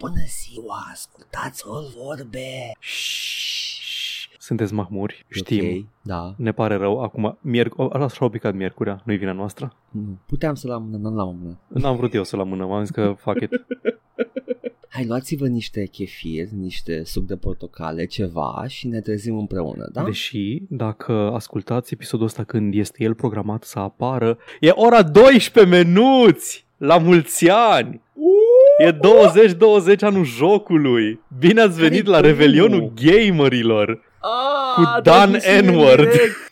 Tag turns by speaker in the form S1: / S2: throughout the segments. S1: Bună ziua, ascultați o vorbe.
S2: Sunteți mahmuri, știm. Okay.
S1: Ok, da.
S2: Ne pare rău, acum, mierc- las au picat miercurea, nu-i vina noastră.
S1: Nu. Mm, Puteam să-l am mână, nu l-am în mână.
S2: N-am vrut eu să la mână, am zis că fuck it.
S1: Hai, luați-vă niște chefir, niște suc de portocale, ceva și ne trezim împreună,
S2: Deci-
S1: da?
S2: Deși, dacă ascultați episodul ăsta când este el programat să apară, e ora 12 menuți! La mulți ani! E 20-20 anul jocului! Bine ați venit la
S1: Care-i
S2: Revelionul
S1: primul?
S2: Gamerilor!
S1: Ah,
S2: Cu Dan
S1: transmisiune în
S2: N-word.
S1: direct.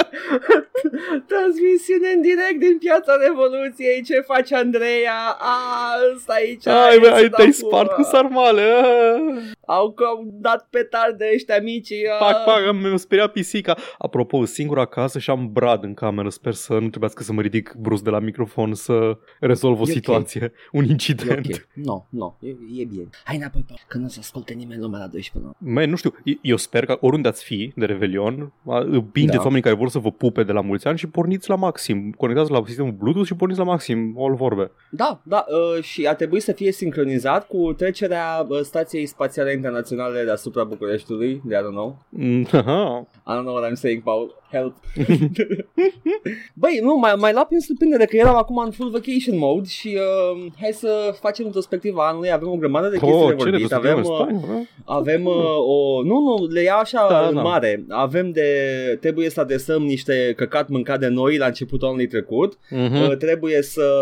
S1: Transmisiune în direct din piața Revoluției Ce face Andreea A, ăsta aici
S2: Ai, bă,
S1: ieșit
S2: ai,
S1: acum.
S2: te-ai spart cu sarmale! ah!
S1: Au cam dat petarde ăștia mici
S2: Pac, pac, am- mi-a speriat pisica. Apropo, singur acasă și am brad în cameră. Sper să nu trebuiască să mă ridic brusc de la microfon să rezolv o
S1: E ok.
S2: situație, un
S1: E
S2: incident.
S1: ok, no, no, e, e bine Hai înapoi, Paul, că nu se asculte nimeni lumea la 12 noapte.
S2: Man, nu știu, e- eu sper că oriunde ați fi de Revelion, bindeți
S1: Da.
S2: da. oamenii care vor să vă pupe de la mulți ani și porniți la maxim. Conectați la sistemul Bluetooth și porniți la maxim, all vorbe.
S1: Da, da, uh, și a trebuit să fie sincronizat cu trecerea uh, Stației Spațiale Internaționale deasupra Bucureștiului de anul nou
S2: Mm, aha.
S1: I don't know what I'm saying, Paul. Help. Băi, nu, mai, mai luat prin surprindere că eram acum în full vacation mode și uh, hai să facem retrospectiva anului. Avem o grămadă de chestii de
S2: Oh, ce
S1: Păi, vorbit. Avem, uh,
S2: uh...
S1: avem uh, o... Nu, nu, le iau așa da,
S2: Da,
S1: în
S2: da.
S1: mare. Avem de... Trebuie să adresăm niște căcat mâncat de noi la începutul anului trecut.
S2: mm-hmm.
S1: Uh, trebuie să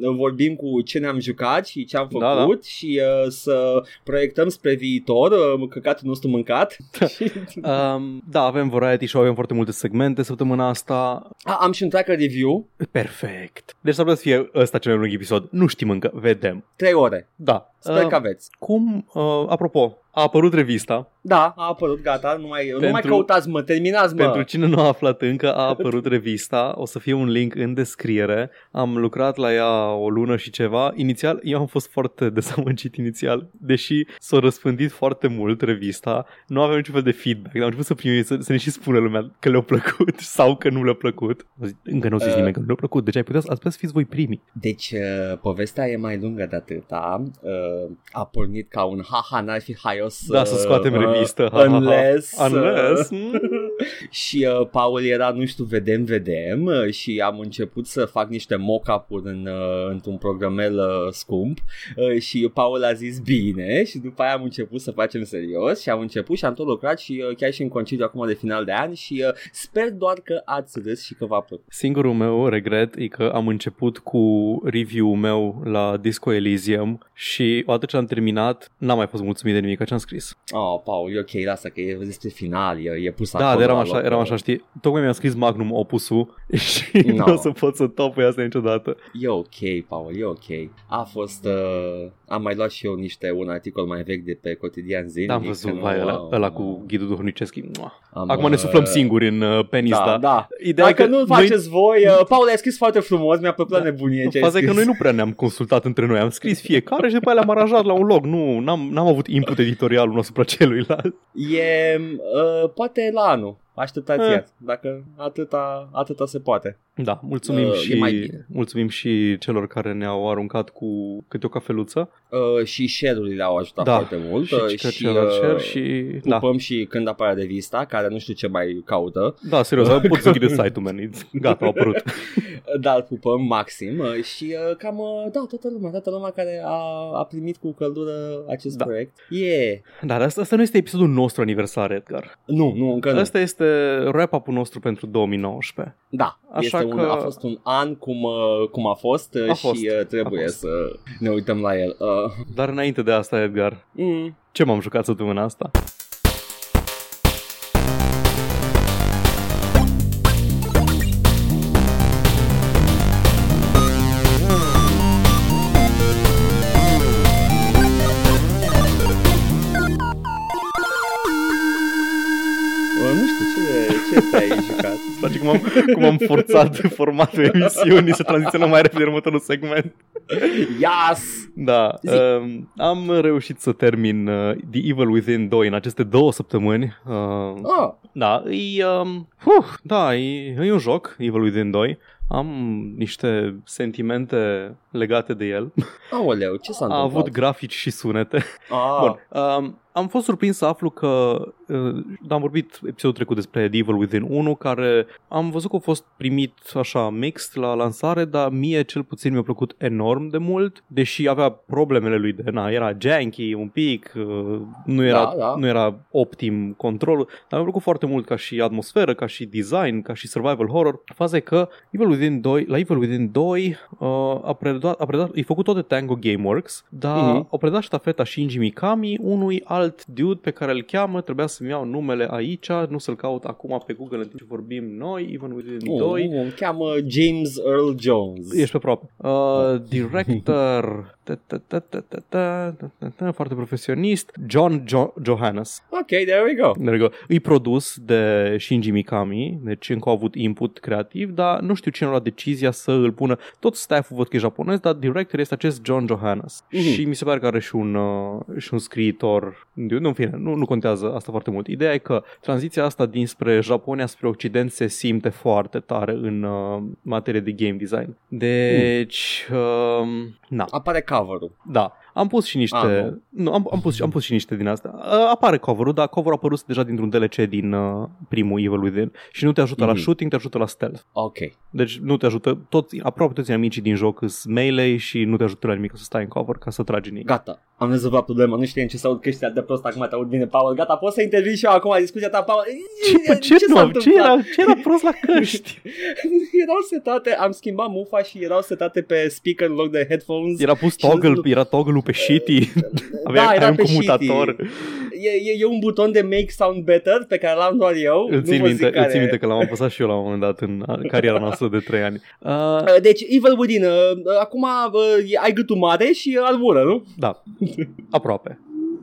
S1: uh, vorbim cu ce ne-am jucat și ce am făcut
S2: Da, da.
S1: și uh, să proiectăm spre viitor uh, căcatul nostru mâncat.
S2: um, da, avem variety show, avem foarte multe segmente săptămâna asta.
S1: A, am și un tracker review.
S2: Perfect. Deci s-ar putea să fie ăsta cel mai lung episod. Nu știm încă, vedem.
S1: 3 ore.
S2: Da.
S1: Sper
S2: Uh,
S1: că aveți.
S2: Cum, uh, apropo, a apărut revista.
S1: Da, a apărut, gata, nu mai, nu mai
S2: Pentru-
S1: căutați, mă, terminați, mă.
S2: Pentru cine nu a aflat încă, a apărut revista. O să fie un link în descriere. Am lucrat la ea o lună și ceva. Inițial, eu am fost foarte dezamăgit inițial, deși s-a răspândit foarte mult revista. Nu aveam niciun fel de feedback. Am început să primim, să, să ne și spună lumea că le-a plăcut sau că nu le-a plăcut. Încă nu au zis
S1: Uh.
S2: uh. nimeni că nu le-a plăcut. Deci ai putea, să- ați putea să fiți voi primii.
S1: Deci, uh, povestea e mai lungă de atâta. Uh, a pornit ca un haha, n-ar fi haios. uh,
S2: Da, să scoatem revistă, ha, ha, ha.
S1: unless. uh,
S2: Unless... mm.
S1: și uh, Paul era, nu știu, vedem, vedem uh, și am început să fac niște mock-up-uri în, uh, într-un programel uh, scump uh, și Paul a zis bine și după aia am început să facem serios și am început și am tot lucrat și uh, chiar și în concediu acum de final de an și uh, sper doar că ați râs și că v-a plăcut.
S2: Singurul meu regret e că am început cu review-ul meu la Disco Elysium și odată ce am terminat, n-am mai fost mulțumit de nimic ce am scris.
S1: Oh, Paul, e ok, lasă că e despre final, e, e eh, pus
S2: Da,
S1: acolo.
S2: dar eram
S1: la
S2: așa,
S1: loc.
S2: eram așa, știi, tocmai mi-am scris Magnum opusul și
S1: No.
S2: no. nu o să pot să topui asta niciodată.
S1: E ok, Paul, e ok. A fost... Uh, am mai luat și eu niște un articol mai vechi de pe Cotidian Zilnic.
S2: Da, am văzut
S1: că nu-
S2: vai, ăla,
S1: wow.
S2: ăla cu ghidul duhovnicesc. Mua.
S1: Am,
S2: Acum ne
S1: uh,
S2: suflăm singuri în uh, penis,
S1: Da,
S2: da.
S1: da.
S2: Ideea
S1: Dacă
S2: e
S1: nu
S2: noi-
S1: faceți voi, uh, Paul a scris foarte frumos, mi-a plăcut la
S2: Da.
S1: nebunie ce ai
S2: Faza e că
S1: scris.
S2: noi nu prea ne-am consultat între noi, am scris fiecare și după aia le-am aranjat la un loc, nu, n-am, n-am avut input editorial unul asupra celuilalt.
S1: E, uh, poate la anul. Așteptați
S2: Eh.
S1: iar, dacă atâta, atâta se poate.
S2: Da, mulțumim,
S1: Uh,
S2: uh,
S1: e
S2: și,
S1: mai bine.
S2: mulțumim și celor care ne-au aruncat cu câte o cafeluță
S1: Uh, și share-urile au ajutat
S2: Da,
S1: foarte mult.
S2: și
S1: uh,
S2: că celor cer
S1: uh,
S2: și... Da,
S1: pupăm și când apare revista, care nu știu ce mai caută,
S2: da, serios, am pot să ghidez site-ul, man. It's- Gata, a apărut.
S1: dar îl pupăm maxim uh, și uh, cam, uh, da, toată lumea, toată lumea care a, a primit cu căldură acest
S2: Da.
S1: proiect. Yeah.
S2: Dar asta, asta nu este episodul nostru aniversar, Edgar.
S1: Nu, nu, încă nu.
S2: Asta este wrap-up-ul nostru pentru 2019.
S1: Da,
S2: Așa
S1: este un,
S2: că-
S1: a fost un an cum, uh, cum a fost uh,
S2: A
S1: și
S2: fost,
S1: uh, trebuie
S2: a fost.
S1: să ne uităm la el. Uh,
S2: Dar înainte de asta, Edgar,
S1: mm.
S2: ce m-am jucat săptămâna asta?
S1: Uh, nu știu ce, ce te-ai jucat.
S2: Îți place cum am, cum am forțat formatul emisiunii să tranziționăm mai repede în următorul segment.
S1: Yes!
S2: Da,
S1: Zi.
S2: um, am reușit să termin uh, The Evil Within 2 în aceste două săptămâni. Uh,
S1: Oh,
S2: Da, e, um, huh, da, e, e un joc, Evil Within 2. am niște sentimente legate de el.
S1: Aoleu, ce s-a
S2: A
S1: întâmplat?
S2: avut grafici și sunete.
S1: Ah,
S2: Bun. Um, am fost surprins să aflu că uh, am vorbit episodul trecut despre The Evil Within 1 care am văzut că a fost primit așa mixt la lansare, dar mie cel puțin mi-a plăcut enorm de mult, deși avea problemele lui de na, era janky un pic, uh, nu era,
S1: Da, da.
S2: nu era optim controlul, dar mi-a plăcut foarte mult ca și atmosferă, ca și design, ca și survival horror. Faza e că Evil Within 2, la Evil Within 2 uh, a predat, a predat, e făcut tot de Tango Gameworks, dar
S1: Mhm.
S2: uh-huh. au predat ștafeta Shinji Mikami unui alt dude pe care îl cheamă, trebuia să-mi iau numele aici, nu să-l caut acum pe Google în timp ce vorbim noi, Evil Within
S1: nu,
S2: 2.
S1: nu, îl cheamă James Earl Jones.
S2: Ești pe aproape. Uh, director, ta, ta, ta, ta, ta, ta, ta, ta, foarte profesionist, John jo- Johannes.
S1: Ok, there we go.
S2: There you go. E produs de Shinji Mikami, deci încă au avut input creativ, dar nu știu cine a luat decizia să îl pună. Tot staff-ul văd că e japonez, dar director este acest John Johannes.
S1: Mhm.
S2: Și mi se pare că are și un, uh, și un scriitor. Nu, în fine, nu, nu contează asta foarte mult. Ideea e că tranziția asta dinspre Japonia spre Occident se simte foarte tare în uh, materie de game design. Deci, uh, na.
S1: Apare cover-ul.
S2: Da, am pus și niște
S1: Ah,
S2: nu, am, am, pus, am pus și niște din asta. Apare cover-ul, dar cover-ul a apărut deja dintr-un DLC din uh, primul Evil Within și nu te ajută mm-hmm. la
S1: Mhm.
S2: shooting, te ajută la stealth.
S1: Ok.
S2: Deci nu te ajută, tot, aproape toți amicii din joc sunt melee și nu te ajută la nimic să stai în cover ca să tragi nimic.
S1: Gata, am rezolvat problema, nu știam ce să aud căștia de prost, acum te aud bine, Paul, gata, poți să intervii și eu acum, discuția ta, Paul.
S2: Ce, ce, ce,
S1: s-a
S2: nu, ce,
S1: întâmplat?
S2: era, ce era prost la căști?
S1: erau setate, am schimbat mufa și erau setate pe speaker în loc de headphones.
S2: Era pus
S1: Și nu-
S2: toggle, era toggle pe shitty, avea
S1: da, era
S2: aveam
S1: pe
S2: comutator.
S1: shitty. E, e, e, un buton de make sound better pe care l-am doar eu.
S2: Îl țin,
S1: nu vă zic
S2: minte, îl
S1: care.
S2: țin minte că l-am apăsat și eu la un moment dat în uh, cariera noastră de 3 ani. Uh,
S1: Uh, Deci, Evil Within, uh, uh, acum uh, e- ai gâtul mare și uh, albură, nu?
S2: da, aproape.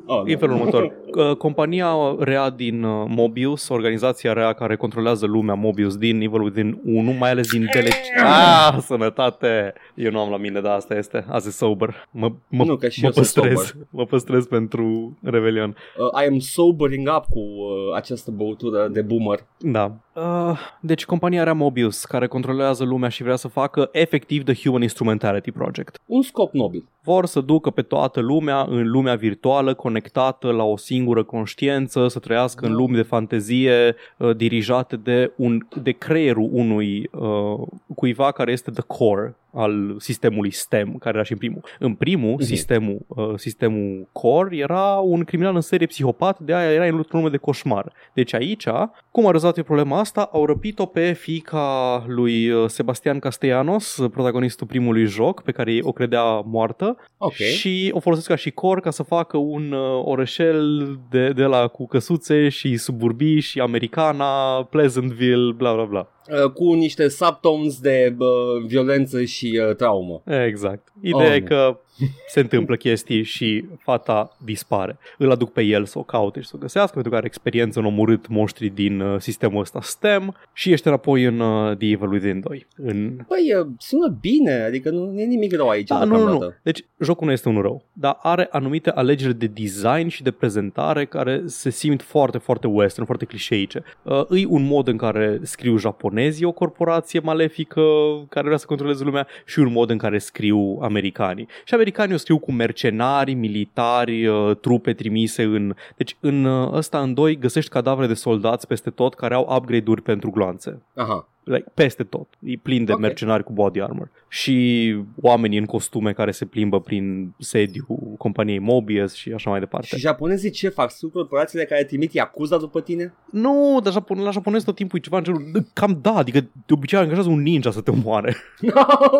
S1: Oh,
S2: E în felul următor. Uh, Compania rea din uh, Mobius, organizația rea care controlează lumea Mobius din Evil Within 1, mai ales din DLC. Ah, sănătate! Eu nu am la mine, dar asta este. Azi e sober. Mă, mă,
S1: Nu, că și
S2: mă
S1: eu sunt
S2: păstrez.
S1: sober.
S2: Mă păstrez pentru Revelion.
S1: Uh, I am sobering up cu uh, această băutură de boomer.
S2: Da. Uh, deci compania rea Mobius, care controlează lumea și vrea să facă efectiv The Human Instrumentality Project.
S1: Un scop nobil.
S2: Vor să ducă pe toată lumea în lumea virtuală, conectată la o singură conștiință, să trăiască în
S1: Da.
S2: lumi de fantezie uh, dirijate de, un, de creierul unui uh, cuiva care este the core al sistemului STEM, care era și în primul. În primul,
S1: Mhm.
S2: sistemul, uh, sistemul core era un criminal în serie psihopat, de aia era în lume de coșmar. Deci aici, cum a rezolvat ei problema asta? Au răpit-o pe fica lui uh, Sebastian Castellanos, protagonistul primului joc, pe care o credea moartă,
S1: Ok.
S2: și o folosesc ca și cor ca să facă un uh, orășel de, de la cu căsuțe și suburbii și americana, Pleasantville, bla bla bla.
S1: Uh, cu niște subtones de uh, violență și uh, traumă.
S2: Exact. Ideea
S1: Oh,
S2: e
S1: nu.
S2: că se întâmplă chestii și fata dispare. Îl aduc pe el să o caute și să o găsească, pentru că are experiență în omorât moștri din uh, sistemul ăsta STEM și ești înapoi în uh, The Evil Within 2, în
S1: Păi, uh, sună bine, adică nu, nu e nimic rău aici.
S2: Da, nu, nu, nu.
S1: deocamdată.
S2: Deci jocul nu este unul rău, dar are anumite alegeri de design și de prezentare care se simt foarte, foarte western, foarte clișeice. Uh, îi un mod în care scriu japonezii o corporație malefică care vrea să controleze lumea și un mod în care scriu americanii. Și americanii o scriu cu mercenari, militari, uh, trupe trimise în... Deci în uh, ăsta, în doi, găsești cadavre de soldați peste tot care au upgrade-uri pentru gloanțe
S1: Aha.
S2: like, peste tot. E plin de
S1: Ok.
S2: okay. mercenari cu body armor și oamenii în costume care se plimbă prin sediu companiei Mobius și așa mai departe.
S1: Și japonezii ce fac? Sunt corporațiile care trimit Yakuza după tine?
S2: Nu, dar japon- la japonez tot timpul e ceva în genul, cam da, adică de obicei angajează un ninja să te omoare.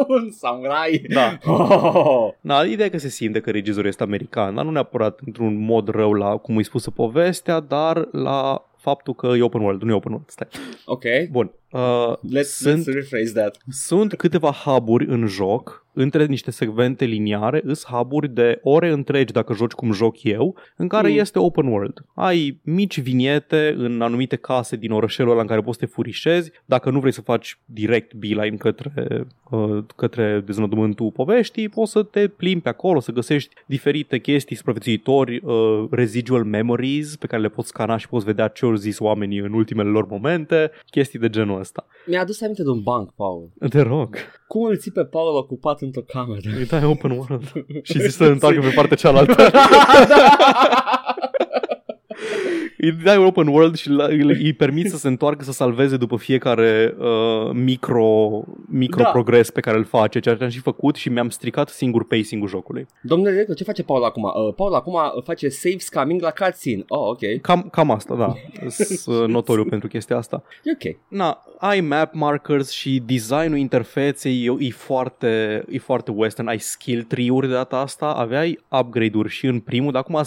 S1: Un samurai!
S2: Da.
S1: Oh.
S2: Na, ideea e că se simte că regizorul este american, dar nu neapărat într-un mod rău la cum îi spusă povestea, dar la faptul că e open world, nu e open world, stai.
S1: Ok.
S2: Bun, uh,
S1: Let's,
S2: Sunt-
S1: let's rephrase that.
S2: Sunt câteva hub-uri în joc între niște segmente liniare îs hub de ore întregi dacă joci cum joc eu, în care mm. este open world. Ai mici viniete în anumite case din orășelul ăla în care poți să te furișezi, dacă nu vrei să faci direct beeline către, uh, către deznodământul poveștii, poți să te plimbi pe acolo, să găsești diferite chestii, supraviețuitori, uh, residual memories pe care le poți scana și poți vedea ce au zis oamenii în ultimele lor momente, chestii de genul ăsta.
S1: Mi-a adus aminte de un banc, Paul.
S2: Te rog.
S1: Cum îl ții pe Paul ocupat într-o cameră?
S2: Îi dai open world și zici să întoarcă pe partea cealaltă. îi dai un open world și îi permiți să se întoarcă să salveze după fiecare uh, micro, micro da. progres pe care îl face, ceea ce am și făcut și mi-am stricat singur pacing-ul jocului.
S1: Domnule director, ce face Paul acum? Uh, Paul acum face save scamming la cutscene. Oh, ok.
S2: Cam, cam asta, da. Sunt notoriu pentru chestia asta.
S1: E ok.
S2: Na, ai map markers și designul interfeței e, e, foarte, e foarte western. Ai skill tree-uri de data asta, aveai upgrade-uri și în primul, dar acum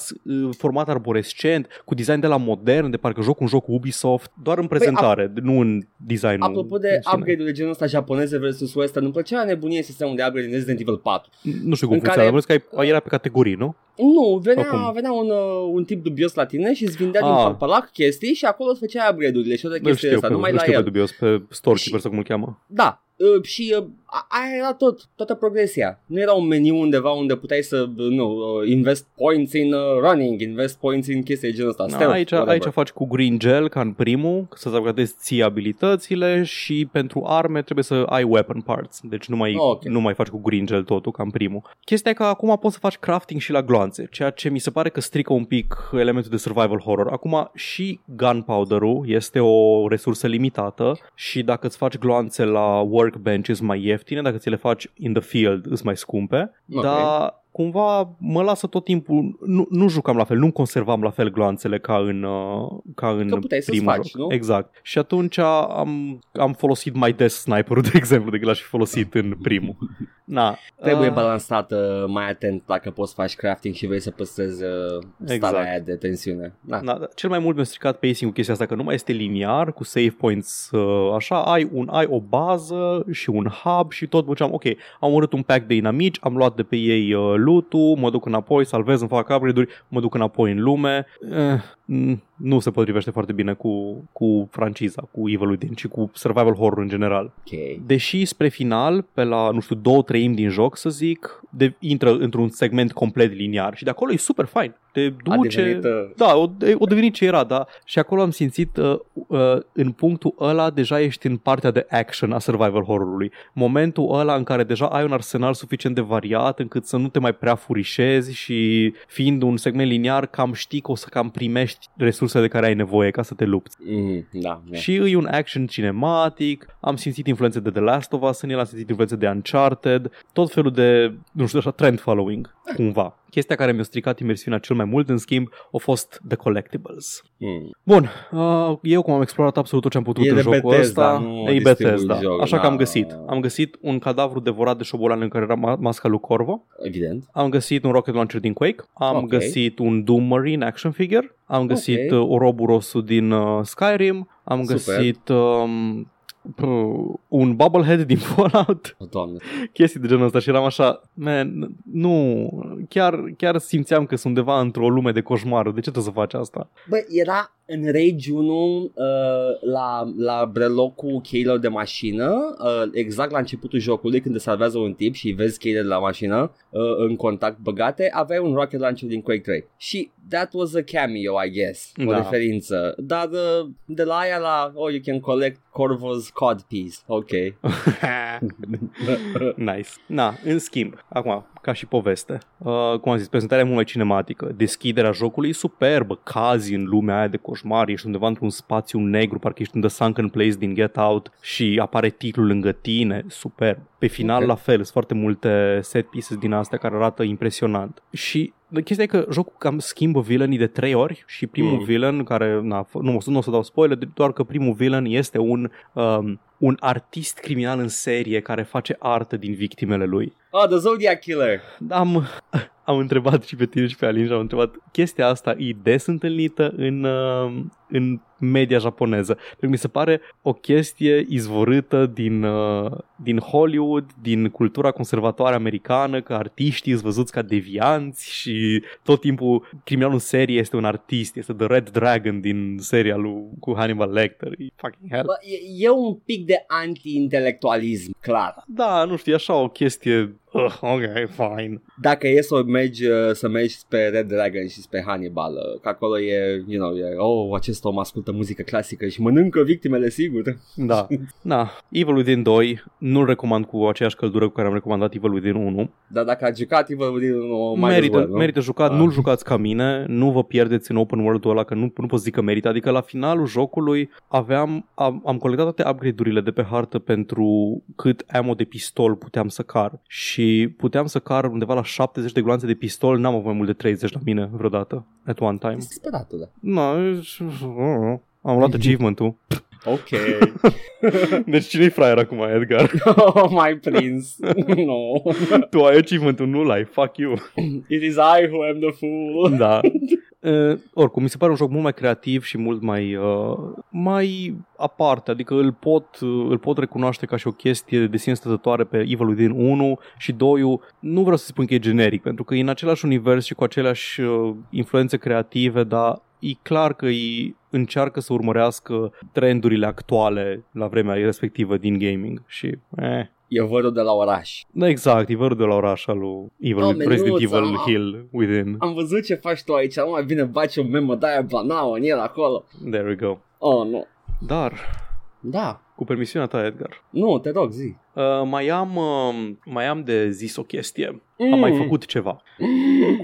S2: format arborescent, cu design de la modern, de parcă joc un joc Ubisoft, doar în prezentare, păi, ap- nu în design.
S1: Apropo de upgrade-ul de genul ăsta japoneze versus western, îmi plăcea nebunie sistemul de upgrade din Resident Evil 4.
S2: Nu știu cum funcționa, care... că
S1: ă,
S2: ai, era pe categorii, nu?
S1: Nu, venea, Acum. venea un, uh, un tip dubios la tine și îți vindea din parpalac chestii și acolo îți făcea upgrade-urile și toate chestiile astea, numai
S2: nu
S1: la
S2: știu
S1: el.
S2: pe dubios, pe storekeeper sau cum îl cheamă.
S1: Da, Uh, și uh, aia era tot, toată progresia. Nu era un meniu undeva unde puteai să, nu, uh, invest points in uh, running, invest points in chestii genul ăsta.
S2: Na, stealth, Da, aici, whatever. aici faci cu green gel ca în primul, să-ți upgradezi ții abilitățile și pentru arme trebuie să ai weapon parts, deci nu mai, oh, okay. nu mai faci cu green gel totul ca în primul. Chestia e că acum poți să faci crafting și la gloanțe, ceea ce mi se pare că strică un pic elementul de survival horror. Acum și gunpowder-ul este o resursă limitată și dacă îți faci gloanțe la work workbench sunt mai ieftine, dacă ți le faci in the field sunt mai scumpe, okay. dar cumva mă lasă tot timpul, nu, nu jucam la fel, nu conservam la fel gloanțele ca în, uh, ca în
S1: că primul faci, joc. Nu?
S2: Exact. Și atunci am, am folosit mai des sniperul, de exemplu, decât l-aș fi folosit în primul. Na,
S1: Trebuie uh, balansat uh, mai atent dacă poți faci crafting și vrei să păstrezi uh, exact. starea aia de tensiune.
S2: Da. Na, cel mai mult mi-a stricat pacing cu chestia asta, că nu mai este liniar, cu save points uh, așa, ai, un, ai o bază și un hub și tot buceam, ok, am urât un pack de inamici, am luat de pe ei uh, loot-ul, mă duc înapoi, salvez, îmi fac upgrade-uri, mă duc înapoi în lume. Eh, nu se potrivește foarte bine cu, cu franciza, cu Evil Within și cu survival horror în general.
S1: Okay.
S2: Deși spre final, pe la, nu știu, două treimi din joc, să zic, de, intră într-un segment complet liniar și de acolo e super fain. Te duce...
S1: A devenit, uh...
S2: Da, o, o devenit ce era, da. Și acolo am simțit uh, uh, în punctul ăla deja ești în partea de action a survival horrorului. Momentul ăla în care deja ai un arsenal suficient de variat încât să nu te mai prea furișezi și fiind un segment liniar cam știi că o să cam primești resursele de care ai nevoie ca să te lupți.
S1: Mm, da, da.
S2: Și e un action cinematic, am simțit influențe de The Last of Us în el, am simțit influențe de Uncharted, tot felul de, nu știu așa, trend following,
S1: Da.
S2: cumva. Chestia care mi-a stricat imersiunea cel mai mult, în schimb, au fost The Collectibles.
S1: Mm.
S2: Bun, uh, eu cum am explorat absolut tot ce am putut e în jocul
S1: Bethesda,
S2: ăsta,
S1: nu
S2: e Bethesda,
S1: joc,
S2: așa
S1: da.
S2: că am găsit. Am găsit un cadavru devorat de șobolan în care era ma- masca lui Corvo.
S1: Evident.
S2: Am găsit un rocket launcher din Quake, am okay. găsit un Doom Marine action figure, am găsit okay. uh, Ouroboros'ul din uh, Skyrim, am Super. găsit... Um, un bubblehead din Fallout.
S1: O, doamne.
S2: Chestii de genul ăsta și eram așa, man, nu, chiar, chiar simțeam că sunt undeva într-o lume de coșmaruri, de ce trebuie să faci asta?
S1: Bă, era în Rage 1 uh, la, la brelocul cheilor de mașină, uh, exact la începutul jocului când te salvează un tip și vezi cheile de la mașină uh, în contact băgate, aveai un rocket launcher din Quake 3 și that was a cameo, I guess, o da. referință, dar uh, de la aia la, oh, you can collect Corvo's cod piece, ok.
S2: nice. Na, în schimb, acum, ca și poveste, uh, cum am zis, prezentarea e mult mai cinematică, deschiderea jocului e superbă, cazi în lumea aia de coș coșmar, ești undeva într-un spațiu negru, parcă ești în The Sunken Place din Get Out și apare titlul lângă tine, superb. Pe final okay. la fel, sunt foarte multe set pieces din astea care arată impresionant. Și chestia e că jocul cam schimbă villainii de trei ori și primul mm. villain care, na, nu, nu o să dau spoiler, doar că primul villain este un um, un artist criminal în serie care face artă din victimele lui.
S1: Oh, The Zodiac Killer!
S2: Am, am întrebat și pe tine și pe Alin și am întrebat chestia asta e des întâlnită în, uh, în media japoneză. Pentru că mi se pare o chestie izvorâtă din, uh, din Hollywood, din cultura conservatoare americană, că artiștii sunt văzuți ca devianți și tot timpul criminalul în serie este un artist, este The Red Dragon din seria lui, cu Hannibal Lecter. E fucking hell.
S1: Bă, e, e un pic de anti-intelectualism, clar.
S2: Da, nu știu, e așa o chestie... Uh, ok, fine.
S1: Dacă e să mergi, uh, să mergi pe Red Dragon și pe Hannibal, uh, că acolo e, you know, e, oh, acest om ascultă muzică clasică și mănâncă victimele, sigur.
S2: Da. Na, Evil Within 2 nu-l recomand cu aceeași căldură cu care am recomandat Evil Within 1.
S1: Dar dacă a jucat Evil Within, nu mai
S2: merită,
S1: well, nu?
S2: merită jucat,
S1: Da.
S2: nu-l jucați ca mine, nu vă pierdeți în open world-ul ăla, că nu, nu pot zic că merită. Adică la finalul jocului aveam, am, am colectat toate upgrade-urile de pe hartă pentru cât ammo de pistol puteam să car și puteam să car undeva la 70 de gloanțe de pistol, n-am avut mai mult de 30 la mine vreodată, at one time.
S1: Disperatule.
S2: Na, e- am luat achievement-ul.
S1: Ok.
S2: Deci cine-i fraier acum, Edgar?
S1: oh, m-ai prins. no.
S2: Tu ai achievement-ul, nu-l ai, fuck you.
S1: It is I who am the fool.
S2: Da. Uh, oricum, mi se pare un joc mult mai creativ și mult mai, uh, mai aparte, adică îl pot, uh, îl pot recunoaște ca și o chestie de sine stătătoare pe Evil din 1 și 2 nu vreau să spun că e generic, pentru că e în același univers și cu aceleași uh, influențe creative, dar e clar că îi încearcă să urmărească trendurile actuale la vremea respectivă din gaming și eh,
S1: E vărul de la oraș.
S2: Da, exact, e vărul de la oraș al lui Evil,
S1: Doamne,
S2: Resident
S1: nu,
S2: Evil
S1: ți-am-
S2: Hill Within.
S1: Am văzut ce faci tu aici, nu mai bine baci o memă de aia banau în el acolo.
S2: There we go.
S1: Oh, nu.
S2: Dar,
S1: Da.
S2: cu permisiunea ta, Edgar,
S1: Nu, te rog, zi.
S2: uh, mai, am, uh, mai am de zis o chestie. Am
S1: Mm.
S2: mai făcut ceva.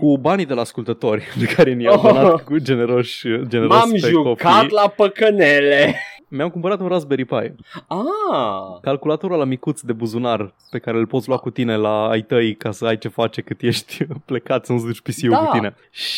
S2: Cu banii de la ascultători, de care ne-au
S1: Oh.
S2: donat cu generoși, generos
S1: M-am
S2: pe
S1: jucat
S2: copii,
S1: la păcănele.
S2: mi-am cumpărat un Raspberry Pi.
S1: Ah.
S2: Calculatorul la micuț de buzunar pe care îl poți lua cu tine la ai tăi ca să ai ce face cât ești plecat să-ți duci pisiul
S1: Da.
S2: cu tine.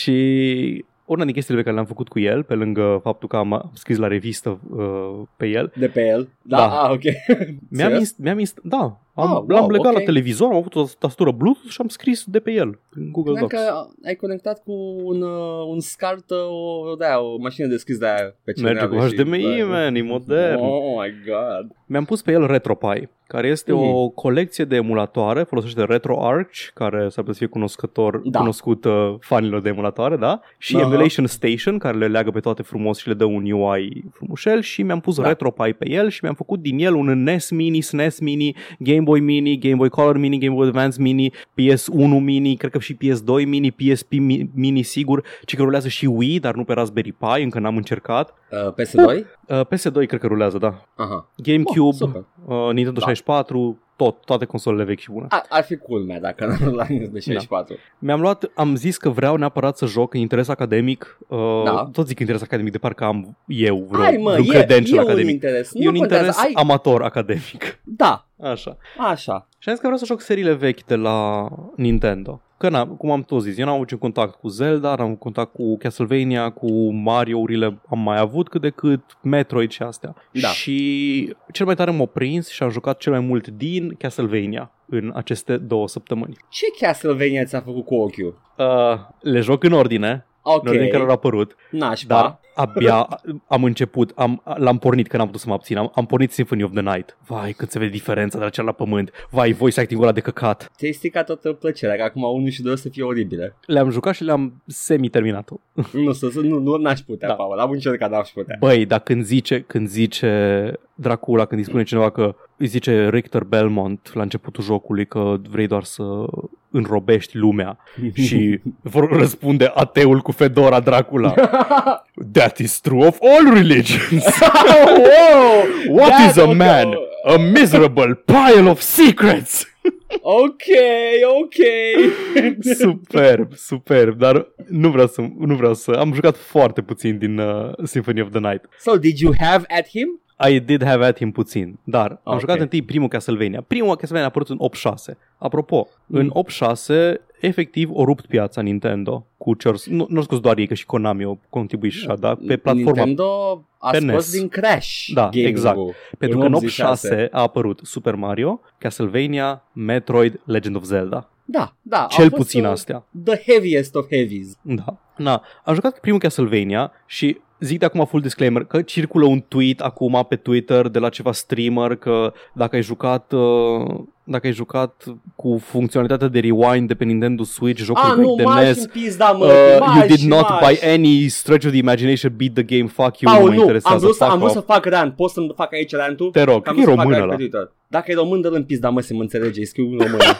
S2: Și una din chestiile pe care le-am făcut cu el, pe lângă faptul că am am scris la revistă uh, pe el,
S1: De pe el? Da,
S2: Da.
S1: Ah, ok.
S2: mi-am,
S1: Serios?
S2: inst- mi-am inst- da, am,
S1: Ah,
S2: l-am
S1: wow,
S2: legat la
S1: ok.
S2: televizor, am avut o tastatură Bluetooth și am scris de pe el în Google
S1: Credeam
S2: Docs.
S1: că ai conectat cu un, uh, un scart, uh, o, da, o mașină de scris de aia pe
S2: Merge
S1: cereale
S2: cu
S1: și-
S2: HDMI,
S1: da.
S2: man, e modern.
S1: Oh my god.
S2: Mi-am pus pe el RetroPie, care este
S1: Mhm.
S2: o colecție de emulatoare, folosește RetroArch, care s-ar putea să fie cunoscător,
S1: Da.
S2: cunoscut uh, fanilor de emulatoare, da? Și
S1: Aha.
S2: Emulation Station, care le leagă pe toate frumos și le dă un UI frumușel și mi-am pus
S1: Da.
S2: RetroPie pe el și mi-am făcut din el un NES Mini, SNES Mini, Game Boy Mini, Game Boy Color Mini, Game Boy Advance Mini, PS1 Mini, cred că și PS2 Mini, PSP mi- Mini sigur, ci că rulează și Wii, dar nu pe Raspberry Pi, încă n-am încercat.
S1: Uh, PS2?
S2: Uh, PS2 cred că rulează, da.
S1: Aha. Oh,
S2: GameCube,
S1: super.
S2: Uh, Nintendo
S1: Da.
S2: 64, tot, toate consolele vechi și bune.
S1: A, ar fi culmea dacă n-am la
S2: Da.
S1: de 64.
S2: Mi-am luat, am zis că vreau neapărat să joc în interes academic, uh,
S1: Da.
S2: tot zic interes academic, de parcă am eu vreo,
S1: Hai mă,
S2: vreun
S1: e,
S2: credential
S1: e un
S2: academic.
S1: interes.
S2: e
S1: nu
S2: un interes
S1: contează. Ai...
S2: amator academic.
S1: Da,
S2: Așa.
S1: așa.
S2: Și am zis că vreau să joc seriile vechi de la Nintendo. Că na, cum am tot zis, eu n-am avut niciun contact cu Zelda, n-am avut contact cu Castlevania, cu Mario-urile am mai avut cât de cât, Metroid și astea.
S1: Da.
S2: Și cel mai tare m-a prins și am jucat cel mai mult din Castlevania în aceste două săptămâni.
S1: Ce Castlevania ți-a făcut cu ochiul?
S2: Uh, le joc în ordine,
S1: Ok,
S2: în ordine în care au apărut,
S1: nașpa.
S2: dar abia am început, am, l-am pornit, că n-am putut să mă abțin, am, am pornit Symphony of the Night. Vai, când se vede diferența de la cel la pământ, vai, voice acting-ul ăla de căcat.
S1: Ți-ai stricat toată plăcerea, că acum 1 și 2 o să fie oribile.
S2: Le-am jucat și le-am semi-terminat.
S1: nu, să, să- nu, nu, n-aș putea,
S2: Da.
S1: da. Paul, am încercat, n-aș putea.
S2: Băi, dar când zice, când zice Dracula, când îi spune cineva că îi zice Richter Belmont la începutul jocului că vrei doar să înrobești lumea și vor răspunde ateul cu Fedora Dracula. That is true of all religions.
S1: wow!
S2: What
S1: Da,
S2: is a
S1: da,
S2: man? A miserable pile of secrets.
S1: Ok, ok.
S2: Superb, superb, dar nu vreau să, nu vreau să, am jucat foarte puțin din uh, Symphony of the Night.
S1: so, did you have at him?
S2: I did have at him puțin, dar am
S1: Ok.
S2: jucat întâi primul Castlevania. Primul Castlevania a apărut în 8.6. Apropo,
S1: Mm.
S2: în 8.6 efectiv o rupt piața Nintendo cu Chors... Nu, nu scuz doar ei, că și Konami o contribui și așa, dar pe platforma...
S1: Nintendo a
S2: pe
S1: scos
S2: NES.
S1: din Crash
S2: Da,
S1: gaming-ul.
S2: exact. Pentru
S1: în
S2: că în
S1: 86.
S2: 8.6 a apărut Super Mario, Castlevania, Metroid, Legend of Zelda.
S1: Da, da. au
S2: Cel
S1: fost,
S2: puțin
S1: uh,
S2: astea.
S1: The heaviest of heavies.
S2: Da. Na, am jucat primul Castlevania și zic de acum full disclaimer că circulă un tweet acum pe Twitter de la ceva streamer că dacă ai jucat uh, dacă ai jucat cu funcționalitatea de rewind de pe Nintendo Switch, jocul
S1: Ah, nu,
S2: vechi de
S1: m-aș
S2: NES,
S1: în pizda, mă,
S2: uh,
S1: m-aș,
S2: you did not
S1: m-aș.
S2: by any stretch of the imagination beat the game, fuck you,
S1: Paul,
S2: nu mă
S1: nu, am
S2: interesează,
S1: vrut, să,
S2: fuck
S1: am vrut
S2: off.
S1: să fac rant, poți să-mi fac aici rantul?
S2: Te rog,
S1: Că am
S2: e
S1: vrut să fac
S2: română
S1: rant
S2: la.
S1: pe Twitter. Dacă e român, dă-l în pizda, mă, se mă înțelege, îi scriu în română.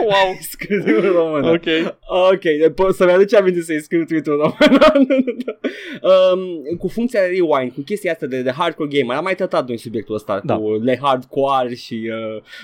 S2: wow.
S1: scriu în română.
S2: Ok.
S1: Ok, po- să-mi aduce aminte să-i scriu tweet-ul român. um, cu funcția de rewind, cu chestia asta de, de hardcore gamer, am mai tratat noi subiectul ăsta
S2: Da.
S1: cu le hardcore și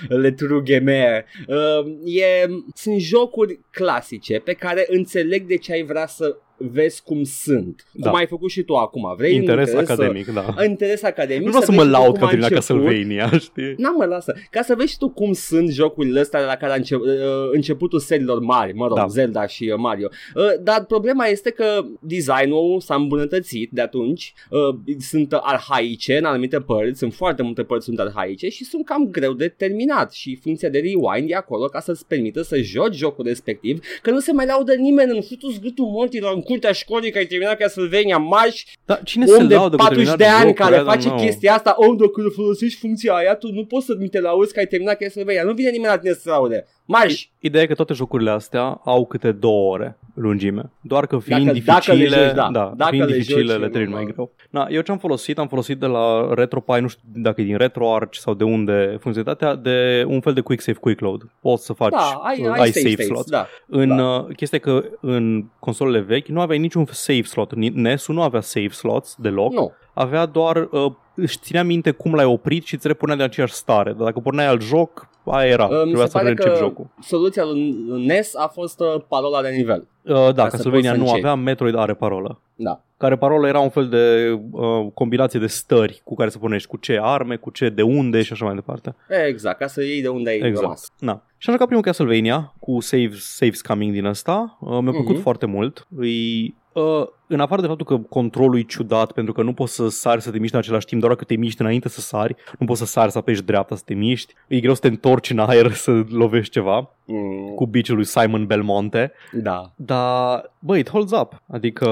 S1: uh, le true gamer. Um, e, sunt jocuri clasice pe care înțeleg de ce ai vrea să vezi cum sunt.
S2: Da.
S1: Cum ai făcut și tu acum. Vrei un
S2: Interes,
S1: Păi, interes să-
S2: academic, da.
S1: Interes academic.
S2: Nu vreau să mă
S1: vezi tu cum
S2: laud că
S1: a
S2: la
S1: început.
S2: Castlevania, știi?
S1: Na mă, lasă. Ca să vezi și tu cum sunt jocurile astea de la care a înce- uh, începutul serilor mari, mă rog,
S2: Da.
S1: da. Zelda și uh, Mario. Uh, Dar problema este că designul s-a îmbunătățit de atunci. Uh, Sunt uh, arhaice în anumite părți, în foarte multe părți sunt arhaice și sunt cam greu de terminat și funcția de rewind e acolo ca să-ți permită să joci jocul respectiv, că nu se mai laudă nimeni în futul zgâtul morților, în cultea școlii că ai terminat Castlevania, maș,
S2: Dar Da, cine se
S1: om de
S2: laudă cu
S1: 40 de
S2: terminarea
S1: ani
S2: jocului?
S1: care
S2: I don't
S1: face
S2: know.
S1: chestia asta, om, dacă folosești funcția aia, tu nu poți să mi te lauzi că ai terminat Castlevania. Nu vine nimeni la tine să se laude. Marș!
S2: Ideea e că toate jocurile astea au câte două ore lungime. Doar că fiind
S1: Dacă- dacă
S2: dificile,
S1: le joci, da. Dacă
S2: fiind
S1: le
S2: dificile,
S1: joci,
S2: le
S1: e
S2: termin mai
S1: normal.
S2: greu. Na, eu ce am folosit, am folosit de la RetroPie, nu știu dacă e din RetroArch sau de unde funcționalitatea, de un fel de Quick Save Quick Load. Poți să faci
S1: Da, ai,
S2: uh,
S1: ai,
S2: ai
S1: safe, states,
S2: slots.
S1: Da.
S2: În
S1: Da.
S2: uh, chestia e că în consolele vechi nu aveai niciun save slot. Ni- NES-ul nu avea save slots deloc.
S1: Nu.
S2: Avea doar uh, își ținea minte cum l-ai oprit și îți repunea de aceeași stare. Dar dacă porneai alt joc, aia era.
S1: Uh, Mi
S2: Trebuia
S1: se
S2: să
S1: pare
S2: reîncepi
S1: că
S2: jocul.
S1: soluția lui NES a fost uh, parola de nivel.
S2: Uh, da,
S1: Ca să
S2: Castlevania
S1: poți să
S2: nu
S1: începi.
S2: avea, Metroid are parolă.
S1: Da.
S2: Care parolă era un fel de uh, combinație de stări cu care să punești cu ce arme, cu ce, de unde și așa mai departe.
S1: Exact, ca să iei de unde ai
S2: Exact.
S1: rămas.
S2: Na. Și am jucat primul Castlevania cu save, saves coming din asta. Uh, mi-a plăcut
S1: Mhm.
S2: foarte mult. Îi, uh, în afară de faptul că controlul e ciudat pentru că nu poți să sari să te miști în același timp, doar că te miști înainte să sari, nu poți să sari să apeși dreapta să te miști, e greu să te întorci în aer să lovești ceva
S1: Mm,
S2: cu biciul lui Simon Belmonte.
S1: Da,
S2: Dar, băi, it holds up. Adică,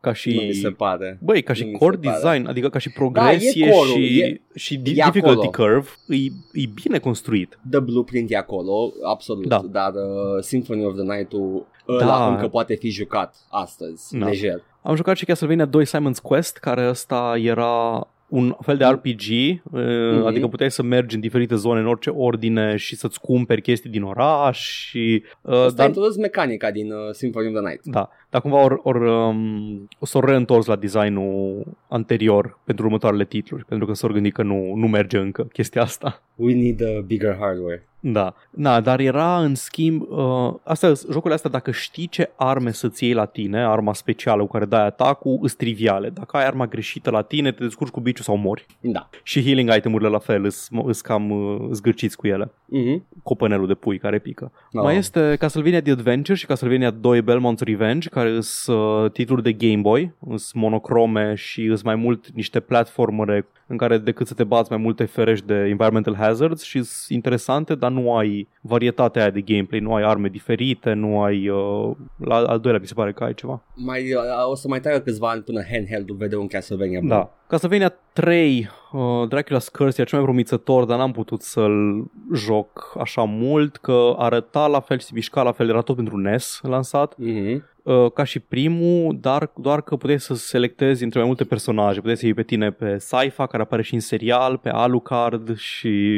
S2: ca și...
S1: nu mi se pare.
S2: Băi, ca și
S1: nu mi
S2: core
S1: se pare. Da,
S2: design, adică ca și progresie
S1: e core-ul,
S2: și,
S1: e-
S2: și di-
S1: e
S2: difficulty
S1: acolo.
S2: curve, e, e bine construit.
S1: The Blueprint e acolo, absolut,
S2: Da.
S1: da. dar uh, Symphony of the Night-ul ăla
S2: Da.
S1: încă poate fi jucat astăzi,
S2: Da.
S1: da. lejer.
S2: Am jucat și Castlevania 2 Simon's Quest, care ăsta era un fel de RPG, mm-hmm.
S1: Mhm.
S2: adică puteai să mergi în diferite zone, în orice ordine și să-ți cumperi chestii din oraș și... uh,
S1: Ăsta a introdus mecanica din uh, Symphony of the Night.
S2: Da, dar cumva or, or, um, o s-au reîntors la designul anterior pentru următoarele titluri, pentru că s-au gândit că nu, nu merge încă chestia asta.
S1: We need a bigger hardware.
S2: Da, Na, dar era în schimb, uh, astea, jocurile astea, dacă știi ce arme să-ți iei la tine, arma specială cu care dai atacul, îs triviale. Dacă ai arma greșită la tine, te descurci cu biciu sau mori.
S1: Da.
S2: Și healing itemurile la fel, îs, îs cam uh, zgârciți cu ele.
S1: Mm-hmm.
S2: Copănelul de pui care pică. No. Mai este Castlevania The Adventure și Castlevania 2 Belmont's Revenge, care sunt uh, titluri de Game Boy, sunt monocrome și sunt mai mult niște platformere în care decât să te bați mai multe ferești de environmental hazards și sunt interesante, dar nu ai varietatea aia de gameplay, nu ai arme diferite, nu ai... Uh, la al doilea mi se pare că ai ceva.
S1: Mai, uh, o să mai treacă câțiva ani până handheld-ul vede un Castlevania. bun.
S2: Da. Castlevania 3, uh, Dracula's Curse, e cel mai promițător, dar n-am putut să-l joc așa mult, că arăta la fel și se mișca la fel, era tot pentru NES lansat.
S1: Mhm.
S2: uh, ca și primul, dar doar că puteai să selectezi între mai multe personaje. Puteai să iei pe tine pe Saifa, care apare și în serial, pe Alucard și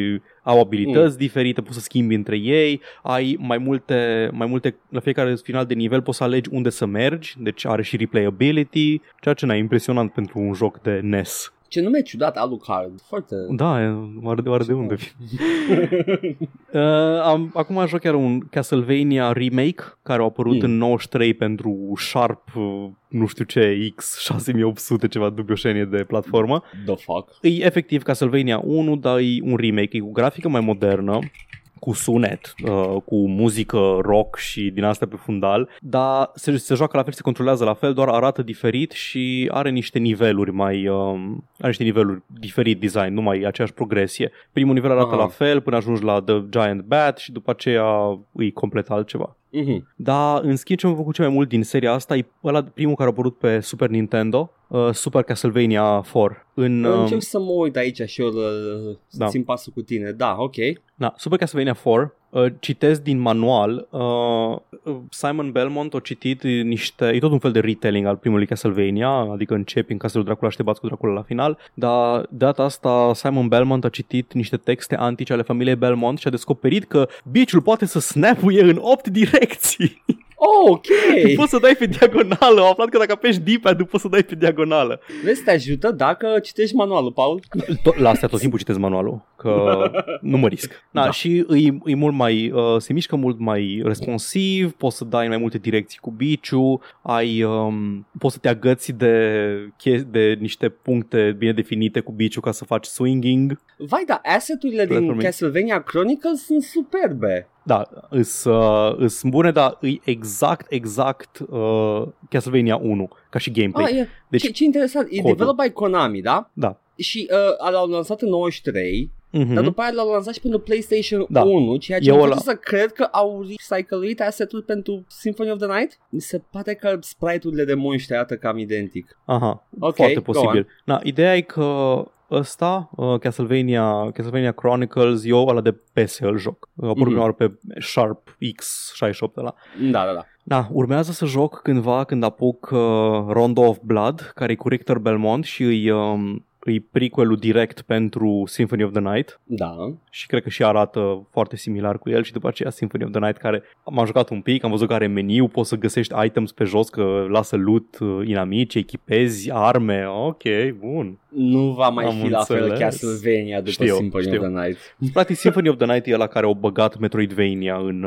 S2: au abilități mm. diferite, poți să schimbi între ei, ai mai multe, mai multe, la fiecare final de nivel poți să alegi unde să mergi, deci are și replayability, ceea ce n-a impresionant pentru un joc de NES.
S1: Ce nume ciudat, Alucard. Foarte...
S2: Da, oare, oare de unde uh, am, acum aș chiar un Castlevania remake care a apărut mm. în 93 pentru Sharp, uh, nu știu ce, X6800, ceva dubioșenie de platformă.
S1: The fuck?
S2: E efectiv Castlevania 1, dar e un remake, e cu grafică mai modernă cu sunet, uh, cu muzică rock și din asta pe fundal, dar se, se joacă la fel, se controlează la fel, doar arată diferit și are niște niveluri mai... Uh, are niște niveluri diferit design, nu mai e aceeași progresie. Primul nivel arată Aha. la fel până ajungi la The Giant Bat și după aceea îi complet altceva.
S1: Mm-hmm.
S2: Dar, în schimb, ce am făcut cel mai mult din seria asta e ăla primul care a apărut pe Super Nintendo, uh, Super Castlevania 4. În, um,
S1: uh, Încerc să mă uit aici și eu uh, da. țin pasul cu tine. Da, ok.
S2: Da, Super Castlevania 4 Uh, citesc din manual, uh, Simon Belmont a citit niște, e tot un fel de retelling al primului Castlevania, adică începi în castelul Dracula și te bați cu Dracula la final, dar data asta Simon Belmont a citit niște texte antice ale familiei Belmont și a descoperit că biciul poate să snapuie în 8 direcții.
S1: Oh, ok.
S2: Tu poți să dai pe diagonală. Am aflat că dacă apeși D-pad, poți să dai pe diagonală.
S1: Vezi, te ajută dacă citești manualul, Paul.
S2: La asta tot timpul citesc manualul, că nu mă risc. Da, da. și îi, îi mult mai, uh, se mișcă mult mai responsiv, poți să dai în mai multe direcții cu biciu, ai, um, poți să te agăți de, de niște puncte bine definite cu biciu ca să faci swinging.
S1: Vai, da, asset-urile din Castlevania Chronicles sunt superbe.
S2: Da, îs, uh, îs bune, dar îi exact, exact uh, Castlevania 1 ca și gameplay.
S1: Ah, e, deci, ce, ce interesant, codul. e developed by Konami, da?
S2: Păi, Da.
S1: Și uh, l-au lansat în 93, Mm-hmm.
S2: Mhm.
S1: Dar după aia l-au lansat și pentru PlayStation
S2: da.
S1: 1, ceea ce
S2: mă
S1: la... să cred că au recyclit asset-ul pentru Symphony of the Night. Mi se pare că sprite-urile de monștri arată cam identic.
S2: Aha, okay, foarte posibil. Na, ideea e că ăsta, uh, Castlevania, Castlevania Chronicles, eu ăla de PS îl joc. Apoi mm-hmm. oară pe Sharp X68 ăla.
S1: Da, da, da.
S2: Da, urmează să joc cândva când apuc uh, Rondo of Blood, care e cu Richter Belmont și îi... Um, îi prequelul direct pentru Symphony of the Night.
S1: Da.
S2: Și cred că și arată foarte similar cu el și după aceea Symphony of the Night care m-a jucat un pic, am văzut că are meniu, poți să găsești items pe jos, că lasă loot, uh, inamici, echipezi, arme, ok, bun.
S1: Nu va mai am fi înțeles. la fel Castlevania după știu, Symphony știu. of the Night.
S2: Practic Symphony of the Night e ăla care au băgat Metroidvania în...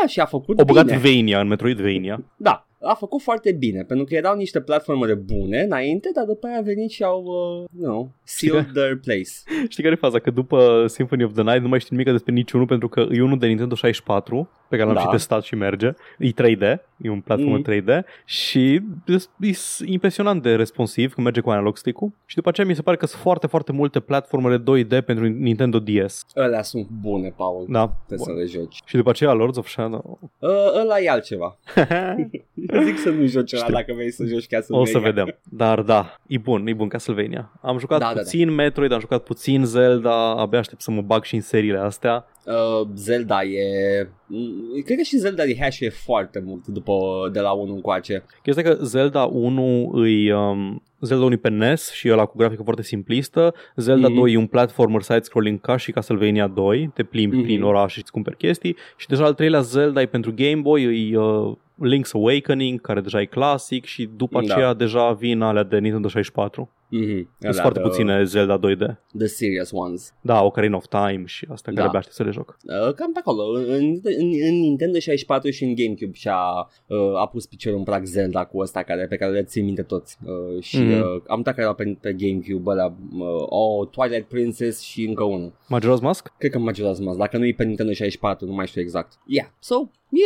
S1: Da, și a făcut
S2: Au băgat bine. Vania în Metroidvania.
S1: Da, a făcut foarte bine, pentru că erau niște platformere bune înainte, dar după aia a venit și au, uh, you know, sealed știi their place.
S2: Știi care e faza? Că după Symphony of the Night nu mai știi nimic despre niciunul, pentru că e unul de Nintendo 64, pe care l-am da. și testat și merge, e 3D, e un platformă mm. 3D și e impresionant de responsiv când merge cu analog stick-ul și după aceea mi se pare că sunt foarte, foarte multe platformele 2D pentru Nintendo DS.
S1: Alea sunt bune, Paul.
S2: Da.
S1: Trebuie Bun. să le joci.
S2: Și după aceea Lords of Shadow.
S1: Uh, ăla e altceva. Eu zic să nu joci ăla dacă vrei să joci Castlevania.
S2: O să vedem. Dar da, e bun, e bun Castlevania. Am jucat da, puțin da, da. Metroid, am jucat puțin Zelda, abia aștept să mă bag și în seriile astea.
S1: Uh, Zelda e... mm, Cred că și Zelda de hash e foarte mult după de la 1 încoace.
S2: Chestia că Zelda 1 îi... Um, Zelda 1 pe NES și ăla cu grafică foarte simplistă,
S1: Mhm.
S2: Zelda mm-hmm. 2 e un platformer side-scrolling ca și Castlevania 2, te
S1: Mhm.
S2: plimbi mm-hmm. prin oraș și îți cumperi chestii și deja al treilea Zelda e pentru Game Boy, e uh, Link's Awakening, care deja e clasic și după aceea da. deja vin alea de Nintendo 64.
S1: Mm-hmm.
S2: Sunt foarte the, puține Zelda 2D.
S1: The serious ones.
S2: Da, Ocarina of Time și asta care da. abia să le joc.
S1: Uh, cam pe acolo. În, în, în Nintendo 64 și în GameCube și-a uh, a pus piciorul în prag Zelda cu ăsta care, pe care le țin minte toți. Uh, și
S2: Mhm.
S1: mm-hmm. uh, am dat care pe, pe GameCube ăla uh, oh, Twilight Princess și încă unul.
S2: Majora's Mask?
S1: Cred că Majora's Mask. Dacă nu e pe Nintendo 64, nu mai știu exact. Yeah, so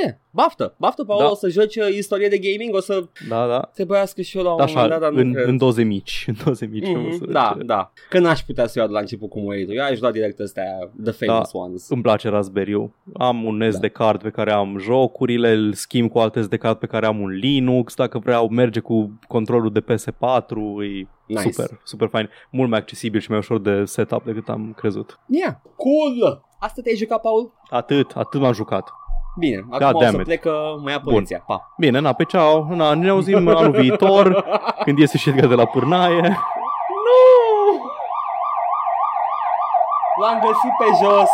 S1: Yeah, baftă, baftă, Paul, da. o să joci istorie de gaming, o să
S2: da, da.
S1: te băiască și eu la un da, moment dat, dar nu
S2: în,
S1: cred.
S2: în doze mici, în doze mici. Mm-hmm,
S1: da, ce... da, că n-aș putea să iau de la început cu muritul, eu aș lua direct astea, the famous da. ones.
S2: Îmi place Raspberry am un SD da. card pe care am jocurile, îl schimb cu alt SD card pe care am un Linux, dacă vreau merge cu controlul de PS4, e nice. super, super fain, mult mai accesibil și mai ușor de setup decât am crezut.
S1: Yeah, cool! Asta te-ai jucat, Paul?
S2: Atât, atât m-am jucat.
S1: Bine, acum God o să it. plec că mă ia poliția. Bun. Pa.
S2: Bine, na, pe ceau. Na, ne auzim anul viitor, când iese și Edgar de la pârnaie.
S1: Nu! L-am găsit pe jos!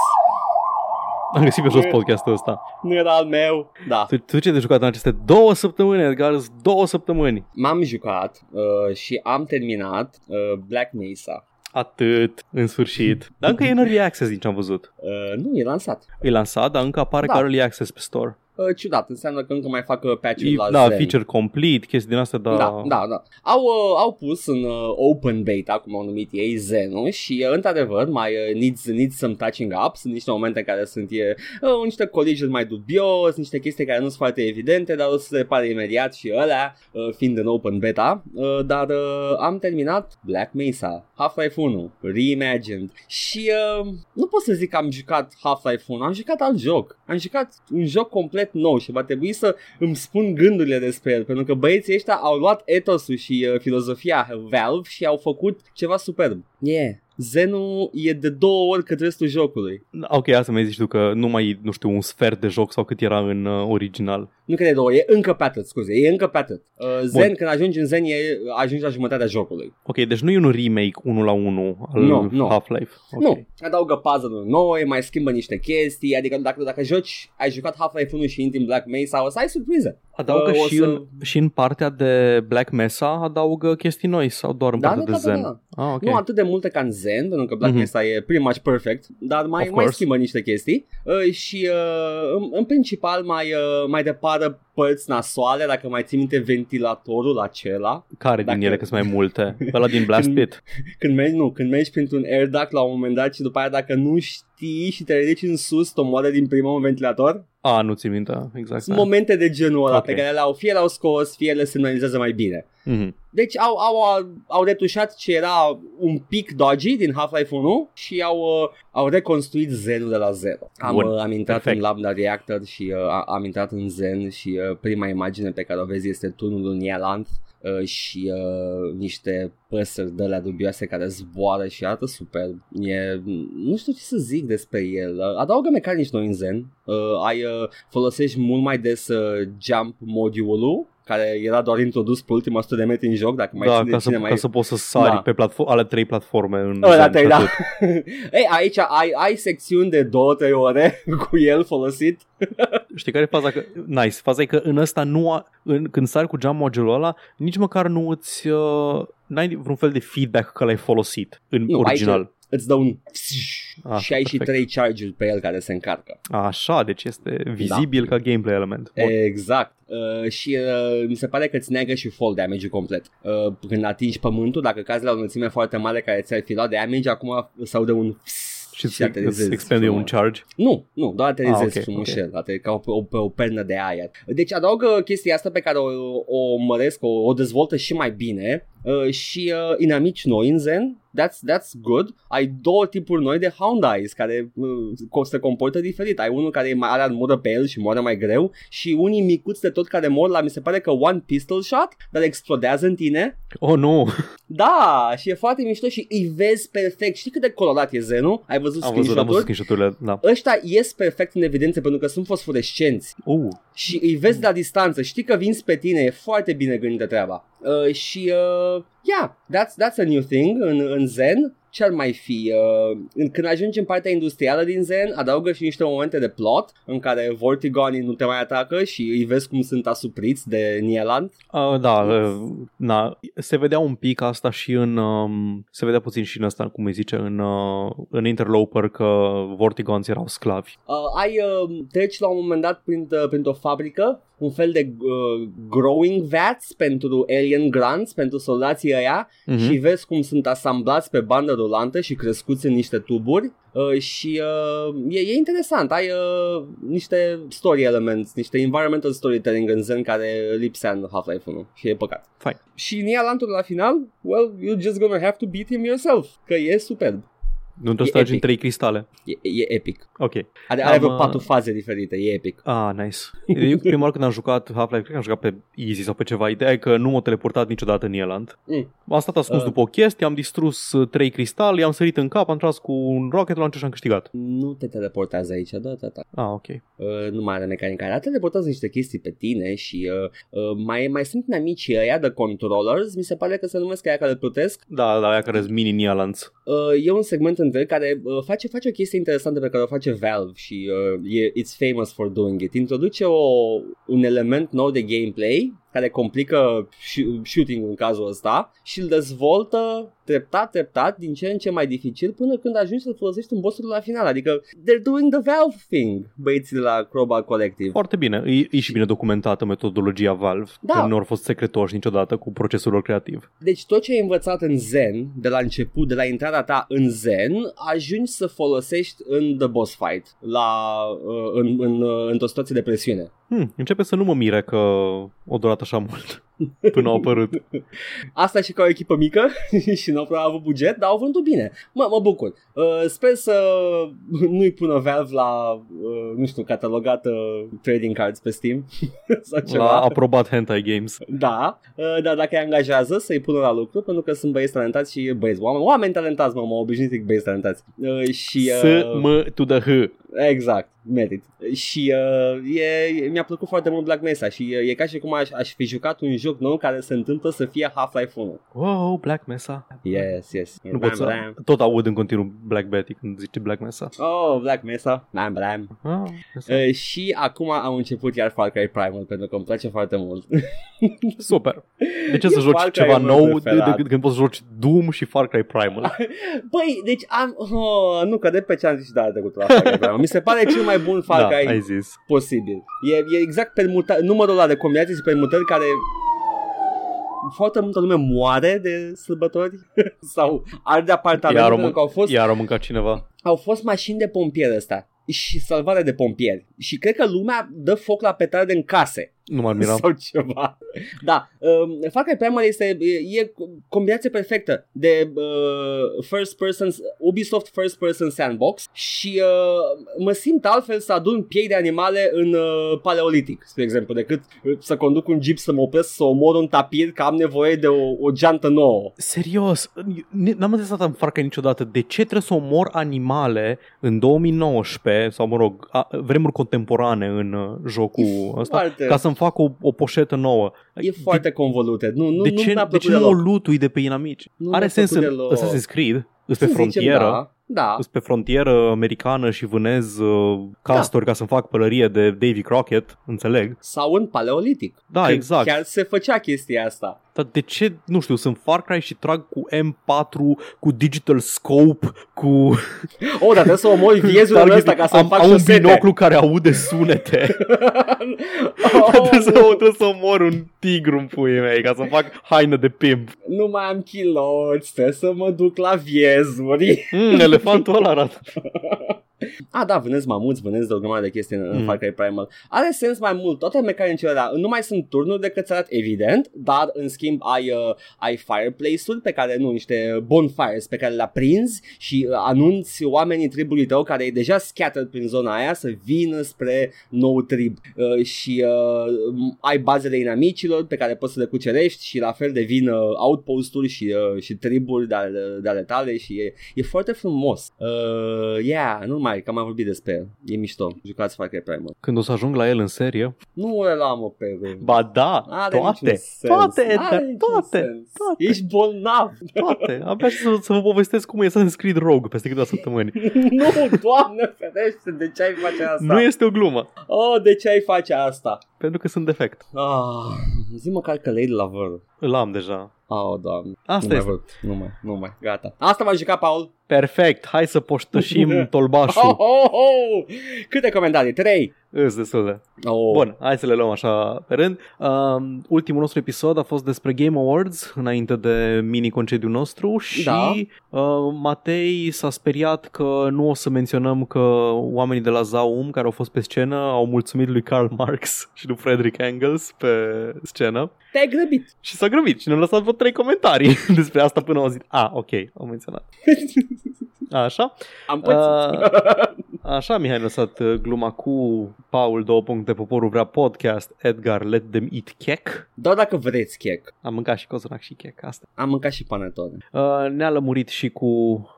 S2: Am găsit pe jos podcastul ăsta.
S1: Nu era al meu. Da.
S2: Tu, tu ce de jucat în aceste două săptămâni, Edgar? Sunt Două săptămâni.
S1: M-am jucat uh, și am terminat uh, Black Mesa.
S2: Atât, în sfârșit. Dar încă e în Early Access din ce am văzut.
S1: Uh, nu, e lansat.
S2: E lansat, dar încă apare
S1: Da.
S2: ca Early Access pe store.
S1: Uh, ciudat, înseamnă că încă mai fac uh, patch-ul
S2: E-
S1: la
S2: da,
S1: Zen.
S2: feature complete, chestii din astea, dar...
S1: Da, da, da. Au, uh, au pus în uh, open beta, cum au numit ei, Zenul și, uh, într-adevăr, mai uh, needs, needs some touching up. Sunt niște momente în care sunt e, uh, niște colegi mai dubios, niște chestii care nu sunt foarte evidente, dar o să se pare imediat și ăla, uh, fiind în open beta. Uh, dar uh, am terminat Black Mesa, Half-Life 1, Reimagined și uh, nu pot să zic că am jucat Half-Life 1, am jucat alt joc. Am jucat un joc complet nou și va trebui să îmi spun gândurile despre el, pentru că băieții ăștia au luat etosul și uh, filozofia Valve și au făcut ceva superb. Yeah. Zenul e de două ori cât restul jocului.
S2: Ok, asta mi-ai zis tu că nu mai e, nu știu, un sfert de joc sau cât era în uh, original.
S1: Nu că de două, e încă pe atât, scuze, e încă pe atât. Uh, Zen, când ajungi în Zen, e, ajungi la jumătatea jocului.
S2: Ok, deci nu e un remake unul la unul al
S1: Nu, nu.
S2: Half-Life. Ok.
S1: Nu, adaugă puzzle-uri noi, mai schimbă niște chestii, adică dacă, dacă joci, ai jucat Half-Life 1 și intri în Black Mesa, o să ai surprize.
S2: Adaugă
S1: Uh, o
S2: și,
S1: să-
S2: în, și în partea de Black Mesa adaugă chestii noi sau doar în
S1: Da,
S2: partea
S1: da,
S2: de
S1: da, da,
S2: Zen?
S1: da.
S2: Ah, ok.
S1: Okay. Nu atât de multe ca în Zen, pentru că Black
S2: Mhm.
S1: Mesa e pretty much perfect, dar mai, mai
S2: Of course.
S1: schimbă niște chestii uh, și uh, în, în principal mai, uh, mai depară părți nasoale, dacă mai ții minte ventilatorul acela,
S2: Care din
S1: Dacă-
S2: ele că sunt mai multe? Ăla din Blast
S1: Când-
S2: Pit?
S1: când mergi, nu, când mergi printr-un air duct la un moment dat și după aia dacă nu știi și te ridici în sus, te omoară din primul un ventilator,
S2: A, nu țin minte, exact.
S1: sunt momente de genul ăla
S2: Ok.
S1: pe care le-au, fie le-au scos, fie le semnalizează mai bine.
S2: Mhm.
S1: Deci au, au, au retușat ce era un pic dodgy din Half-Life 1 și au, uh, au reconstruit Zenul de la zero. Am,
S2: Bun,
S1: uh, am intrat
S2: perfect.
S1: în Lambda Reactor și uh, a- am intrat în Zen și uh, prima imagine pe care o vezi este tunul lui Nielanth uh, și uh, niște păsări de la dubioase care zboară și arată superb. E, nu știu ce să zic despre el. Uh, Adaugă mecanici noi în Zen. Uh, ai, uh, folosești mult mai des uh, jump modulul care era doar introdus pe ultima 100 de metri în joc, dacă mai
S2: da,
S1: ține
S2: ca să,
S1: cine mai...
S2: ca să poți să sari
S1: Da.
S2: pe platform, ale trei platforme în
S1: Ăla
S2: Zen
S1: trei,
S2: și
S1: da.
S2: atât.
S1: Ei, aici ai, ai secțiuni de 2-3 ore cu el folosit.
S2: Știi care e faza? Că, nice. Faza e că în ăsta nu a, în, când sari cu geamul agelul ăla, nici măcar nu îți... Uh, n-ai vreun fel de feedback că l-ai folosit în
S1: Nu,
S2: original.
S1: Îți dă un
S2: Ah,
S1: și ai și
S2: perfect.
S1: 3 charge pe el care se încarcă.
S2: Așa, deci este
S1: Da.
S2: vizibil ca gameplay element. Bun.
S1: Exact. Uh, și uh, mi se pare că îți neagă și fall damage-ul complet. Uh, când atingi pământul, dacă cazi la o înălțime foarte mare care ți-ar fi luat damage, acum sau de un
S2: și îți,
S1: aterizezi
S2: îți expende un
S1: frumos.
S2: charge.
S1: Nu, nu, doar aterizezi
S2: Ah,
S1: ah,
S2: ok,
S1: okay, un
S2: ok.
S1: okay. Ater- ca o, o, pe o pernă de aer. Deci adaugă chestia asta pe care o, o măresc, o, o dezvoltă și mai bine uh, și uh, inamici noi în Zen, that's, that's good. Ai două tipuri noi de Hound Eyes care uh, co- se comportă diferit. Ai unul care mai are armură pe el și moare mai greu și unii micuți de tot care mor la, mi se pare că one pistol shot, dar explodează în tine
S2: Oh, nu!
S1: da, și e foarte mișto și îi vezi perfect. Știi cât de colorat e zenul? Ai văzut
S2: Am văzut, am văzut
S1: screenshot-uri?
S2: screenshot-urile, da.
S1: Ăștia ies perfect în evidență pentru că sunt fosforescenți
S2: Uh,
S1: și îi vezi la distanță, știi că vin spre tine, e foarte bine gândită treaba. Uh, și, uh, yeah, that's, that's a new thing în, în Zen. Ce ar mai fi? Uh, în- când ajungi în partea industrială din Zen, adaugă și niște momente de plot în care Vortigonii nu te mai atacă și îi vezi cum sunt asupriți de Nieland.
S2: uh, da, uh, na, se vedea un pic asta și în, um, se vedea puțin și în asta, cum îi zice, în, uh, în Interloper că Vortigons erau sclavi.
S1: Uh, ai uh, treci la un moment dat print, uh, printr-o fabrică, un fel de uh, growing vats pentru alien grants, pentru soldații ăia
S2: Mhm.
S1: și vezi cum sunt asamblați pe bandă rulantă și crescuți în niște tuburi uh, și uh, e, e interesant, ai uh, niște story elements, niște environmental storytelling în zen care lipsea în Half-Life 1 și e păcat.
S2: Fine.
S1: Și Nialantul la final, well, you're just gonna have to beat him yourself, că e superb,
S2: Nu trebuie
S1: E
S2: să tragi în
S1: epic.
S2: trei cristale.
S1: e, e epic.
S2: Ok.
S1: Are, are
S2: Am,
S1: vreo
S2: uh,
S1: patru faze diferite, e epic.
S2: Ah, nice. Eu prima oară când am jucat Half-Life, cred că am jucat pe Easy sau pe ceva. Ideea e că nu m-a teleportat niciodată în Ieland.
S1: Mm.
S2: Am stat ascuns
S1: Ah.
S2: după o chestie, am distrus uh, trei cristale, i-am sărit în cap, am tras cu un rocket launcher și am câștigat.
S1: Nu te teleportează aici, da, da, da.
S2: Ah, ok.
S1: Uh, nu mai are mecanica aia. Teleportează niște chestii pe tine și uh, uh, mai, mai sunt inamicii ăia de controllers, mi se pare că se numesc aia care plutesc.
S2: Da, da, aia care sunt mini Nielands.
S1: Uh, e un segment în între care uh, face, face o chestie interesantă pe care o face Valve și uh, e, it's famous for doing it. Introduce o, un element nou de gameplay care complică shooting în cazul ăsta și îl dezvoltă treptat, treptat, din ce în ce mai dificil până când ajungi să-l folosești în bossul la final. Adică they're doing the Valve thing, băieții de la Crowbar Collective.
S2: Foarte bine, e, e și bine documentată metodologia Valve, da. că nu au fost secretoși niciodată cu procesul lor creativ.
S1: Deci tot ce ai învățat în Zen, de la început, de la intrarea ta în Zen, ajungi să folosești în the boss fight, la, în, în, în, uh, într-o situație de presiune.
S2: Hmm, începe să nu mă mire că o durat așa mult până au apărut.
S1: Asta și ca o echipă mică și nu au avut buget, dar au vândut bine. Mă, mă bucur. Uh, sper să nu-i pună Valve la, uh, nu știu, catalogată trading cards pe Steam
S2: sau ceva. La aprobat hentai games.
S1: Da, uh, dar dacă îi angajează să-i pună la lucru, pentru că sunt băieți talentați și băieți, oameni, oameni talentați, mă, mă obișnuit zic băieți talentați. Uh, și, uh,
S2: S, M, to the H.
S1: Exact, merit. Și uh, e, mi-a plăcut foarte mult Black Mesa și uh, e ca și cum aș, aș fi jucat un joc nou care se întâmplă să fie Half-Life 1.
S2: Wow, Black Mesa.
S1: Yes, yes.
S2: Nu bam, pot să... Bam.
S1: da.
S2: Tot aud în continuu Black Betty când zice Black Mesa.
S1: Oh, Black Mesa. Bam, bam. Ah,
S2: Da.
S1: uh, și acum am început iar Far Cry Primal pentru că îmi place foarte mult.
S2: Super. De ce e să joci Far ceva nou de, de, de, când poți să joci Doom și Far Cry Primal?
S1: Băi, deci am... Oh, nu, că de pe ce am zis și data trecută la Far Cry Primal. Mi se pare cel mai bun Far
S2: da,
S1: Cry
S2: ai zis.
S1: posibil. E, e exact permuta- numărul ăla de combinații și permutări care foarte multă lume moare de sărbători sau arde apartamente
S2: iar pentru
S1: că au fost...
S2: Iar au mâncat cineva.
S1: Au fost mașini de pompieri ăsta și salvare de pompieri și cred că lumea dă foc la petarde în case.
S2: Nu m-ar mira.
S1: Sau ceva. Da, uh, Far Cry Primal este, e, e combinație perfectă de uh, first person, Ubisoft First Person Sandbox și uh, mă simt altfel să adun piei de animale în uh, paleolitic, spre exemplu, decât uh, să conduc un jeep să mă opresc, să omor un tapir că am nevoie de o, o geantă nouă.
S2: Serios, n-am întrebat în Far Cry niciodată de ce trebuie să omor animale în 2019 sau, mă rog, a, vremuri contemporane în uh, jocul e ăsta, foarte... ca să-mi fac o, o poșetă nouă.
S1: E foarte convoluted. Nu, nu,
S2: de ce,
S1: nu
S2: de ce
S1: deloc.
S2: nu o lutui de pe inamici? Nu Are sens în Assassin's Creed, îți pe frontieră.
S1: da. Da.
S2: Sunt pe frontieră americană și vânez uh, castori da. ca să-mi fac pălărie de Davy Crockett, înțeleg.
S1: Sau în paleolitic.
S2: Da, că exact.
S1: Chiar se făcea chestia asta.
S2: Dar de ce, nu știu, sunt Far Cry și trag cu M4, cu Digital Scope, cu...
S1: Oh, dar trebuie să omori viezul ăsta target... ca să am, fac
S2: Am
S1: un
S2: binoclu care aude sunete. oh, trebuie, să, trebuie să omor un tigru în puii mei ca să fac haină de pimp.
S1: Nu mai am chiloți, trebuie să mă duc la viezuri.
S2: Mm, elefantul ăla arată.
S1: A, da, vânezi mamuți, vânezi de o grămadă de chestii în, mm. Far Cry Primal. Are sens mai mult, toate mecanicile alea. Nu mai sunt turnuri de cățărat, evident, dar în schimb ai, uh, ai fireplace-uri pe care, nu, niște bonfires pe care le aprinzi și uh, anunți oamenii tribului tău care e deja scattered prin zona aia să vină spre nou trib. Uh, și uh, ai bazele inamicilor pe care poți să le cucerești și la fel devin uh, outpost-uri și, uh, și triburi de ale, de ale tale și e, e foarte frumos. Uh, yeah, nu mai mai, că am mai vorbit despre el. E mișto. Jucați Far Cry Primal.
S2: Când o să ajung la el în serie?
S1: Nu le luam pe
S2: Ba da,
S1: Are
S2: toate.
S1: Sens.
S2: Toate, da,
S1: Are
S2: toate,
S1: sens.
S2: toate.
S1: Ești bolnav.
S2: Toate. Abia să, să vă povestesc cum e să înscrii drog peste câteva săptămâni.
S1: nu, doamne ferește, de ce ai face asta?
S2: Nu este o glumă.
S1: Oh, de ce ai face asta?
S2: Pentru că sunt defect.
S1: Ah, zi măcar că le la văr.
S2: Îl am deja.
S1: Oh, doamne.
S2: Asta
S1: nu
S2: este.
S1: Mai nu mai, nu mai, gata. Asta m-a jucat, Paul.
S2: Perfect, hai să poștășim tolbașul.
S1: Oh, oh, oh! Câte comentarii? Trei.
S2: Îs destule.
S1: Oh.
S2: Bun, hai să le luăm așa pe rând. Uh, ultimul nostru episod a fost despre Game Awards, înainte de mini-concediul nostru și
S1: Da.
S2: uh, Matei s-a speriat că nu o să menționăm că oamenii de la Zaum care au fost pe scenă au mulțumit lui Karl Marx și lui Frederick Engels pe scenă.
S1: Te-ai grăbit.
S2: Și s-a grăbit și ne-a lăsat vreo trei comentarii despre asta până au zis, a, ok, am menționat. Așa.
S1: Am pățit.
S2: Uh, Așa Mihai a lăsat uh, gluma cu Paul, două puncte, poporul vrea podcast, Edgar, let them eat cake.
S1: Doar dacă vreți chec.
S2: Am mâncat și cozonac și cake, asta.
S1: Am mâncat și panetone.
S2: Uh, ne-a lămurit și cu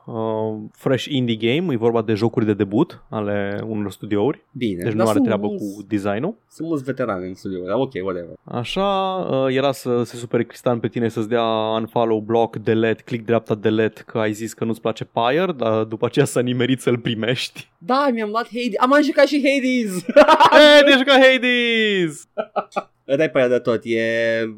S2: uh, Fresh Indie Game, e vorba de jocuri de debut ale unor studiouri,
S1: Bine.
S2: deci
S1: dar
S2: nu are
S1: Da, sunt
S2: treabă
S1: mulți-
S2: cu designul.
S1: Sunt mulți veterani în studio, dar ok, whatever.
S2: Așa, uh, era să se supere Cristian pe tine să-ți dea unfollow, block, delete, click dreapta, delete, că ai zis că nu-ți place Pyre, dar după aceea s-a nimerit să-l primești.
S1: Da, mi-am luat Hades. Am mai jucat și Hades.
S2: Hei, deci ca Hades!
S1: Dai pe ea de tot, e,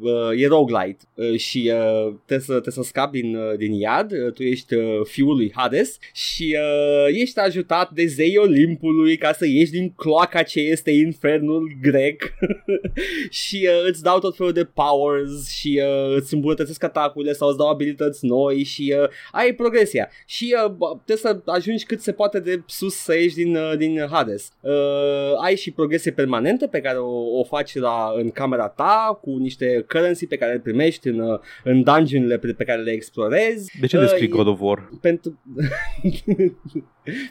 S1: uh, e roguelite uh, și uh, trebuie, să, trebuie să scapi din, uh, din iad, Uh, tu ești uh, fiul lui Hades și uh, ești ajutat de zei Olimpului ca să ieși din cloaca ce este infernul grec și uh, îți dau tot felul de powers și uh, îți îmbunătățesc atacurile sau îți dau abilități noi și uh, ai progresia și uh, b- trebuie să ajungi cât se poate de sus să ieși din, uh, din Hades. Uh, ai și progresie permanentă pe care o, o faci la, în camera ta cu niște currency pe care le primești în, uh, în dungeon-urile pe, pe care le explorezi.
S2: De ce
S1: Uh,
S2: descrii
S1: e-
S2: God of War?
S1: Pentru...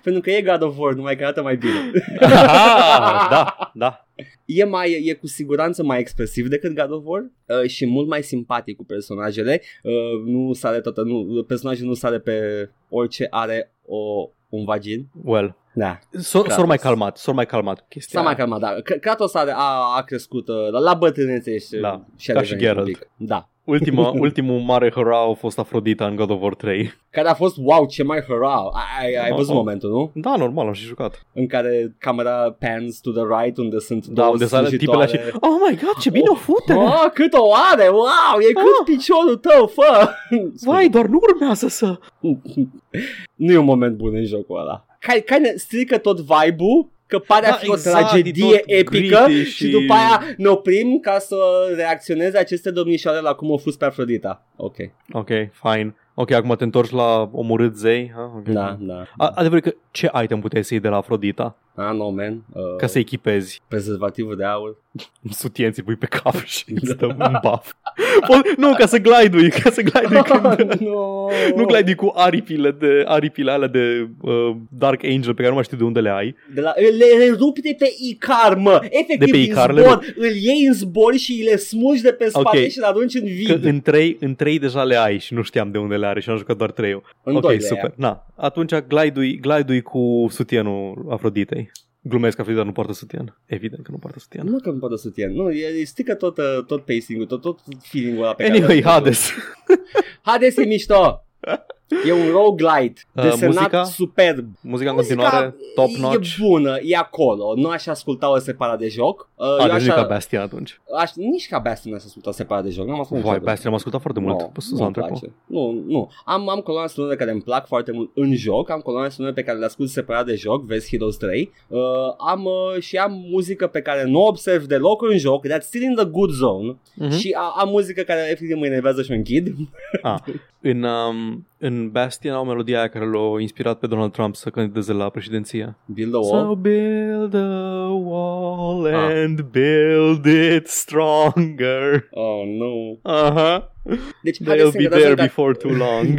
S1: Pentru că e God of War, numai că arată mai bine.
S2: Aha, da, da.
S1: e, mai, e cu siguranță mai expresiv decât God of War uh, și mult mai simpatic cu personajele. Uh, nu sare toată, nu, personajul nu sare pe orice are o, un vagin.
S2: Well.
S1: Da.
S2: S-or,
S1: Kratos.
S2: s-or mai calmat, s-or mai calmat chestia.
S1: S-a mai calmat, da. K- Kratos are, a, a crescut uh, la, la bătrânețe și,
S2: Da,
S1: și a
S2: ca și
S1: devenit un
S2: Geralt.
S1: pic. Da.
S2: Ultima, ultimul mare hurrah a fost Afrodita în God of War 3.
S1: Care a fost, wow, ce mai hurrah! Ai, ai, ai văzut
S2: Oh.
S1: momentul, nu?
S2: Da, normal, am și jucat.
S1: În care camera pans to the right, unde sunt
S2: Da,
S1: două
S2: unde s-a tipele și...
S1: slujitoare.
S2: Oh my god, ce bine o fute!
S1: Oh, cât o are! Wow! E cât
S2: Ah.
S1: piciorul tău, fă!
S2: Vai, doar nu urmează să...
S1: nu e un moment bun în jocul ăla. Care, care strică tot vibe-ul că pare a
S2: Da,
S1: fi o
S2: exact, e
S1: tragedie
S2: tot
S1: epică
S2: gritty
S1: și...
S2: și-
S1: după aia ne oprim ca să reacționeze aceste domnișoare la cum au fost pe Afrodita. Ok,
S2: Ok, fine. Ok, acum te întorci la omorât zei. Ha? Okay.
S1: da, da.
S2: A, adevărul e că ce item puteai să iei de la Afrodita
S1: Ah, no, man. Uh,
S2: ca să echipezi?
S1: Prezervativul de aur.
S2: Sutienții pui pe cap și îți dă un buff. Po- nu, ca să glide ca să glide când...
S1: no.
S2: Nu glide cu aripile, de, aripile alea de uh, Dark Angel pe care nu mai știu de unde le ai.
S1: de la, le, le rupi de pe Icar, mă. Efectiv,
S2: De pe
S1: din
S2: Icar le
S1: zbor, îl iei în zbor și le smugi de pe spate
S2: Ok.
S1: și le arunci în vid.
S2: Că în trei, în trei deja le ai și nu știam de unde le are și am jucat doar trei eu.
S1: în
S2: ok,
S1: doilea.
S2: super. Na, atunci glide-ui, glide-ui cu sutienul Afroditei. Glumesc, Afrodita nu poartă sutien. Evident că nu poartă sutien.
S1: Nu că nu poate să tien. Nu, e, e strică tot, uh, tot pacing-ul, tot, tot feeling-ul ăla pe care...
S2: Anyway,
S1: l-am făcut.
S2: Hades.
S1: Hades e mișto! E un roguelite,
S2: Uh,
S1: desenat
S2: muzica?
S1: superb.
S2: Muzica în continuare, top notch.
S1: E bună, e acolo. Nu aș asculta-o separat de joc. Uh,
S2: A,
S1: eu
S2: deci
S1: aș,
S2: nu e ca Bastia atunci.
S1: aș, nici ca Bastion nu aș asculta separat de joc. N-am ascultat
S2: Vai,
S1: niciodată.
S2: Bastia l-am ascultat foarte
S1: No,
S2: mult. Pus să
S1: nu-mi place. Nu, nu. Am, am coloane sonore care îmi plac foarte mult în joc, am coloane sonore pe care le ascult separat de joc, vezi Heroes 3, uh, am, uh, și am muzică pe care nu o observ deloc în joc, that's still in the good zone,
S2: Și
S1: Și a- am muzică care efectiv mă enervează și mă închid
S2: în, um, în Bastia au melodia aia care l-a inspirat pe Donald Trump să candideze la președinție.
S1: Build a wall
S2: So build a wall and build it stronger.
S1: Oh, nu
S2: Aha.
S1: Deci Hades
S2: They'll
S1: se,
S2: be
S1: încadrează
S2: there
S1: în ca-
S2: before too long.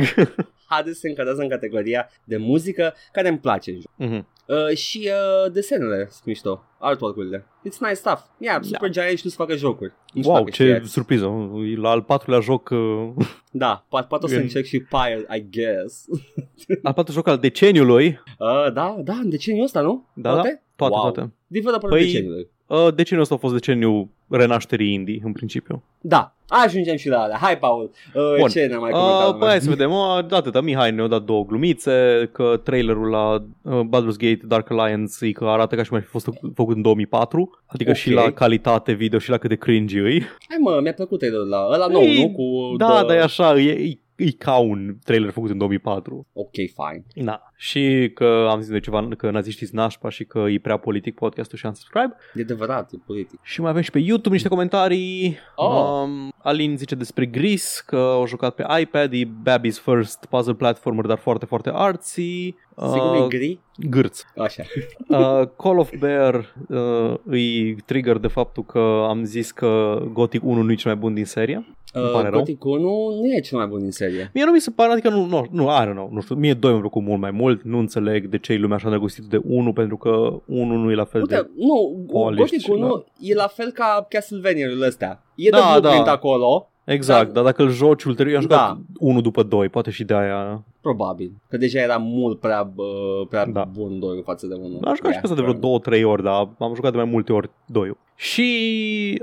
S1: Hades se încadrează în categoria de muzică care îmi place în joc
S2: Mhm.
S1: uh, Și uh, desenele sunt mișto Artwork-urile It's nice stuff Yeah, super Giant știu să facă jocuri Nu știu
S2: Da. wow,
S1: dacă știați.
S2: ce surpriză. E La al patrulea joc, uh,
S1: Da, poate, poate o să
S2: În-
S1: încerc și Pyre, I guess
S2: al patrulea joc al deceniului.
S1: uh, Da, da, în deceniul ăsta, nu?
S2: Da, da,
S1: Poate?
S2: toate,
S1: Wow.
S2: toate.
S1: Developerul
S2: Păi-
S1: deceniului
S2: Uh, Deceniul ăsta a fost deceniul renașterii indie, în principiu.
S1: Da, ajungem și la alea Hai, Paul uh,
S2: Bun.
S1: Ce ne-am mai comentat?
S2: Uh, păi hai să vedem, uh, atâta, Mihai ne-a dat două glumițe, că trailerul la uh, Baldur's Gate Dark Alliance e că arată ca și cum ar fi fost făcut în 2004, adică
S1: Ok.
S2: și la calitate video și la cât de cringy e.
S1: Hai mă, mi-a plăcut trailerul ăla, ăla nou,
S2: Ei,
S1: nu? Cu
S2: Păi, Da,
S1: the-
S2: dar e așa, e, e, e ca un trailer făcut în 2004.
S1: Ok, fine.
S2: Da. Și că am zis de ceva, că naziștii sunt nașpa și că e prea politic podcastul și unsubscribe.
S1: E adevărat, e politic.
S2: Și mai avem și pe YouTube niște comentarii.
S1: Oh.
S2: Um, Alin zice despre Gris că au jucat pe iPad, e Babby's First puzzle platformer, dar foarte, foarte artsy.
S1: Ah,
S2: Uh,
S1: Sigur
S2: Ah.
S1: e gri?
S2: Gârț.
S1: Așa.
S2: Uh, Call of Bear uh, îi trigger de faptul că am zis că Gothic 1 nu e cel mai bun din serie. Îmi
S1: Uh,
S2: pare rău.
S1: Gothic 1 nu e cel mai bun din serie.
S2: Mie nu mi se pare, adică nu, nu, nu, I don't know, nu știu, mie 2 mi-a plăcut mult mai mult, nu înțeleg de ce e lumea așa îndrăgostită de 1, pentru că 1 nu e la fel Păi de...
S1: Uite, nu,
S2: polished,
S1: Gothic 1
S2: da.
S1: e la fel ca Castlevania-urile astea. E
S2: Da,
S1: de blueprint
S2: da.
S1: acolo,
S2: Exact,
S1: da.
S2: dar dacă îl joci ulterior, eu aș
S1: Da.
S2: da. 1 după 2, poate și de aia.
S1: probabil. Că deja era mult prea, bă, prea
S2: Da.
S1: bun doi față de unul.
S2: Aș juca și pe asta de vreo 2 trei ori, dar am jucat de mai multe ori 2 Și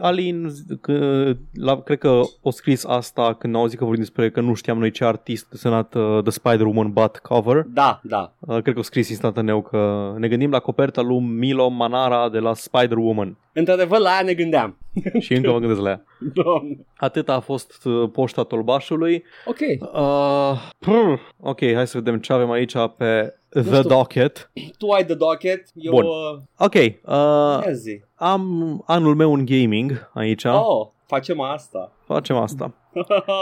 S2: Alin, z- că, la, cred că o scris asta când au zis că vorbim despre că nu știam noi ce artist desenat uh, The Spider-Woman Butt Cover.
S1: Da, da.
S2: Uh, cred că o scris instantaneu că ne gândim la coperta lui Milo Manara de la Spider-Woman.
S1: Într-adevăr, la aia ne gândeam.
S2: Și încă mă gândesc la ea.
S1: Doamne.
S2: Atât a fost uh, poșta tolbașului.
S1: Ok.
S2: Uh, prr, ok, hai să vedem ce avem aici pe The
S1: știu.
S2: Docket.
S1: Tu ai The Docket, eu...
S2: Bun.
S1: Uh,
S2: Ok, uh,
S1: ia zi.
S2: am anul meu în gaming aici.
S1: Oh, facem asta.
S2: Facem asta.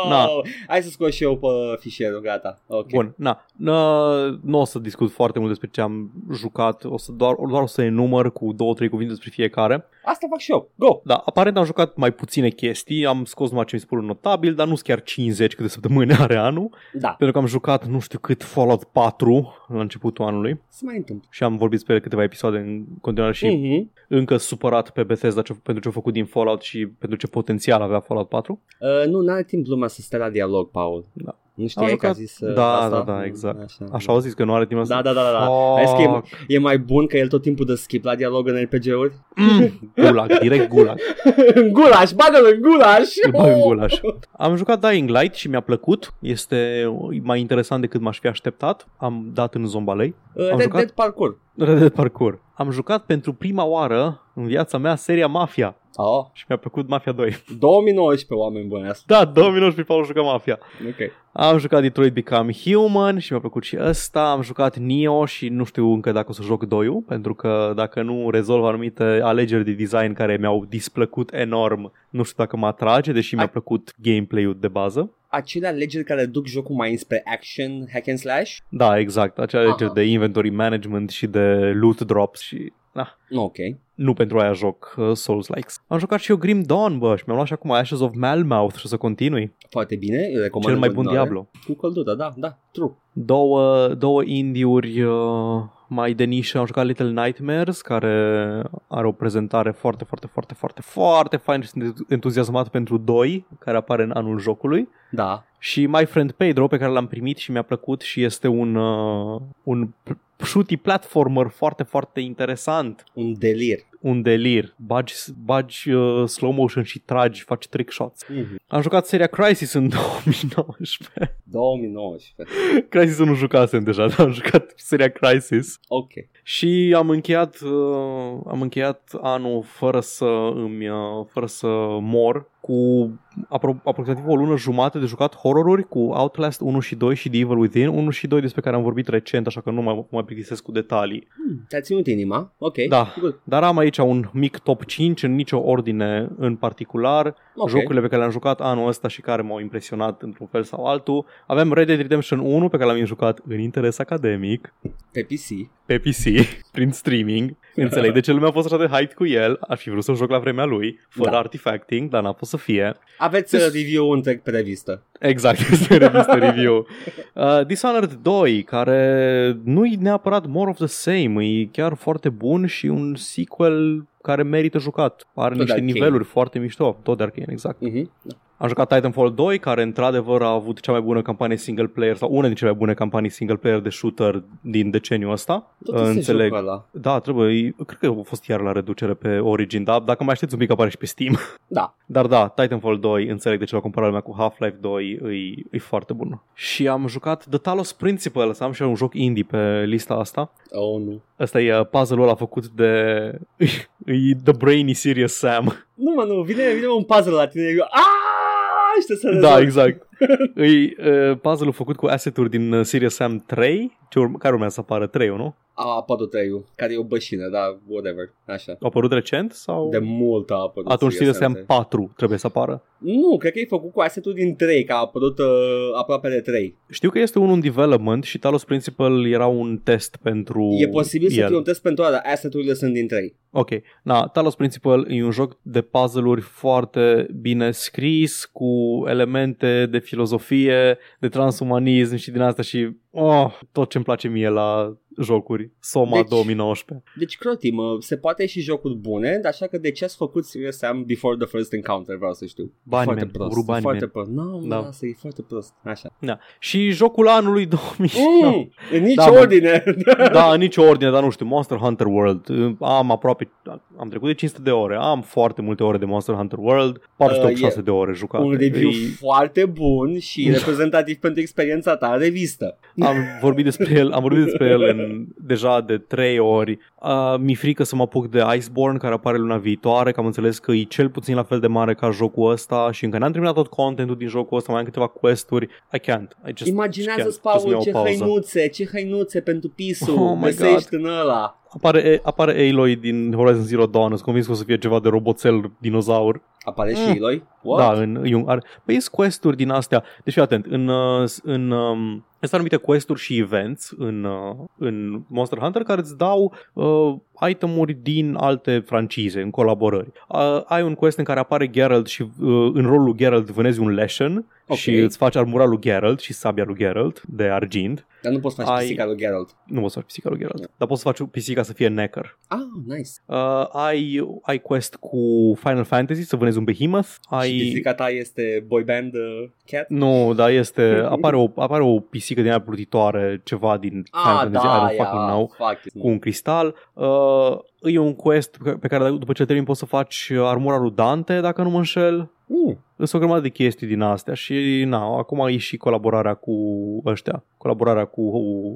S2: Na.
S1: Hai să scot și eu pe fișierul, gata. Ok.
S2: Da. Bun, na, n- nu o să discut foarte mult despre ce am jucat, o să doar, doar o să enumăr cu două, trei cuvinte despre fiecare.
S1: Asta fac și eu. Go!
S2: Da, aparent am jucat mai puține chestii, am scos numai ce mi se pare notabil, dar nu sunt chiar 50 câte săptămâni are anul,
S1: Da.
S2: pentru că am jucat nu știu cât Fallout 4 la începutul anului
S1: Se mai întâmplă.
S2: și am vorbit despre el câteva episoade în continuare și mm.
S1: Mhm.
S2: încă supărat pe Bethesda ce, pentru ce a făcut din Fallout și pentru ce potențial avea Fallout 4.
S1: Uh, nu, n-are timp lumea să stea la dialog, Paul.
S2: Da.
S1: Nu
S2: Am
S1: știai că a
S2: jucat-
S1: zis uh,
S2: Da,
S1: asta?
S2: da, da, exact.
S1: Așa,
S2: Așa au zis că nu are Oh. timp
S1: Da, da, da, da, da. Hai să schimb. E mai bun că el tot timpul dă skip la dialog în RPG-uri?
S2: Mm, gulag, direct gulag.
S1: în gulaș, bagă-l în gulaș!
S2: Îl bag în gulaș. Am jucat Dying Light și mi-a plăcut. Este mai interesant decât m-aș fi așteptat. Am dat în zombalei.
S1: Uh,
S2: Am
S1: Dead,
S2: jucat?
S1: Dead Parkour.
S2: Red Dead Parkour. Am jucat pentru prima oară în viața mea seria Mafia
S1: Oh.
S2: și mi-a plăcut Mafia 2.
S1: 2019, oameni buni, asta.
S2: Da, 2019 Paul juca Mafia.
S1: Ok.
S2: Am jucat Detroit Become Human și mi-a plăcut și ăsta. Am jucat Neo și nu știu încă dacă o să joc 2 pentru că dacă nu rezolv anumite alegeri de design care mi-au displăcut enorm, nu știu dacă mă atrage, deși mi-a
S1: Ai-
S2: plăcut gameplay-ul de bază.
S1: Acele alegeri care duc jocul mai înspre action, hack and slash?
S2: Da, exact. Acea
S1: Aha.
S2: lege de inventory management și de loot drops și na,
S1: Nu, ok.
S2: nu pentru aia joc uh, Souls-likes. Am jucat și eu Grim Dawn, bă, și mi-am luat și acum Ashes of Malmouth și o să continui.
S1: Foarte bine, îl recomand.
S2: Cel mai
S1: în
S2: bun
S1: continuare.
S2: Diablo.
S1: Cu căldură, da, da, true.
S2: Două, două indie-uri uh, mai de nișă. Am jucat Little Nightmares, care are o prezentare foarte, foarte, foarte, foarte, foarte fain și sunt entuziasmat pentru 2, care apare în anul jocului.
S1: Da.
S2: Și My Friend Pedro, pe care l-am primit și mi-a plăcut și este un, uh, un p- shooty platformer foarte, foarte interesant.
S1: Un delir.
S2: Un delir. Bagi, bagi uh, slow motion și tragi, faci trick shots.
S1: Mhm.
S2: Am jucat seria Crisis în 2019.
S1: 2019.
S2: Crisis nu jucasem deja, dar am jucat seria Crisis.
S1: Ok.
S2: Și am încheiat, uh, am încheiat anul fără să îmi, uh, fără să mor cu apro- aproximativ o lună jumate de jucat horroruri cu Outlast 1 și 2 și The Evil Within 1 și 2 despre care am vorbit recent, așa că nu mai, mai plictisesc cu detalii.
S1: Hmm. Te-a ținut inima? Ok.
S2: Da.
S1: Good.
S2: Dar am aici un mic top 5 în nicio ordine în particular,
S1: Ok.
S2: okay. jocurile pe care le-am jucat anul ăsta și care m-au impresionat într-un fel sau altul. Avem Red Dead Redemption 1 pe care l-am jucat în interes academic.
S1: Pe PC.
S2: pe PC, prin streaming. Înțeleg de ce lumea a fost așa de hype cu el. Ar fi vrut să-l joc la vremea lui, fără
S1: Da.
S2: da. artifacting, dar n-a fost să fie.
S1: Aveți uh, review-ul întreg pe revistă.
S2: Exact, este revistă review. Uh, Dishonored 2, care nu-i neapărat more of the same, e chiar foarte bun și un sequel care merită jucat. Are
S1: Tot
S2: niște
S1: de Arcane.
S2: niveluri foarte mișto, tot de Arcane, exact.
S1: Mhm.
S2: Am jucat Titanfall 2, care într-adevăr a avut cea mai bună campanie single player, sau una din cele mai bune campanii single player de shooter din deceniul ăsta.
S1: Tot este
S2: Înțeleg.
S1: jocul ăla.
S2: Da, trebuie. e- Cred că a fost iar la reducere pe Origin, dar dacă mai aștepți un pic apare și pe Steam.
S1: Da.
S2: Dar da, Titanfall 2, înțeleg de ce l-a comparat lumea cu Half-Life 2, e, e foarte bun. Și am jucat The Talos Principle, să am și eu un joc indie pe lista asta.
S1: Oh, nu.
S2: Asta e uh, puzzle-ul ăla făcut de... e The Brainy Serious Sam.
S1: Nu, mă, nu. Vine, vine un puzzle la tine. Eu... Aaaa! Și te să
S2: da,
S1: rezolvi.
S2: exact. e uh, puzzle-ul făcut cu asset-uri din uh, Serious Sam 3, ce urm- care urmează să apară 3 nu?
S1: a apărut traiul, care e o bășină, dar whatever, așa.
S2: A apărut recent sau?
S1: De mult a apărut.
S2: Atunci
S1: serios,
S2: Serious Sam
S1: asta e.
S2: 4 trebuie să apară.
S1: Nu, cred că e făcut cu asset din 3, că a apărut uh, aproape de 3.
S2: Știu că este unul în development și Talos Principal era un test pentru
S1: E posibil să
S2: el.
S1: fie un test pentru asta, asset-urile sunt din 3.
S2: Ok, na, Talos Principal e un joc de puzzle-uri foarte bine scris, cu elemente de filozofie, de transumanism și din asta și oh, tot ce-mi place mie la jocuri. Soma
S1: Deci-
S2: deci... 2019.
S1: Deci, crotim, uh, se poate și jocuri bune, așa că de ce ați făcut Serious Sam before the first encounter, vreau să știu.
S2: Bani,
S1: foarte
S2: man,
S1: prost,
S2: uru bani,
S1: foarte
S2: man.
S1: prost. Nu, no,
S2: Da.
S1: asta e foarte prost. Așa.
S2: Da. Și jocul anului 2019.
S1: Mm, în nici
S2: Da,
S1: da,
S2: man.
S1: ordine.
S2: Da, în nicio ordine, dar nu știu, Monster Hunter World, am aproape, am trecut de 500 de ore, am foarte multe ore de Monster Hunter World, 486
S1: Uh, e
S2: de ore jucate.
S1: un review
S2: E-
S1: foarte bun
S2: Da.
S1: și reprezentativ pentru experiența ta în revistă.
S2: Am vorbit despre el, am vorbit despre el în, deja de trei ori. Uh, mi frică să mă apuc de Iceborne care apare luna viitoare, că am înțeles că e cel puțin la fel de mare ca jocul ăsta și încă n-am terminat tot contentul din jocul ăsta, mai am câteva questuri. I can't. I just,
S1: Imaginează-ți,
S2: just can't. Trebuie
S1: Paul,
S2: să-mi iau o
S1: ce
S2: pauză.
S1: hăinuțe, ce hăinuțe pentru pisul
S2: Oh my
S1: găsești în ăla.
S2: Apare, apare Aloy din Horizon Zero Dawn, sunt convins că o să fie ceva de roboțel dinozaur.
S1: Apare
S2: Mm.
S1: și Eloy? What?
S2: Da, în Young Ar. Păi sunt quest-uri din astea. Deci fii atent, în, uh, s- în um, sunt anumite quest-uri și events în, uh, în Monster Hunter care îți dau uh, itemuri din alte francize, în colaborări. Uh, ai un quest în care apare Geralt și uh, în rolul lui Geralt vânezi un Leshen
S1: Ok.
S2: și îți faci armura lui Geralt și sabia lui Geralt de argint.
S1: Dar nu poți face
S2: Ai-
S1: pisica lui Geralt.
S2: Nu poți să faci pisica lui Geralt, dar poți să faci pisica să fie necker.
S1: Ah, nice.
S2: Uh, ai, ai quest cu Final Fantasy să vânezi un behemoth. Ai...
S1: Și pisica ta este boy band uh, cat?
S2: Nu, dar este, apare o, apare o pisică din aia plutitoare, ceva din
S1: Ah, da,
S2: I don't
S1: ia,
S2: fucking know,
S1: fuck it,
S2: cu un cristal. Uh, e un quest pe- pe care după ce termin poți să faci armura lui Dante, dacă nu mă înșel.
S1: Mm.
S2: Sunt o grămadă de chestii din astea și na, acum e și colaborarea cu ăștia, colaborarea cu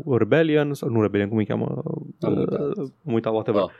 S2: uh, Rebellion, sau nu Rebellion, cum îi cheamă?
S1: Am uitat.
S2: Uh, Am uitat, whatever.
S1: Oh,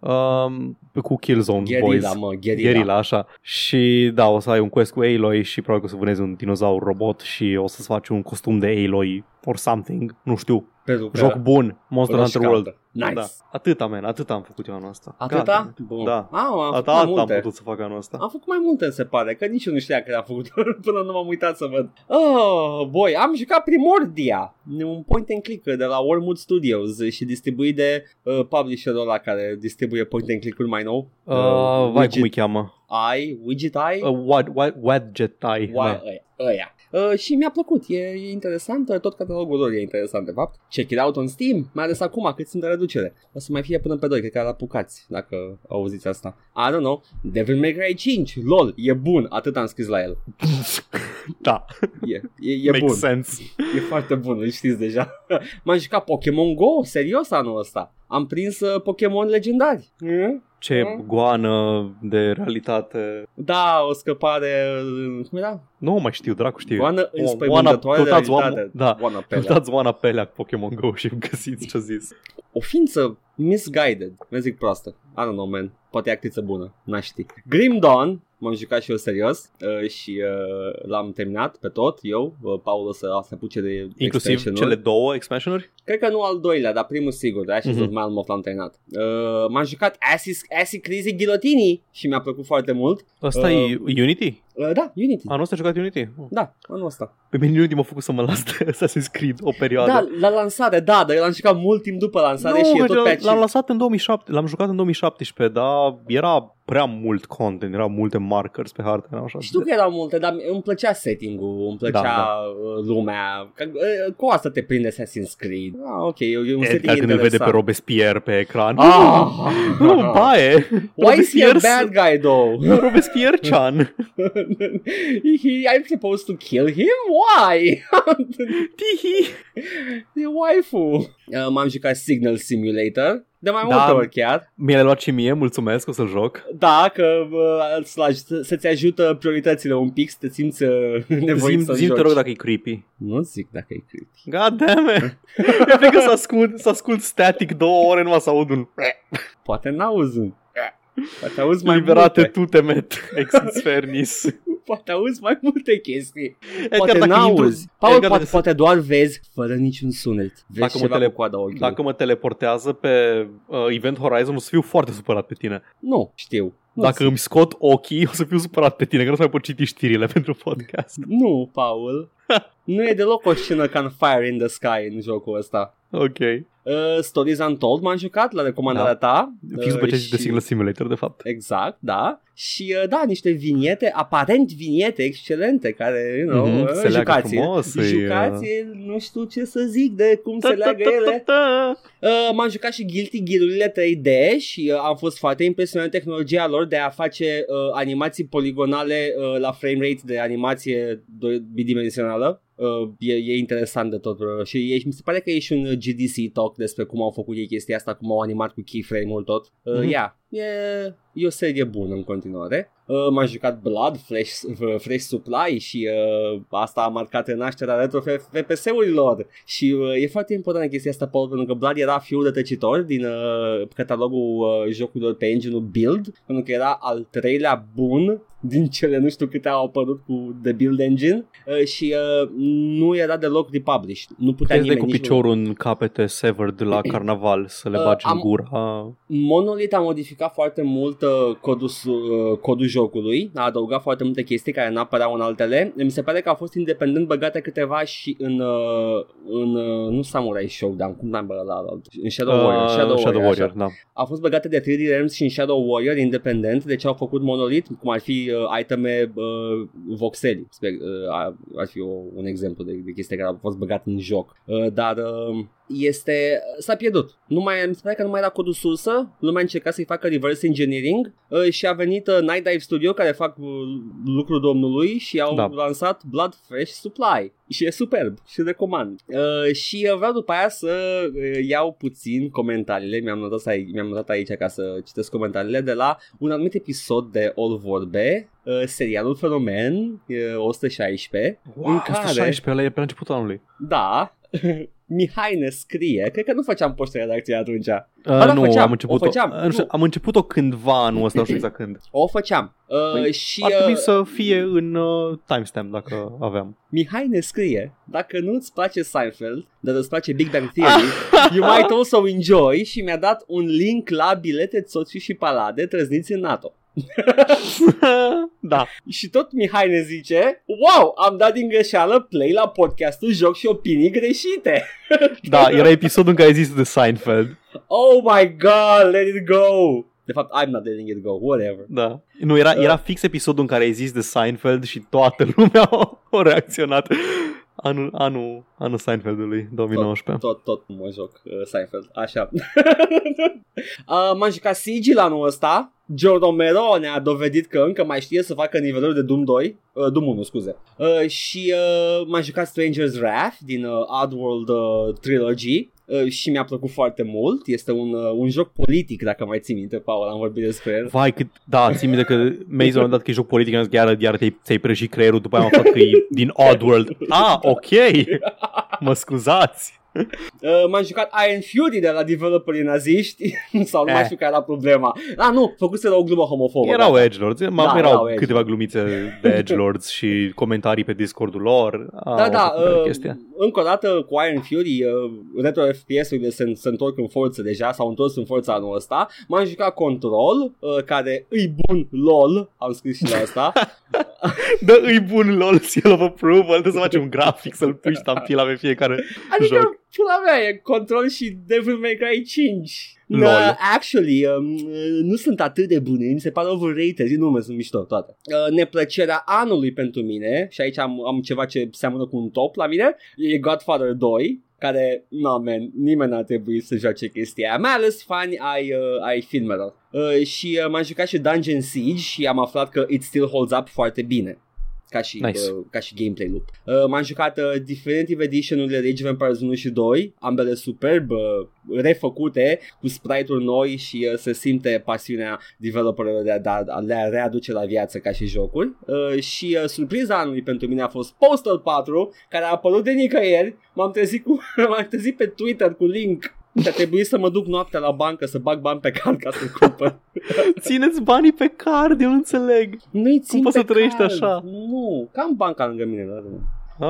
S1: oh.
S2: Um, cu Killzone Boys.
S1: Gherila, mă, gherila.
S2: Gherila, așa. Și da, o să ai un quest cu Aloy și probabil că o să vânezi un dinozaur robot și o să-ți faci un costum de Aloy or something, nu știu.
S1: Pentru că
S2: Joc bun, Monster
S1: roșcantă.
S2: Hunter World.
S1: Nice.
S2: Da. Atâta, man, atâta am făcut eu anul ăsta.
S1: Atâta? Bun.
S2: Da.
S1: Ah, am făcut
S2: Atâta
S1: mai
S2: am, am
S1: multe.
S2: putut să fac anul ăsta.
S1: Am făcut mai multe, se pare, că nici eu nu știa că am făcut până nu m-am uitat să văd. Oh, boy, am jucat Primordia, un point and click de la Wormwood Studios și distribuit de uh, publisherul ăla care distribuie point and click-uri mai nou.
S2: Uh, vai, cum îi
S1: Widget
S2: cheamă?
S1: Eye, Widget Eye.
S2: Uh, Wad- Wad- Wadget Eye.
S1: Oa-
S2: da.
S1: ăia, ăia. Uh, și mi-a plăcut, e, e interesant, uh, tot catalogul lor e interesant de fapt. Check it out on Steam, mai ales acum cât sunt de reducere. O să mai fie până pe 2, cred că ar apucați dacă auziți asta. I don't know, Devil May Cry 5, lol, e bun, atât am scris la el.
S2: da,
S1: E, e, e
S2: makes
S1: bun,
S2: sense.
S1: e foarte bun, îl știți deja. M-am jucat Pokémon Go, serios anul ăsta. Am prins uh, Pokémon legendari. Mm?
S2: Ce
S1: Mm.
S2: goană de realitate.
S1: Da, o scăpare, uh, cum era?
S2: Nu mai știu, dracu știu.
S1: Oana
S2: Oana-
S1: înspăimântătoare de
S2: căutați oana-
S1: realitate.
S2: da.
S1: Oana Pelea.
S2: Dați Oana Pelea cu Pokémon Go și găsiți ce-a zis.
S1: o ființă misguided, mă zic proastă. I don't know, man. Poate e actriță bună, n-aș ști. Grim Dawn, m-am jucat și eu serios uh, și uh, l-am terminat pe tot, eu. Uh, Paul o să se apuce de
S2: Inclusiv
S1: expansion-uri.
S2: cele două expansionuri?
S1: Cred că nu al doilea, dar primul sigur, de Ashes
S2: Mhm.
S1: mm-hmm. of Malmoth l-am terminat. Uh, m-am jucat Acid, Acid Crisis Guillotine și mi-a plăcut foarte mult.
S2: Ăsta
S1: Uh,
S2: e Unity?
S1: Uh, da, Unity.
S2: Anul ăsta ai jucat Unity? Oh.
S1: Da, anul ăsta.
S2: Pe mine Unity m-a făcut să mă las de Assassin's Creed o perioadă.
S1: Da, la lansare, da, dar eu l-am jucat mult timp după lansare și e
S2: că
S1: tot pe
S2: l-am
S1: acel...
S2: lăsat în 2007, l-am jucat în 2017, dar era prea mult content, erau multe markers pe hartă, era așa.
S1: Știu că erau multe, dar îmi plăcea setting-ul, îmi plăcea
S2: Da,
S1: da,
S2: da.
S1: da. lumea. Că, uh, cu asta te prinde Assassin's Creed. Ah, ok, e un setting
S2: Edgar când îl vede pe
S1: interesant.
S2: Robespierre pe ecran.
S1: Ah!
S2: Nu, baie!
S1: Why is he a
S2: Robespierre-
S1: bad guy though?
S2: Robespierre-chan!
S1: He- I'm supposed to kill him? Why?
S2: Tihi!
S1: E waifu. Uh, m-am jucat Signal Simulator. De mai
S2: Da.
S1: multe ori chiar.
S2: Mi l-a luat și mie, mulțumesc, o să-l joc.
S1: Da, că uh, slash, să- să-ți ajută prioritățile un pic, să te simți uh, nevoit
S2: Zim,
S1: să
S2: zim
S1: joci.
S2: te rog dacă e creepy.
S1: Nu zic dacă e creepy.
S2: God damn it! Eu cred că să ascult, să ascult static două ore, numai să aud un...
S1: Poate n-auzi un Poate auzi mai
S2: Liberate
S1: multe.
S2: tu, Temet, exis fernis.
S1: Poate auzi mai multe chestii.
S2: Edgar,
S1: Poate
S2: dacă
S1: n-auzi.
S2: intru-
S1: Paul, poate,
S2: Edgar, dacă, se-
S1: poate doar vezi fără niciun sunet. Vezi
S2: Dacă mă
S1: ceva
S2: tele-
S1: cu coada ochiului.
S2: dacă mă teleportează pe uh, Event Horizon, o să fiu foarte supărat pe tine.
S1: Nu, știu. Nu
S2: Dacă îmi scot ochii, o să fiu supărat pe tine, că nu o să mai pot citi știrile pentru podcast.
S1: Nu, Paul. nu e deloc o scenă ca în Fire in the Sky în jocul ăsta.
S2: Ok.
S1: Uh, Stories Untold m-am jucat la recomandarea
S2: Da.
S1: ta.
S2: Fix după ce ai zis de
S1: Da, și-
S2: Single Simulator, de fapt.
S1: Exact, da. Și uh, da, niște viniete, aparent viniete excelente care, you know,
S2: Mhm,
S1: mm-hmm,
S2: se leagă
S1: jucați.
S2: frumos, uh, e,
S1: jucați, nu știu ce să zic de cum se leagă ele. Uh, m-am jucat și Guilty Gear-urile 3D și uh, am fost foarte impresionat de tehnologia lor de a face uh, animații poligonale uh, la frame rate de animație do- bidimensională. Uh, e, e interesant de tot uh, și e, mi se pare că e și un uh, GDC talk despre cum au făcut ei chestia asta, cum au animat cu keyframe-ul tot. Uh,
S2: Mhm.
S1: yeah, e, e o serie bună în continuare. Uh, m-am jucat Blood, Fresh, uh, Fresh Supply și uh, asta a marcat renașterea retro FPS-urilor și uh, e foarte importantă chestia asta, Paul, pentru că Blood era fiul de tăcitor din uh, catalogul uh, jocurilor pe engine Build, pentru că era al treilea bun din cele nu știu câte au apărut cu The Build Engine uh, și uh, nu era deloc republished. Nu putea
S2: Puteți de
S1: nimeni
S2: cu
S1: nici-
S2: piciorul în capete severed la carnaval să le
S1: Uh,
S2: bagi în
S1: am-
S2: gura.
S1: Monolith a modificat foarte mult uh, codul, su- uh, codul jocului, a adăugat foarte multe chestii care n-apăreau în altele. Mi se pare că a fost independent băgate câteva și în, uh, în uh, nu Samurai Showdown, cum l-am băgat la alt, în Shadow Warrior.
S2: Uh,
S1: Shadow,
S2: Shadow
S1: Warrior,
S2: Warrior,
S1: așa.
S2: da.
S1: A fost băgate de 3D Realms și în Shadow Warrior independent, deci au făcut Monolith, cum ar fi uh, iteme uh, voxeli, spre, uh, a- ar fi o, un exemplu de, de chestie care a fost băgat în joc. Uh, dar uh, este, s-a pierdut. Nu mai, mi se pare că nu mai era codul sursă, lumea încerca să-i facă reverse engineering uh, și a venit uh, Night Dive Studio care fac uh, lucrul domnului și au
S2: Da.
S1: da. lansat Blood Fresh Supply și e superb și recomand. Uh, și uh, vreau după aia să uh, iau puțin comentariile, mi-am notat, ai- mi-am notat aici ca să citesc comentariile de la un anumit episod de All Vorbe, uh, serialul Fenomen uh, 116,
S2: Wow,
S1: în care
S2: 116 ăla e pe la începutul anului.
S1: da, Mihai ne scrie, cred că nu făceam poștă redacție atunci,
S2: Uh,
S1: da,
S2: nu,
S1: făceam,
S2: am început-o,
S1: o făceam,
S2: uh, nu știu,
S1: nu.
S2: am început-o cândva anul ăsta, nu știu exact când.
S1: o făceam uh,
S2: Păi,
S1: și
S2: Ar trebui
S1: uh,
S2: să fie în uh, timestamp, dacă aveam.
S1: Mihai ne scrie, dacă nu-ți place Seinfeld, dar îți place Big Bang Theory, you might also enjoy și mi-a dat un link la bilete soții și palade trăzniți în NATO.
S2: da.
S1: Și tot Mihai ne zice, wow, am dat din greșeală play la podcastul Joc și Opinii Greșite.
S2: Da,
S1: uh,
S2: era episodul în care ai zis de Seinfeld.
S1: Oh my god, let it go! De fapt, I'm not letting it go, whatever.
S2: Da. Nu,
S1: Uh.
S2: era, era fix episodul în care ai zis de Seinfeld și toată lumea a, a reacționat. Anul, anul, anul Seinfeldului 2019.
S1: Tot, tot mă joc uh, Seinfeld, așa. uh, m-am jucat Siege la anul ăsta. Joe Romero ne-a dovedit că încă mai știe să facă nivelul de Doom 2, uh, Doom 1, scuze. Uh, și uh, m-am jucat Stranger's Wrath din uh, Oddworld uh, Trilogy. uh, Și mi-a plăcut foarte mult Este un, uh, un joc politic Dacă mai ții minte, Paul, am vorbit despre el
S2: Vai, cât, da, țin minte că Maze a dat că e joc politic, am zis, iară, iară te-ai, ți-ai prăjit creierul, după aia am aflat că e din Oddworld. Ah, ok, mă scuzați.
S1: Uh, m-am jucat Iron Fury de la developerii naziști Sau nu mai
S2: Eh.
S1: știu care era problema Ah, nu, făcuseră o glumă homofobă
S2: Erau edgelords, da,
S1: Da,
S2: erau
S1: erau edgelords.
S2: câteva glumițe de edgelords și comentarii pe Discordul lor. Ah,
S1: Da,
S2: au
S1: da,
S2: făcut mare
S1: uh,
S2: chestia.
S1: încă o dată cu Iron Fury, uh, retro FPS-urile se, se întorc în forță deja, s-au întors în forța anul ăsta. M-am jucat Control, uh, care îi bun LOL, am scris și la asta.
S2: Da, îi bun lol, seal of approval, trebuie să faci un grafic, să-l pui ștampila pe fiecare.
S1: Adică,
S2: Joc.
S1: pula mea, e Control și Devil May Cry 5.
S2: Lol.
S1: No, actually, um, nu sunt atât de bune, mi se pare overrated, nu mă sunt mișto toate. Uh, neplăcerea anului pentru mine, și aici am, am ceva ce seamănă cu un top la mine, e Godfather 2 care, no, man, nimeni n-a trebuit să joace chestia aia, mai ales fani ai, uh, ai filmelor. Uh, și uh, m-am jucat și Dungeon Siege și am aflat că it still holds up foarte bine. Ca și,
S2: Nice.
S1: uh, ca și gameplay loop. Uh, m-am jucat uh, Definitive Edition-urile Rage of Empires 1 și 2, ambele superb, uh, refăcute, cu sprite-uri noi și uh, se simte pasiunea developerilor de a, de a le readuce la viață ca și jocuri. Uh, și uh, surpriza anului pentru mine a fost Postal 4, care a apărut de nicăieri. M-am trezit, cu, m-am trezit pe Twitter cu link Și a trebuit să mă duc noaptea la bancă să bag bani pe card ca să-l cumpăr.
S2: Țineți banii pe card, eu nu înțeleg.
S1: Nu-i țin
S2: poți
S1: pe
S2: să trăiești
S1: card.
S2: așa?
S1: Nu, cam banca lângă mine. Dar... nu.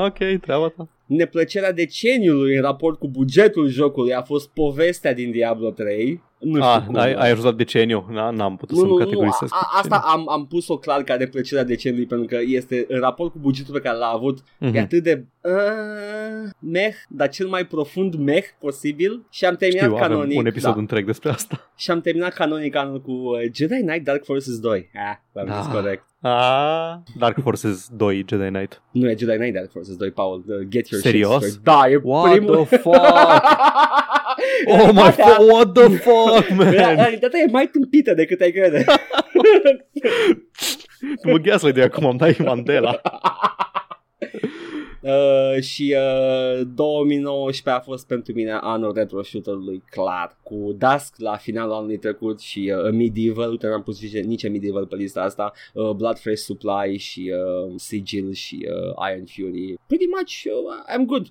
S2: Ok, treaba ta.
S1: Neplăcerea deceniului în raport cu bugetul jocului a fost povestea din Diablo 3. Nu știu
S2: Ah,
S1: cum.
S2: ai, ai ajuns la deceniu. Na, n-am putut
S1: Nu, nu, nu,
S2: să-mi
S1: Uh, a,
S2: categorisesc.
S1: a- asta am, am pus-o clar ca neplăcerea deceniului pentru că este în raport cu bugetul pe care l-a avut E
S2: Mhm.
S1: atât de uh, meh, dar cel mai profund meh posibil și am terminat
S2: Știu, avem
S1: canonic.
S2: un episod
S1: da.
S2: întreg despre asta.
S1: Și am terminat canonic anul cu uh, Jedi Knight Dark Forces 2. Ah, l-am
S2: Da.
S1: zis corect.
S2: Ah, Dark Forces 2 Jedi Knight.
S1: Nu e Jedi Knight Dark Forces 2, Paul. Uh, get your
S2: Serios?
S1: shit straight. Da, e
S2: What
S1: primul. Da.
S2: the fuck? Oh my fuck, what the fuck, man?
S1: Realitatea e mai tâmpită decât ai crede.
S2: mă gheaslă de acum, am dai Mandela.
S1: Uh, și uh, 2019 a fost pentru mine anul retro shooter-ului clar cu Dusk la finalul anului trecut și uh, Medieval, uite n-am pus nici, nici Medieval pe lista asta uh, Blood Fresh Supply și uh, Sigil și uh, Iron Fury pretty much uh, I'm good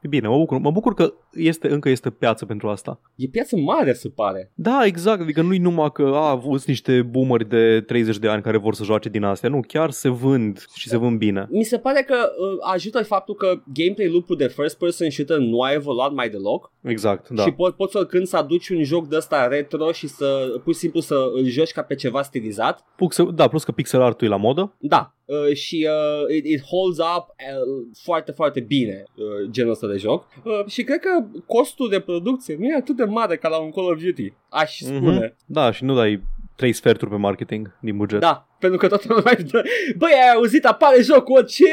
S2: E Bine, mă bucur, mă bucur că este, încă este piață pentru asta.
S1: e piață mare se pare
S2: Da, exact, adică nu-i numai că a avut niște boomeri de 30 de ani care vor să joace din astea, nu, chiar se vând și se vând bine.
S1: mi se pare că uh, ajută faptul că gameplay loop-ul de first person shooter nu a evoluat mai deloc
S2: Exact, da.
S1: Da. Și pot, poți oricând să aduci un joc de ăsta retro și să pur și simplu să îl joci ca pe ceva stilizat
S2: Pux, da, plus că pixel art-ul e la modă.
S1: Da, uh, și uh, it, it holds up uh, foarte, foarte bine uh, genul ăsta de joc uh, și cred că costul de producție nu e atât de mare ca la un Call of Duty, aș
S2: Mhm.
S1: spune.
S2: Da, și nu dai trei sferturi pe marketing din buget.
S1: Da, pentru că toată lumea dă, băi, ai auzit, apare jocul, ce?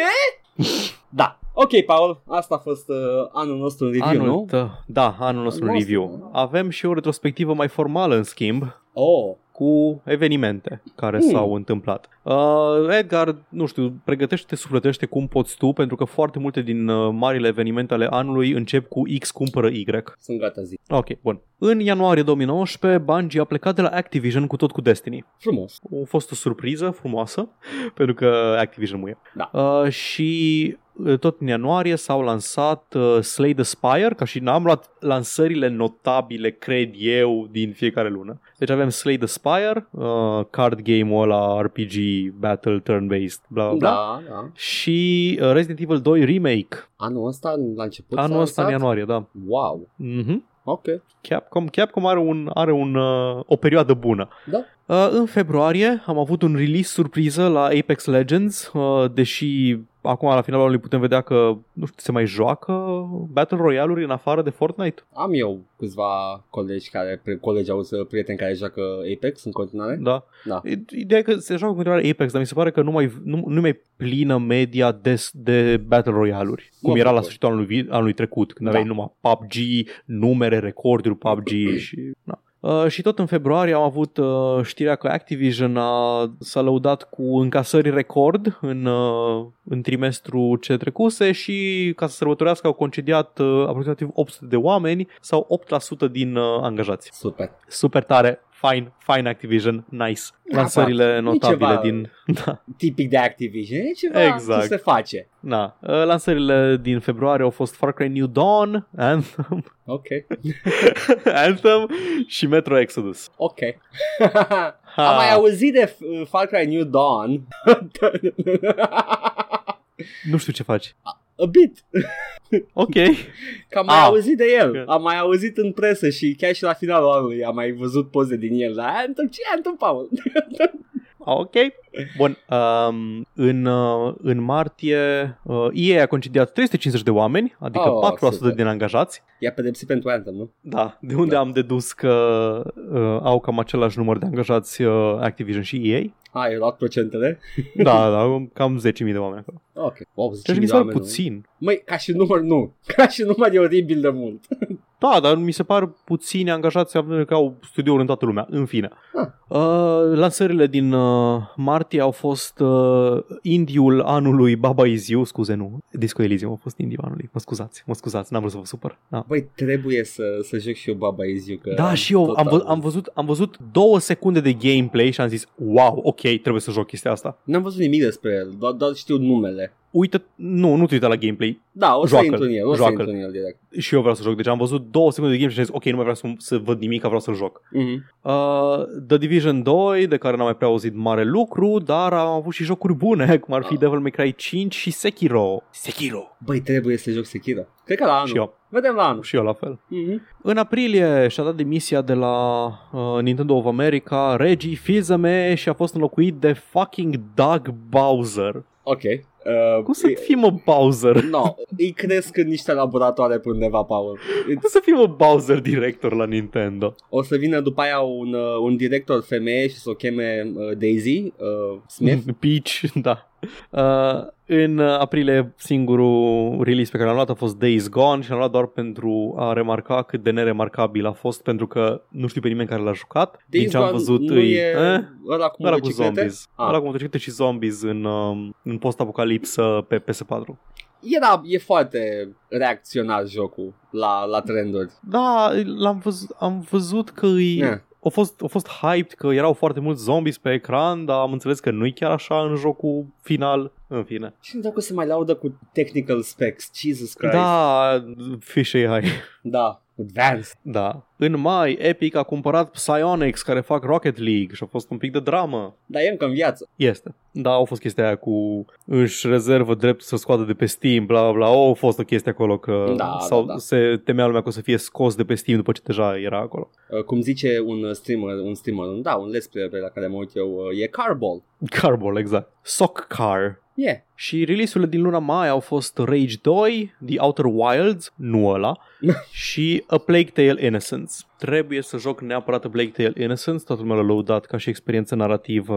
S1: da. Ok, Paul, asta a fost uh, anul nostru în review,
S2: anul,
S1: nu?
S2: tă- da, anul nostru
S1: Anul nostru,
S2: review. Avem și o retrospectivă mai formală, în schimb,
S1: Oh,
S2: cu evenimente care
S1: Hmm.
S2: s-au întâmplat. Uh, Edgar, nu știu, pregătește-te, sufletește cum poți tu, pentru că foarte multe din uh, marile evenimente ale anului încep cu X cumpără Y.
S1: sunt gata zi.
S2: Ok, bun. În ianuarie 2019, Bungie a plecat de la Activision cu tot cu Destiny.
S1: Frumos.
S2: A fost o surpriză frumoasă, pentru că Activision muie.
S1: Da.
S2: Uh, și uh, tot în ianuarie s-au lansat uh, Slay the Spire, ca și n-am luat lansările notabile, cred eu, din fiecare lună. Deci avem Slay the Spire, uh, card game-ul ăla RPG battle turn-based, bla bla bla.
S1: Da, da.
S2: Și uh, Resident Evil 2 Remake,
S1: Anul ăsta, la început s-a
S2: anul ăsta în
S1: lansat?
S2: ianuarie, da.
S1: Wow,
S2: Mhm.
S1: ok.
S2: Capcom, Capcom are, un, are un, uh, o perioadă bună.
S1: Da.
S2: Uh, în februarie am avut un release surpriză la Apex Legends, uh, deși acum la finalul anului putem vedea că nu știu, se mai joacă Battle Royale-uri în afară de Fortnite.
S1: Am eu câțiva colegi care, pre- colegi au să- prieteni care joacă Apex în continuare.
S2: Da.
S1: Da.
S2: I- Ideea e că se joacă în continuare Apex, dar mi se pare că nu mai, nu, nu mai plină media des de Battle Royale-uri, cum
S1: Mă
S2: era la
S1: bucur.
S2: sfârșitul anului, vi- anului trecut, când
S1: Da.
S2: aveai numai PUBG, numere, recorduri PUBG și... Na. Uh, și tot în februarie am avut uh, știrea că Activision a, s-a lăudat cu încasări record în, uh, în trimestru ce trecuse și ca să sărbătorească au concediat uh, aproximativ 800 de oameni sau 8% din uh, angajați.
S1: Super.
S2: Super tare, fine, fine Activision, nice. Lansările
S1: da.
S2: notabile
S1: E ceva-
S2: din... Da,
S1: Tipic de Activision. E ceva exact.
S2: Exact.
S1: ce se face.
S2: na. Uh, Lansările din februarie au fost Far Cry New Dawn, Anthem,
S1: Ok.
S2: Anthem și Metro Exodus.
S1: Ok. Am
S2: Ah.
S1: mai auzit de uh, Far Cry New Dawn.
S2: Nu știu ce faci.
S1: A bit.
S2: Ok.
S1: Că am mai
S2: Ah.
S1: auzit de el.
S2: Ok.
S1: Am mai auzit în presă și chiar și la finalul anului am mai văzut poze din el. Dar Anthem, ce e Anthem, Paul?
S2: Ok. Bun. Um, în, uh, în martie uh, EA a concediat 350 de oameni, adică
S1: Oh,
S2: 4%
S1: super.
S2: din angajați.
S1: I-a pedepsit pentru Anthem, nu?
S2: Da, de unde
S1: Da.
S2: am dedus că uh, au cam același număr de angajați uh, Activision și EA.
S1: A, Ah, i-a luat procentele?
S2: Da, da, cam 10.000 de oameni acolo.
S1: Ok. Wow,
S2: Ceea ce
S1: 10.000
S2: mi
S1: de
S2: se pare
S1: oameni, nu?
S2: puțin.
S1: Măi, ca și număr nu. Ca și număr e oribil de mult.
S2: Da, dar mi se par puțini angajați având în vedere că au studiouri în toată lumea. În fine.
S1: Ah.
S2: Uh, lansările din uh, martie au fost uh, indiul anului Baba Is You, scuze, nu. Disco Elysium a fost indiul anului. Mă scuzați, mă scuzați, n-am vrut să vă supăr. Da.
S1: Băi, trebuie să, să joc și eu Baba Is You, că
S2: Da, și eu
S1: tot
S2: am, vă-
S1: auzit.
S2: am, văzut, am văzut două secunde de gameplay și am zis, wow, ok, trebuie să joc chestia asta.
S1: N-am văzut nimic despre el, doar, doar știu numele.
S2: uită, nu, nu te uita la gameplay,
S1: Da, o să
S2: Joacă-l,
S1: intru în el, o să
S2: joacă-l.
S1: intru în el direct.
S2: și eu vreau să joc. Deci am văzut două secunde de gameplay și am zis, ok, nu mai vreau să, să văd nimic, vreau să-l joc.
S1: Mhm.
S2: Uh, The Division 2, de care n-am mai prea auzit mare lucru, dar am avut și jocuri bune, cum ar fi
S1: Ah.
S2: Devil May Cry 5 și Sekiro. Sekiro!
S1: Băi, trebuie să joc Sekiro. Cred că la anul.
S2: Și eu,
S1: Vedem la anul.
S2: și eu la fel.
S1: Mhm.
S2: În aprilie și-a dat demisia de la uh, Nintendo of America Reggie Fizeme și a fost înlocuit de fucking Doug Bowser.
S1: Ok. Uh,
S2: Cum să
S1: e-
S2: fii mă Bowser?
S1: No, îi cresc în niște laboratoare pe undeva, Paul.
S2: Cum să fii mă Bowser director la Nintendo?
S1: O să vină după aia un, uh, un director femeie și să o cheme uh, Daisy uh,
S2: Mhm.
S1: Smith.
S2: Peach, da. Uh, în aprilie singurul release pe care l-am luat a fost Days Gone și l-am luat doar pentru a remarca cât de neremarcabil a fost pentru că nu știu pe nimeni care l-a jucat. Din
S1: Days
S2: ce am
S1: Gone
S2: văzut
S1: nu
S2: îi...
S1: e
S2: Eh?
S1: ăla cu
S2: Ăla cu
S1: motociclete?
S2: zombies.
S1: Ah.
S2: Ah. Ăla cu motociclete și zombies în, um, în post-apocalipsă pe PS4.
S1: Era, e foarte reacționar jocul la, la trenduri.
S2: Da, l-am văzut, am văzut că îi...
S1: Yeah.
S2: Au fost, au fost hyped că erau foarte mulți zombies pe ecran, dar am înțeles că nu-i chiar așa în jocul final. În fine.
S1: Și dacă se mai laudă cu technical specs, Jesus Christ.
S2: Da, fish AI.
S1: da. Advanced.
S2: Da. În mai, Epic a cumpărat Psyonix care fac Rocket League și a fost un pic de dramă.
S1: Dar e încă în viață.
S2: Este. Da, au fost chestia aia cu își rezervă dreptul să scoată de pe Steam, bla bla, bla. Au fost o chestie acolo că
S1: Da,
S2: sau
S1: da, da.
S2: se temea lumea că o să fie scos de pe Steam după ce deja era acolo.
S1: Uh, Cum zice un uh, streamer, un streamer, un- da, un let's player pe la care mă uit eu, uh, e Carball.
S2: Carbol, exact. Sock Car.
S1: Yeah.
S2: Și release-urile din luna mai au fost Rage 2, The Outer Wilds, nu ăla, și A Plague Tale Innocence. Trebuie să joc neapărat A Plague Tale Innocence, toată lumea l-a lăudat ca și experiență narrativă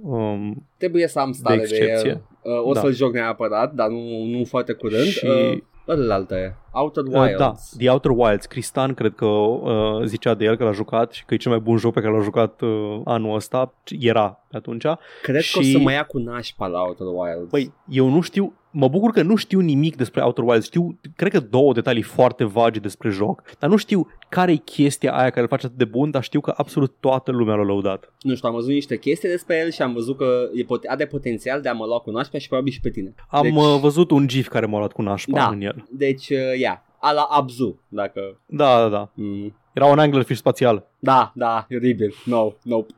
S2: um,
S1: Trebuie să am
S2: de
S1: stare de,
S2: excepție.
S1: el. Uh, O
S2: Da.
S1: să-l joc neapărat, dar nu, nu foarte curând.
S2: Și-
S1: Uh, Ălălaltă e. Outer
S2: Uh,
S1: Wilds.
S2: da, The Outer Wilds. Cristian cred că uh, zicea de el că l-a jucat și că e cel mai bun joc pe care l-a jucat uh, anul ăsta, era pe atunci.
S1: Cred că o
S2: Și- Păi-
S1: să mă ia cu nașpa la Outer Wilds.
S2: Băi, eu nu știu, mă bucur că nu știu nimic despre Outer Wilds, știu, cred că două detalii foarte vagi despre joc, dar nu știu care e chestia aia care îl face atât de bun, dar știu că absolut toată lumea l-a lăudat.
S1: nu știu, am văzut niște chestii despre el și am văzut că e pot- are potențial de a mă lua cu nașpa și probabil și pe tine.
S2: Am
S1: Deci-
S2: deci... văzut un gif care m-a luat cu nașpa
S1: Da.
S2: în el.
S1: Deci, uh, ia, a la Abzu, dacă...
S2: Da, da, da.
S1: Mm.
S2: Era un anglerfish spațial.
S1: Da, da, e oribil. No, nope.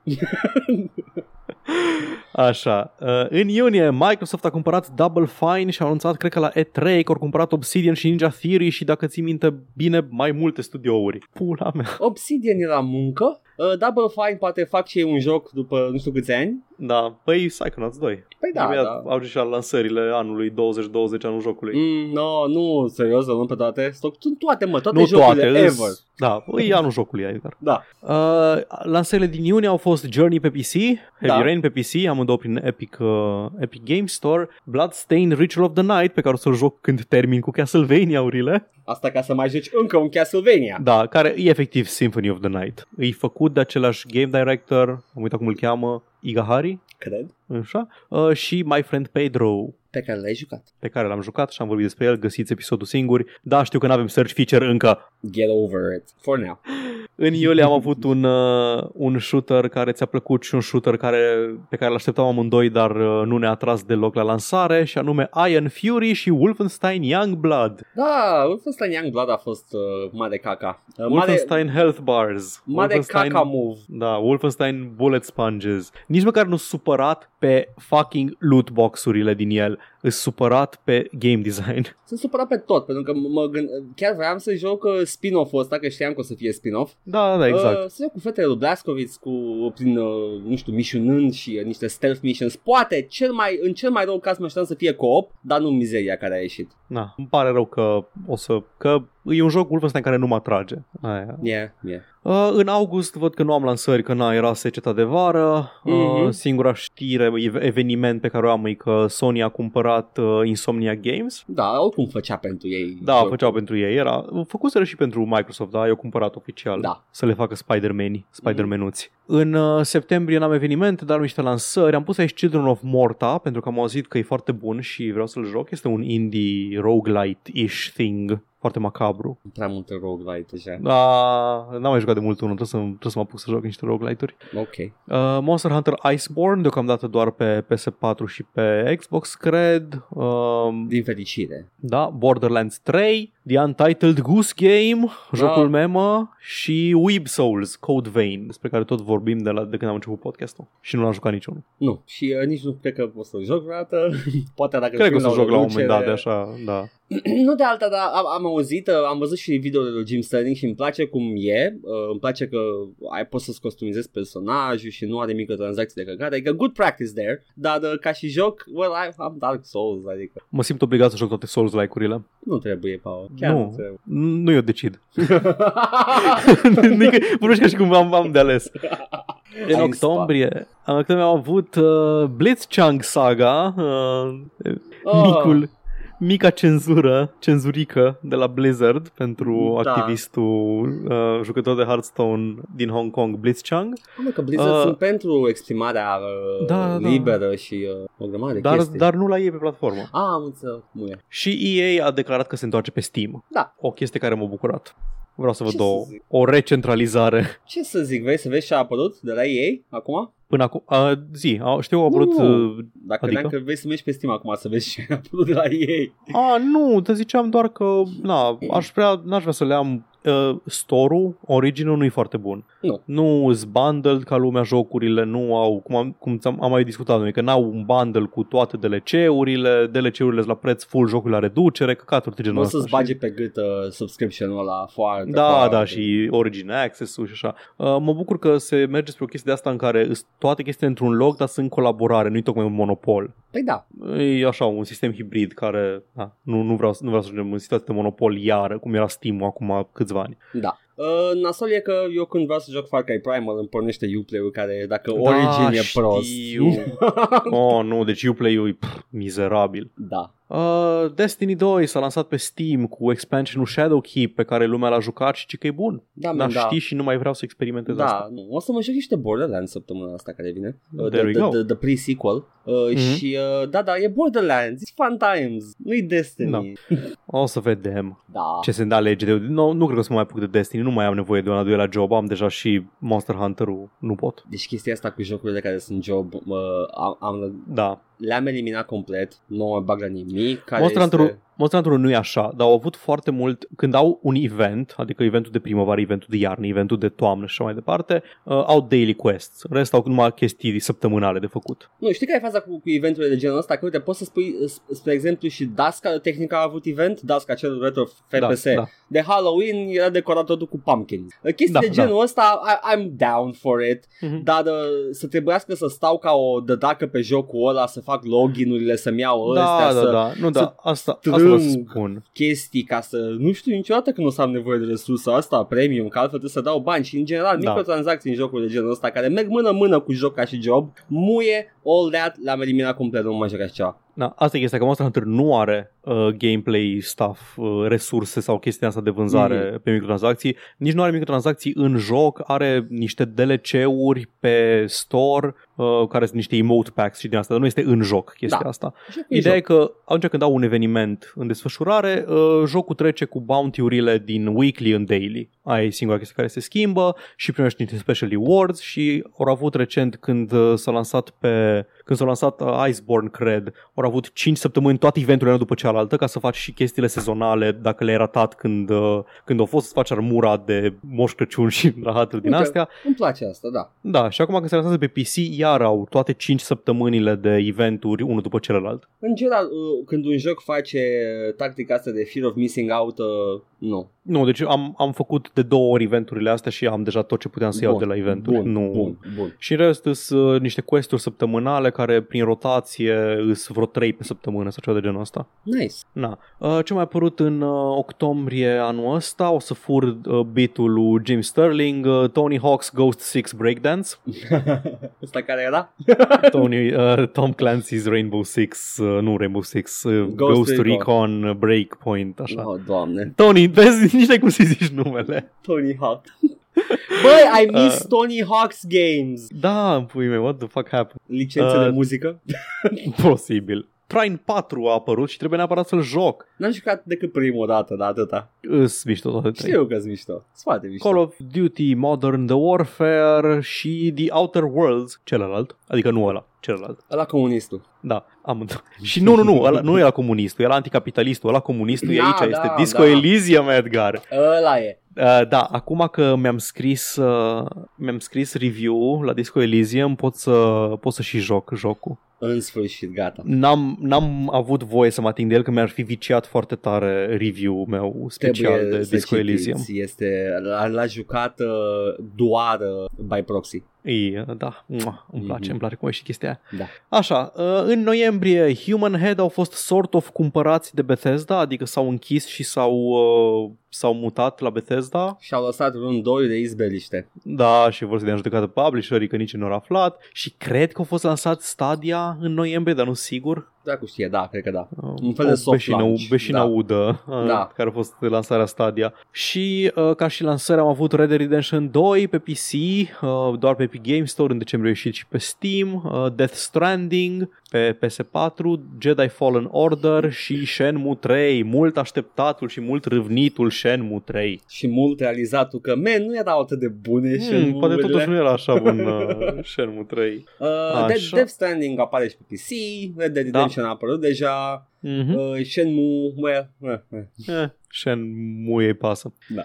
S2: Așa. Uh, În iunie, Microsoft a cumpărat Double Fine și a anunțat, cred că la E3, că au cumpărat Obsidian și Ninja Theory și, dacă ții minte bine, mai multe studiouri. Pula mea.
S1: Obsidian e la muncă. Uh, Double Fine poate fac și ei un joc după nu știu câți ani.
S2: Da, păi Psychonauts 2.
S1: Păi da,
S2: Imediat
S1: da.
S2: au zis și la lansările anului 2020, anul jocului.
S1: Mm, no, nu, serios, să luăm pe toate. Sunt toate, mă, toate
S2: nu
S1: jocurile
S2: toate,
S1: ever.
S2: îs- Da, e anul jocului, adică.
S1: Da.
S2: Uh, lansările din iunie au fost Journey pe PC, Heavy
S1: Da.
S2: Rain pe PC, amândouă prin Epic, uh, Epic Game Store, Bloodstained Ritual of the Night, pe care o să-l joc când termin cu Castlevania-urile.
S1: Asta ca să mai joci încă un Castlevania.
S2: Da, care e efectiv Symphony of the Night. E făcut de același game director, am uitat cum îl cheamă, Igahari,
S1: Cred.
S2: așa, uh, și My Friend Pedro,
S1: Pe care l-ai jucat.
S2: pe care l-am jucat și am vorbit despre el, găsiți episodul singuri. Da, știu că nu avem search feature încă.
S1: Get over it. For now.
S2: În iulie am avut un, uh, un shooter care ți-a plăcut și un shooter care, pe care l-așteptam amândoi, dar uh, nu ne-a atras deloc la lansare, și anume Iron Fury și Wolfenstein Youngblood.
S1: Da, Wolfenstein Youngblood a fost uh, mare caca. Uh, mare,
S2: Wolfenstein Health Bars.
S1: mare caca move.
S2: Da, Wolfenstein Bullet Sponges. Nici măcar nu supărat pe fucking loot boxurile din el. Îs supărat pe game design.
S1: Sunt supărat pe tot, pentru că m- mă gând- chiar vreau să joc uh, spin-off-ul ăsta, că știam că o să fie spin-off.
S2: Da, da, exact.
S1: Uh, să joc cu fetele lui Blaskovic, cu, prin, uh, nu știu, mișunând și uh, niște stealth missions. Poate, cel mai, în cel mai rău caz mă așteptam să fie co-op, dar nu mizeria care a ieșit.
S2: Na, îmi pare rău că o să... că e un joc Wolfenstein care nu mă atrage. Aia.
S1: Yeah, yeah.
S2: Uh, în august văd că nu am lansări, că na, era seceta de vară. Uh,
S1: Mhm.
S2: Singura știre, ev- eveniment pe care o am e că Sony a cumpărat uh, Insomnia Games.
S1: Da, oricum făcea pentru ei.
S2: Da,
S1: jocul.
S2: făceau pentru ei. Era făcuseră și pentru Microsoft, da, eu cumpărat oficial.
S1: Da.
S2: Să le facă Spider-Man, Spider-Menuți. În uh, septembrie n-am evenimente, dar am niște lansări. Am pus aici Children of Morta, pentru că am auzit că e foarte bun și vreau să-l joc. Este un indie roguelite-ish thing foarte macabru.
S1: Prea multe roguelite deja.
S2: Da, n-am mai jucat de mult unul, trebuie să, trebuie să mă apuc să joc niște roguelite-uri.
S1: Ok.
S2: Uh, Monster Hunter Iceborne, deocamdată doar pe PS4 și pe Xbox, cred. Uh,
S1: Din fericire.
S2: da, Borderlands 3, The Untitled Goose Game, jocul
S1: Da.
S2: memă și Weeb Souls, Code Vein, despre care tot vorbim de, la, de când am început podcastul. Și nu l-am jucat niciunul.
S1: Nu. Și uh, nici nu cred că o să joc vreodată. Poate dacă
S2: Cred că o să
S1: o
S2: joc la un moment dat
S1: reducere-
S2: de așa, da.
S1: nu de alta, dar am, am auzit, uh, am văzut și videoul lui Jim Sterling și îmi place cum e, uh, îmi place că ai poți să-ți customizezi personajul și nu are microtransacții de căcate, adică good practice there, dar uh, ca și joc, well, I, am Dark Souls, adică
S2: Mă simt obligat să joc toate Souls-like-urile.
S1: nu trebuie, Paul, chiar nu,
S2: Nu.
S1: nu trebuie.
S2: Nu eu decid. Nică- Vorbești ca și cum am, am de ales. În
S1: Ai
S2: octombrie, în octombrie am avut uh, Blitzchung Saga, uh,
S1: Oh.
S2: micul, mica cenzură, cenzurică de la Blizzard pentru
S1: Da.
S2: activistul uh, jucător de Hearthstone din Hong Kong, Blitzchung.
S1: Mamă, că Blizzard
S2: Uh,
S1: sunt pentru exprimarea uh, da,
S2: da, da.
S1: liberă și uh, o grămadă de
S2: dar, da.
S1: chestii. Ah,
S2: dar nu la ei pe platformă.
S1: A, am înțeles cum e.
S2: Și EA a declarat că se întoarce pe Steam.
S1: Da.
S2: O chestie care m-a bucurat. Vreau să văd
S1: Ce
S2: două.
S1: să zic?
S2: O recentralizare.
S1: Ce să zic, vrei să vezi ce a apărut de la ei acum?
S2: Până acum, a, zi, a, știu, au apărut...
S1: Nu.
S2: uh,
S1: Dacă
S2: Adică?
S1: adică? că vrei să mergi pe Steam acum să vezi ce a apărut de la ei.
S2: A, nu, te ziceam doar că, na, aș vrea, n-aș vrea să le am... Uh, store-ul, originul nu e foarte bun.
S1: Nu.
S2: Nu sunt bundled ca lumea jocurile, nu au, cum am, cum am, am mai discutat noi, că n-au un bundle cu toate DLC-urile, DLC-urile sunt la preț full, jocul la reducere, căcaturi de genul
S1: Nu o
S2: ăsta.
S1: să-ți
S2: știi?
S1: bage pe gât uh, subscription-ul ăla foarte
S2: Da,
S1: foarte.
S2: da, și Origin Access-ul și așa. Uh, mă bucur că se merge spre o chestie de asta în care îs toate chestiile într-un loc, dar sunt colaborare, nu-i tocmai un monopol.
S1: Păi da,
S2: E așa, un sistem hibrid care na, nu, nu, vreau, să- nu vreau să ajungem în situație de monopol iară, cum era Steam-ul acum câțiva ani.
S1: da. Uh, nasol e că eu când vreau să joc Far Cry Primal îmi pornește Uplay-ul care dacă Origin e
S2: Da, știu.
S1: prost.
S2: oh, nu, deci Uplay-ul e pff, mizerabil.
S1: da.
S2: Uh, Destiny 2 s-a lansat pe Steam cu expansionul Shadowkeep pe care lumea l-a jucat și ci că e bun.
S1: Da,
S2: Dar
S1: man,
S2: da.
S1: da.
S2: știi și nu mai vreau să experimentez asta.
S1: Da, nu. o să mă joc niște Borderlands săptămâna asta care vine. Uh,
S2: There
S1: the,
S2: we
S1: the,
S2: go.
S1: the, the pre-sequel. Uh,
S2: Mhm.
S1: Și uh, da, da, e Borderlands, it's fun times, nu-i Destiny.
S2: Da. O să vedem.
S1: da.
S2: ce se alege de... Nu, nu cred că o să mă mai apuc de Destiny, nu mai am nevoie de un al doilea job, am deja și Monster Hunter-ul, nu pot.
S1: Deci chestia asta cu jocurile care sunt job, mă, am, am,
S2: Da.
S1: le-am eliminat complet, nu mă bag la nimic. Care
S2: Monster
S1: este...
S2: Hunter-ul, Monster Hunter-ul nu e așa, dar au avut foarte mult, când au un event, adică eventul de primăvară, eventul de iarnă, eventul de toamnă și așa mai departe, uh, au daily quests, în rest au numai chestii săptămânale de făcut.
S1: Nu, știi care e faza cu, cu eventurile de genul ăsta? Că uite, poți să spui, s- spre exemplu, și Dasca, tehnica a avut event, Dasca, cel retro FPS.
S2: Da, da.
S1: De Halloween era decorat totul cu pumpkin. Chestii
S2: Da,
S1: de
S2: da.
S1: genul ăsta, I, I'm down for it.
S2: Mhm.
S1: Dar uh, să trebuiască să stau ca o dădacă pe jocul ăla, să fac login-urile, să-mi iau ăstea,
S2: Da,
S1: să
S2: da, da, nu, da,
S1: să
S2: asta, asta vă
S1: trâng.
S2: spun.
S1: chestii ca să nu știu niciodată când o să am nevoie de resursa asta premium, că altfel trebuie să dau bani și în general da.
S2: Da.
S1: microtransacții în jocuri de genul ăsta care merg mână-mână cu joc ca și job, muie, all that, l-am eliminat complet, nu mă mai joc așa ceva.
S2: Da, asta e chestia, că Monster Hunter nu are uh, gameplay, stuff, uh, resurse sau chestia asta de vânzare mm. pe microtransacții. Nici nu are microtransacții în joc, are niște DLC-uri pe store uh, care sunt niște emote packs și din asta, dar nu este în joc chestia
S1: Da.
S2: da. asta.
S1: Joc e
S2: Ideea
S1: joc.
S2: e că atunci când au un eveniment în desfășurare, uh, jocul trece cu bounty-urile din weekly în daily. Aia e singura chestie care se schimbă și primești niște special rewards și au avut recent când uh, s-a lansat pe când s-a lansat uh, Iceborne, cred, au avut 5 săptămâni toate eventurile una după cealaltă ca să faci și chestiile sezonale dacă le-ai ratat când, uh, când au fost să faci armura de Moș Crăciun și rahaturi din
S1: Uite.
S2: astea.
S1: Îmi place asta, da.
S2: Da, și acum când se lansează pe PC, iar au toate 5 săptămânile de eventuri unul după celălalt.
S1: În general, uh, când un joc face tactica asta de fear of missing out, uh, nu.
S2: Nu, deci am, am făcut de două ori eventurile astea și am deja tot ce puteam să iau de la eventuri.
S1: Bun,
S2: nu.
S1: bun, bun.
S2: Și în rest sunt uh, niște quest-uri săptămânale care prin rotație îs vreo 3 pe săptămână sau ceva de genul ăsta.
S1: Nice.
S2: Na. Uh, Ce mai a apărut în uh, octombrie anul ăsta, o să fur uh, beat-ul lui Jim Sterling, uh, Tony Hawk's Ghost 6 Breakdance,
S1: Ăsta care era?
S2: Tony, uh, Tom Clancy's Rainbow Six, uh, nu Rainbow Six, uh,
S1: Ghost
S2: Ghost, Ghost
S1: Recon.
S2: Recon. Breakpoint, așa.
S1: Oh, doamne.
S2: Tony, vezi, nici n-ai cum să zici numele.
S1: Tony Hawk. Băi, I miss
S2: Uh.
S1: Tony Hawk's games.
S2: Da, în pui mei, what the fuck happened?
S1: Licențe de
S2: Uh,
S1: muzică?
S2: Posibil. Trine 4 a apărut și trebuie neapărat să-l joc.
S1: N-am jucat decât prima dată, dar atâta.
S2: Îs mișto toate trei.
S1: Știu că-s mișto. Spate mișto.
S2: Call of Duty, Modern the Warfare și The Outer Worlds, celălalt, adică nu ăla, celălalt.
S1: Ăla comunistul.
S2: Da, amândouă. Și nu, nu, nu, ăla, nu era comunistul, era anticapitalistul, ăla comunistul e
S1: Da,
S2: aici,
S1: da,
S2: este Disco
S1: da.
S2: Elysium, Edgar.
S1: Ăla e.
S2: Uh, da, acum că mi-am scris, uh, mi-am scris review la Disco Elysium, pot să, pot să și joc jocul.
S1: În sfârșit, gata.
S2: N-am, n-am avut voie să mă ating de el, că mi-ar fi viciat foarte tare review-ul meu special de
S1: să
S2: Disco
S1: citiți.
S2: Elysium.
S1: Este, l-a, l-a jucat uh, doar uh, by proxy.
S2: Ei, da, mua, îmi place,
S1: Mhm.
S2: îmi place cum e și chestia aia.
S1: Da.
S2: Așa, uh, în noiembrie Human Head au fost sort of cumpărați de Bethesda, adică s-au închis și s-au, uh, s-au mutat la Bethesda.
S1: Și au lăsat un doi de izbeliște.
S2: Da, și vor să dea în judecată publisherii că nici nu au aflat. Și cred că a fost lansat Stadia în noiembrie, dar nu sigur.
S1: Dacă știe, da, cred că da.
S2: Uh,
S1: Un fel de
S2: o
S1: soft
S2: beșină-
S1: launch,
S2: Beșinaudă, uh,
S1: Da.
S2: care a fost lansarea Stadia. Și uh, ca și lansări am avut Red Dead Redemption 2 pe PC, uh, doar pe Epic Games Store, în decembrie a ieșit și pe Steam, uh, Death Stranding pe PS4, Jedi Fallen Order și Shenmue 3, mult așteptatul și mult râvnitul Shenmue 3.
S1: Și mult realizatul că, man, nu erau atât de bune și
S2: Hmm, poate totuși nu era așa bun uh, Shenmue 3.
S1: Uh, Dead,
S2: Așa. Da.
S1: Death Stranding apare și pe PC, Red Dead Redemption a apărut deja,
S2: Mhm.
S1: uh, Shenmue, well, eh, eh.
S2: Eh, Shenmue ei pasă.
S1: Da.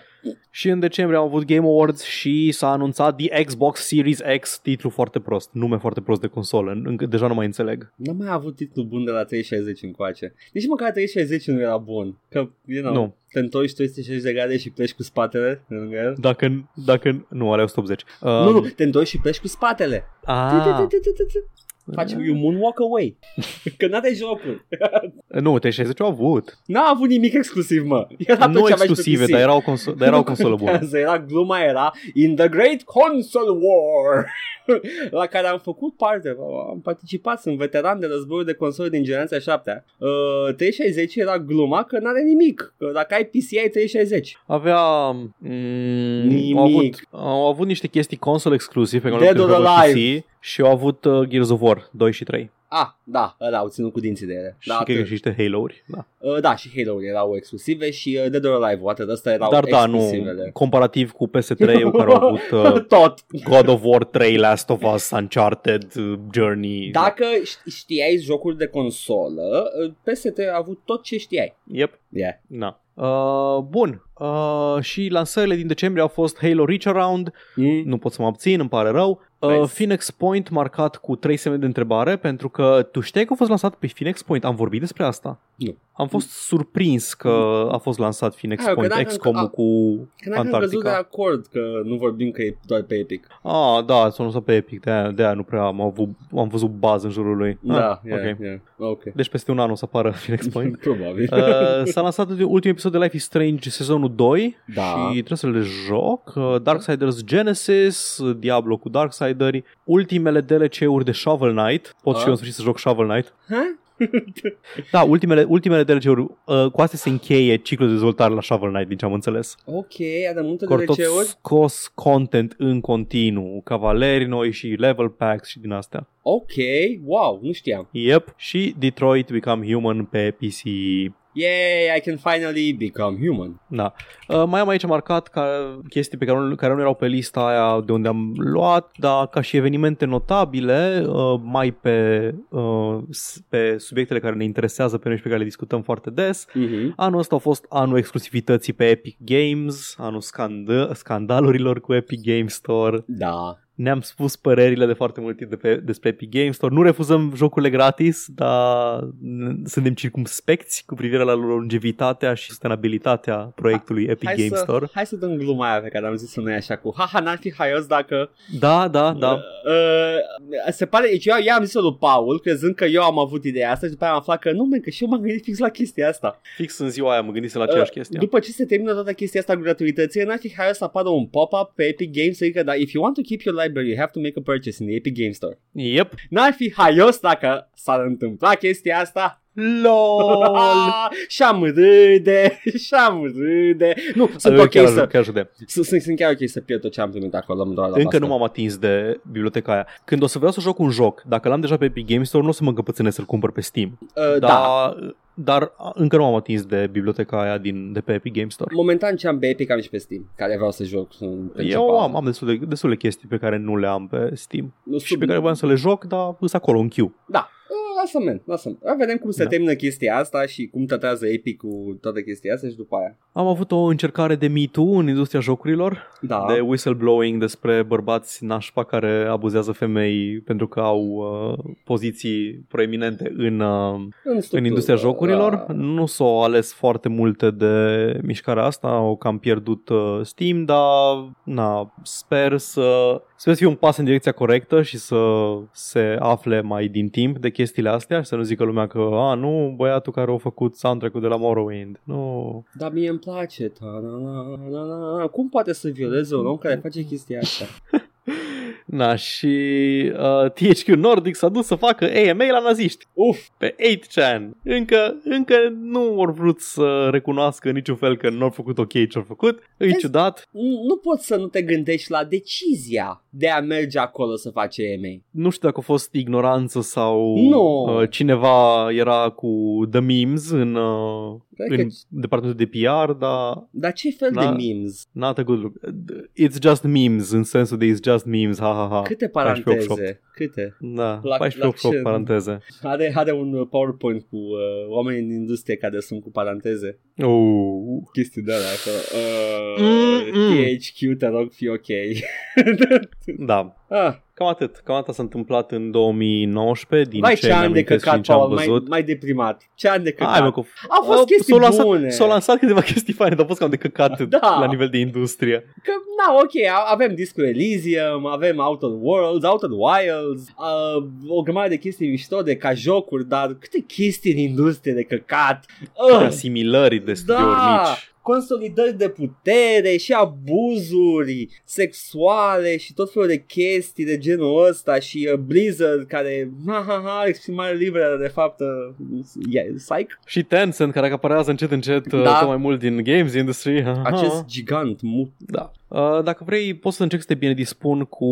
S2: Și în decembrie am avut Game Awards și s-a anunțat The Xbox Series X, titlu foarte prost, nume foarte prost de consolă, încă deja nu mai înțeleg.
S1: n-am mai avut titlu bun de la 360 încoace. Nici măcar 360 nu era bun, că, you know,
S2: Nu.
S1: te întorci 360 de grade și pleci cu spatele lângă el.
S2: Dacă, dacă nu, are 180. Um, Ah.
S1: Nu, nu, te întorci și pleci cu spatele.
S2: A,
S1: Faci
S2: Ah.
S1: you moonwalk away. Că n-are jocul.
S2: nu, 360 au avut.
S1: N-a avut nimic exclusiv, mă. Era tot
S2: nu
S1: ce aveai
S2: exclusive,
S1: pe PC.
S2: dar era o, conso- dar era o consolă bună.
S1: Contează, era gluma, era In the Great Console War la care am făcut parte, am participat, sunt veteran de războiul de console din generația 7 uh, 360 era gluma că n-are nimic, că dacă ai PC ai 360.
S2: Avea... Mm,
S1: Nimic.
S2: au, avut, au avut niște chestii console exclusive pe care
S1: Dead
S2: le-au
S1: or Alive.
S2: PC și au avut uh, Gears of War 2 și 3.
S1: Ah, da, ăla au ținut cu dinții de ele.
S2: Și
S1: Da,
S2: da, cred că
S1: atât.
S2: și niște Halo-uri. Da.
S1: Uh, da, și Halo erau exclusive și uh, Dead or Alive, atât, ăsta erau
S2: Dar da, nu,
S1: exclusivele.
S2: comparativ cu PS3-ul care au avut uh,
S1: Tot.
S2: God of War 3, Last of Us, Uncharted, uh, Journey.
S1: Dacă ș- știai jocuri de consolă, uh, PST a avut tot ce știai.
S2: Yep.
S1: Yeah.
S2: Na. Uh, bun. Uh, și lansările din decembrie au fost Halo Reach Around,
S1: Mm?
S2: nu pot să mă abțin, îmi pare rău. Uh,
S1: Nice.
S2: Phoenix Point marcat cu 3 semne de întrebare pentru că tu știai că a fost lansat pe Phoenix Point, am vorbit despre asta.
S1: Nu.
S2: Am fost surprins că a fost lansat Phoenix
S1: Ah, eu
S2: Point,
S1: credeam că-
S2: XCOM-ul
S1: a-
S2: cu...
S1: Că n-am
S2: Antarctica.
S1: căzut de acord că nu vorbim că e doar pe Epic.
S2: Ah, da, s-a lansat pe Epic, de-aia, de-aia nu prea am, avut, am văzut bază în jurul lui.
S1: Da,
S2: ah,
S1: yeah,
S2: ok.
S1: okay. Yeah. ok.
S2: Deci peste un an o să apară Phoenix Point.
S1: Probabil.
S2: Uh, s-a lansat ulti- ultimul episod de Life is Strange sezonul 2
S1: Da.
S2: și trebuie să le joc. Uh, Darksiders Genesis, uh, Diablo cu Darksideri, ultimele DLC-uri de Shovel Knight. Pot și
S1: Ah.
S2: eu în sfârșit să joc Shovel Knight.
S1: Ha?
S2: Da, ultimele, ultimele DLC-uri, uh, cu astea se încheie ciclul de dezvoltare la Shovel Knight, din ce am înțeles.
S1: ok, avem multe
S2: Cor tot
S1: DLC-uri.
S2: scos content în continuu, cavaleri noi și level packs și din astea.
S1: Ok, wow, nu știam.
S2: Yep, și Detroit Become Human pe PC.
S1: Yay, I can finally become human.
S2: Da. Uh, mai am aici marcat ca chestii pe care nu, care nu erau pe lista aia de unde am luat, dar ca și evenimente notabile, uh, mai pe, uh, s- pe subiectele care ne interesează pe noi și pe care le discutăm foarte des.
S1: Mhm.
S2: Anul ăsta a fost anul exclusivității pe Epic Games, anul scand- scandalurilor cu Epic Games Store.
S1: Da.
S2: Ne-am spus părerile de foarte mult timp de pe, despre Epic Games Store. Nu refuzăm jocurile gratis, dar n- suntem circumspecți cu privire la longevitatea și sustenabilitatea proiectului Epic
S1: Hai
S2: Games
S1: să,
S2: Store.
S1: hai să dăm gluma aia pe care am zis-o noi așa cu Haha, n-ar fi haios dacă...
S2: Da, da, da.
S1: Uh, uh, se pare, deci eu, eu am zis-o lui Paul, crezând că eu am avut ideea asta și după aia am aflat că nu, man, că și eu m-am gândit fix la chestia asta.
S2: Fix în ziua aia mă gândisem la aceeași
S1: Uh,
S2: chestie.
S1: După ce se termină toată chestia asta cu gratuitățile, n-ar fi hai să apară un pop-up pe Epic Games, adică da, if you want to keep your library, you have to make a purchase in the Epic Games Store.
S2: Yep.
S1: N-ar fi haios dacă s-ar întâmpla chestia asta.
S2: LOL!
S1: și-am râde, și-am râde. Nu, sunt
S2: Ă, Eu
S1: ok
S2: chiar,
S1: să...
S2: chiar râdeam.
S1: Sunt, sunt, sunt chiar ok să pierd tot ce am primit acolo, îmi doar la
S2: Încă
S1: bască.
S2: nu m-am atins de biblioteca aia. Când o să vreau să joc un joc, dacă l-am deja pe Epic Games Store, nu o să mă încăpățânesc să-l cumpăr pe Steam.
S1: Uh, da.
S2: Dar, dar încă nu m-am atins de biblioteca aia din, de pe Epic Games Store.
S1: Momentan ce am pe Epic am și pe Steam, care vreau să joc. în
S2: Eu
S1: principal.
S2: am, am destule, destule chestii pe care nu le am pe Steam
S1: Nu
S2: și
S1: știu,
S2: pe care voiam să le joc, dar sunt acolo în queue.
S1: Da, Uh, lasă-mă, lasă-mă. Hai, Vedem cum se
S2: Da.
S1: termină chestia asta și cum tratează Epic cu toată chestia asta și după aia.
S2: Am avut o încercare de Me Too în industria jocurilor,
S1: Da.
S2: de whistleblowing despre bărbați nașpa care abuzează femei pentru că au uh, poziții proeminente în, uh, în
S1: structură,
S2: industria jocurilor.
S1: Da.
S2: Nu s-au ales foarte multe de mișcarea asta, o cam pierdut uh, Steam, dar na, sper să sper să fie un pas în direcția corectă și să se afle mai din timp de chestiile astea și să nu zică lumea că a, nu, băiatul care a făcut soundtrack-ul de la Morrowind. Nu.
S1: Dar mie îmi place. Ta-na-na-na-na. Cum poate să violeze un om care face chestia asta?
S2: Na, și uh, THQ Nordic s-a dus să facă AMA la naziști. Uf, pe 8chan. Încă, încă nu au vrut să recunoască în niciun fel că nu au făcut ok ce au făcut. E
S1: Vezi?
S2: ciudat.
S1: Nu nu poți să nu te gândești la decizia de a merge acolo să faci EMA.
S2: Nu știu dacă a fost ignoranță sau
S1: Nu.
S2: uh, cineva era cu The Memes în, uh,
S1: Cred că-
S2: în departamentul de PR, dar
S1: Dar ce fel
S2: Da.
S1: de memes?
S2: not a good look. It's just memes, în sensul de it's just memes, ha ha ha.
S1: Câte
S2: 14
S1: paranteze? Câte?
S2: Da,
S1: La-
S2: 14
S1: la
S2: opt,
S1: ce-
S2: paranteze.
S1: Are, are un PowerPoint cu uh, oameni din industrie care sunt cu paranteze.
S2: Oh.
S1: Chestii de alea acolo. Uh,
S2: Mm, mm.
S1: THQ, te rog, fi ok.
S2: Da,
S1: ah,
S2: Cam atât. Cam atât s-a întâmplat în 2019 din
S1: vai
S2: ce
S1: ce an de
S2: amintesc și
S1: căcat,
S2: ce am
S1: Paul, mai,
S2: văzut.
S1: mai deprimat. Ce an de
S2: Hai, mă,
S1: căcat.
S2: cu...
S1: Au fost
S2: Uh,
S1: chestii
S2: s-au lansat,
S1: bune.
S2: S-au lansat câteva chestii faine, dar a fost cam de căcat
S1: Da.
S2: la nivel de industrie.
S1: Că, na, ok, a- avem Disco Elysium, avem Outer Worlds, Outer Wilds, uh, o grămadă de chestii mișto de ca jocuri, dar câte chestii din industrie de căcat.
S2: Câte
S1: Uh,
S2: asimilări de studiouri
S1: da,
S2: mici.
S1: consolidări de putere și abuzuri sexuale și tot felul de chestii de genul ăsta și uh, Blizzard care, ha, ha, ha, exprimare liberă, dar de fapt, uh, e- psych.
S2: Și Tencent, care acaparează încet, încet da.
S1: Da.
S2: tot mai mult din games industry. Aha.
S1: Acest gigant mut.
S2: Da. Uh, Dacă vrei, poți să încep să te bine dispun cu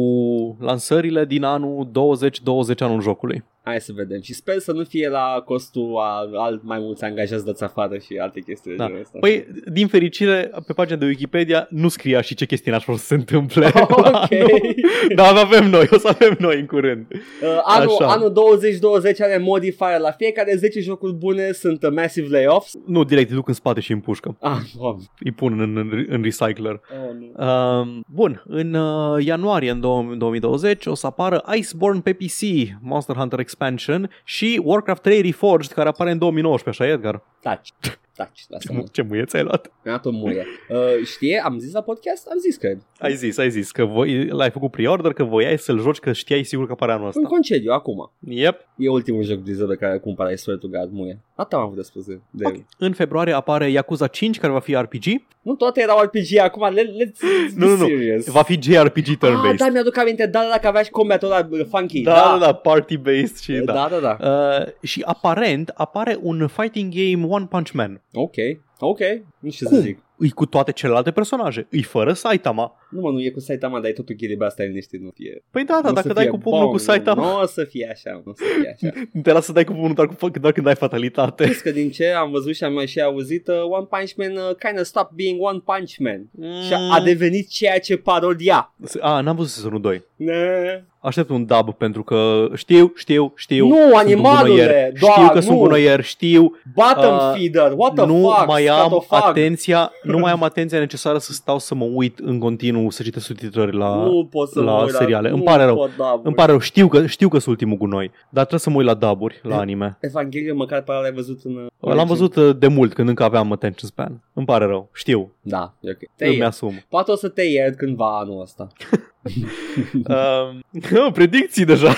S2: lansările din anul 2020, anul jocului.
S1: Hai să vedem și sper să nu fie la costul a alt mai mulți angajați de afară și alte chestii
S2: Da.
S1: de genul ăsta.
S2: Păi, din fericire, pe pagina de Wikipedia nu scria și ce chestii n-aș vrea să se întâmple. la
S1: ok.
S2: anul. Da, avem noi, o să avem noi în curând.
S1: Uh, anul,
S2: Așa.
S1: anul 2020 are modifier la fiecare 10 jocuri bune sunt uh, massive layoffs.
S2: Nu, direct, îi duc în spate și îi împușcă.
S1: Ah, doamne.
S2: Îi pun în, în, în recycler.
S1: Oh, nu.
S2: Um, bun, în uh, ianuarie în dou- 2020 o să apară Iceborne pe PC, Monster Hunter Expansion și Warcraft 3 Reforged, care apare în 2019, așa, Edgar?
S1: Taci. Taci, lasă-mă.
S2: Ce muieț ai luat?
S1: Mi-a dat o muie. Uh, știe, am zis la podcast? Am zis, cred.
S2: Ai zis, ai zis că voi, l-ai făcut pre-order, că voiai să-l joci, că știai sigur că apare anul
S1: În
S2: ăsta.
S1: concediu, acum.
S2: Yep.
S1: E ultimul joc Blizzard pe care îl cumpăr, I swear to God, muie. Atât am avut de spus de... de...
S2: Ok. În februarie apare Yakuza 5, care va fi RPG.
S1: Nu toate erau RPG acum, let, let's be
S2: Nu, nu, nu.
S1: serious.
S2: Va fi JRPG
S1: Ah,
S2: turn-based.
S1: da, mi-aduc aminte, da, da, da, că avea și combatul ăla uh, funky.
S2: da, da, da, party-based și da.
S1: da, da, da.
S2: Uh, și aparent apare un fighting game One Punch Man.
S1: Ok, ok, nu știu
S2: Cum?
S1: să zic.
S2: Îi cu toate celelalte personaje. Îi fără Saitama.
S1: Nu mă, nu e cu Saitama, dar e totul ghiribea asta liniștit, nu fie.
S2: Păi da, da,
S1: nu o
S2: dacă
S1: să
S2: dai
S1: fie
S2: cu pumnul
S1: bong,
S2: cu Saitama,
S1: Nu o să fie așa, nu o să fie așa.
S2: te lasă să dai cu pumnul doar, cu, doar când ai fatalitate.
S1: Știți că din ce am văzut și am mai și auzit, uh, One Punch Man uh, kind of stop being One Punch Man. Și a
S2: Mm.
S1: a devenit ceea ce parodia.
S2: A, n-am văzut sezonul 2.
S1: Ne.
S2: Aștept un dub pentru că știu, știu, știu.
S1: Nu,
S2: sunt un
S1: animalule,
S2: gunoier.
S1: doar
S2: știu că sunt
S1: nu.
S2: gunoier, știu.
S1: Bottom
S2: Uh,
S1: feeder, what the
S2: nu
S1: fuck,
S2: mai
S1: what the
S2: am
S1: fuck?
S2: atenția, nu mai am atenția necesară să stau să mă uit în continuu, să citesc subtitrări la,
S1: nu pot să
S2: la
S1: mă uit
S2: seriale.
S1: nu
S2: Îmi pare rău.
S1: pot, da,
S2: Îmi pare rău, știu că, știu că sunt ultimul gunoi, dar trebuie să mă uit la daburi, la anime.
S1: Evanghelie măcar pe ăla l-ai văzut în...
S2: L-am văzut uh, de mult când încă aveam attention span. Îmi pare rău, știu,
S1: Da, e ok. Te
S2: îmi
S1: iert.
S2: asum.
S1: Poate o să te iert cândva anul ăsta.
S2: Uh, predicții deja.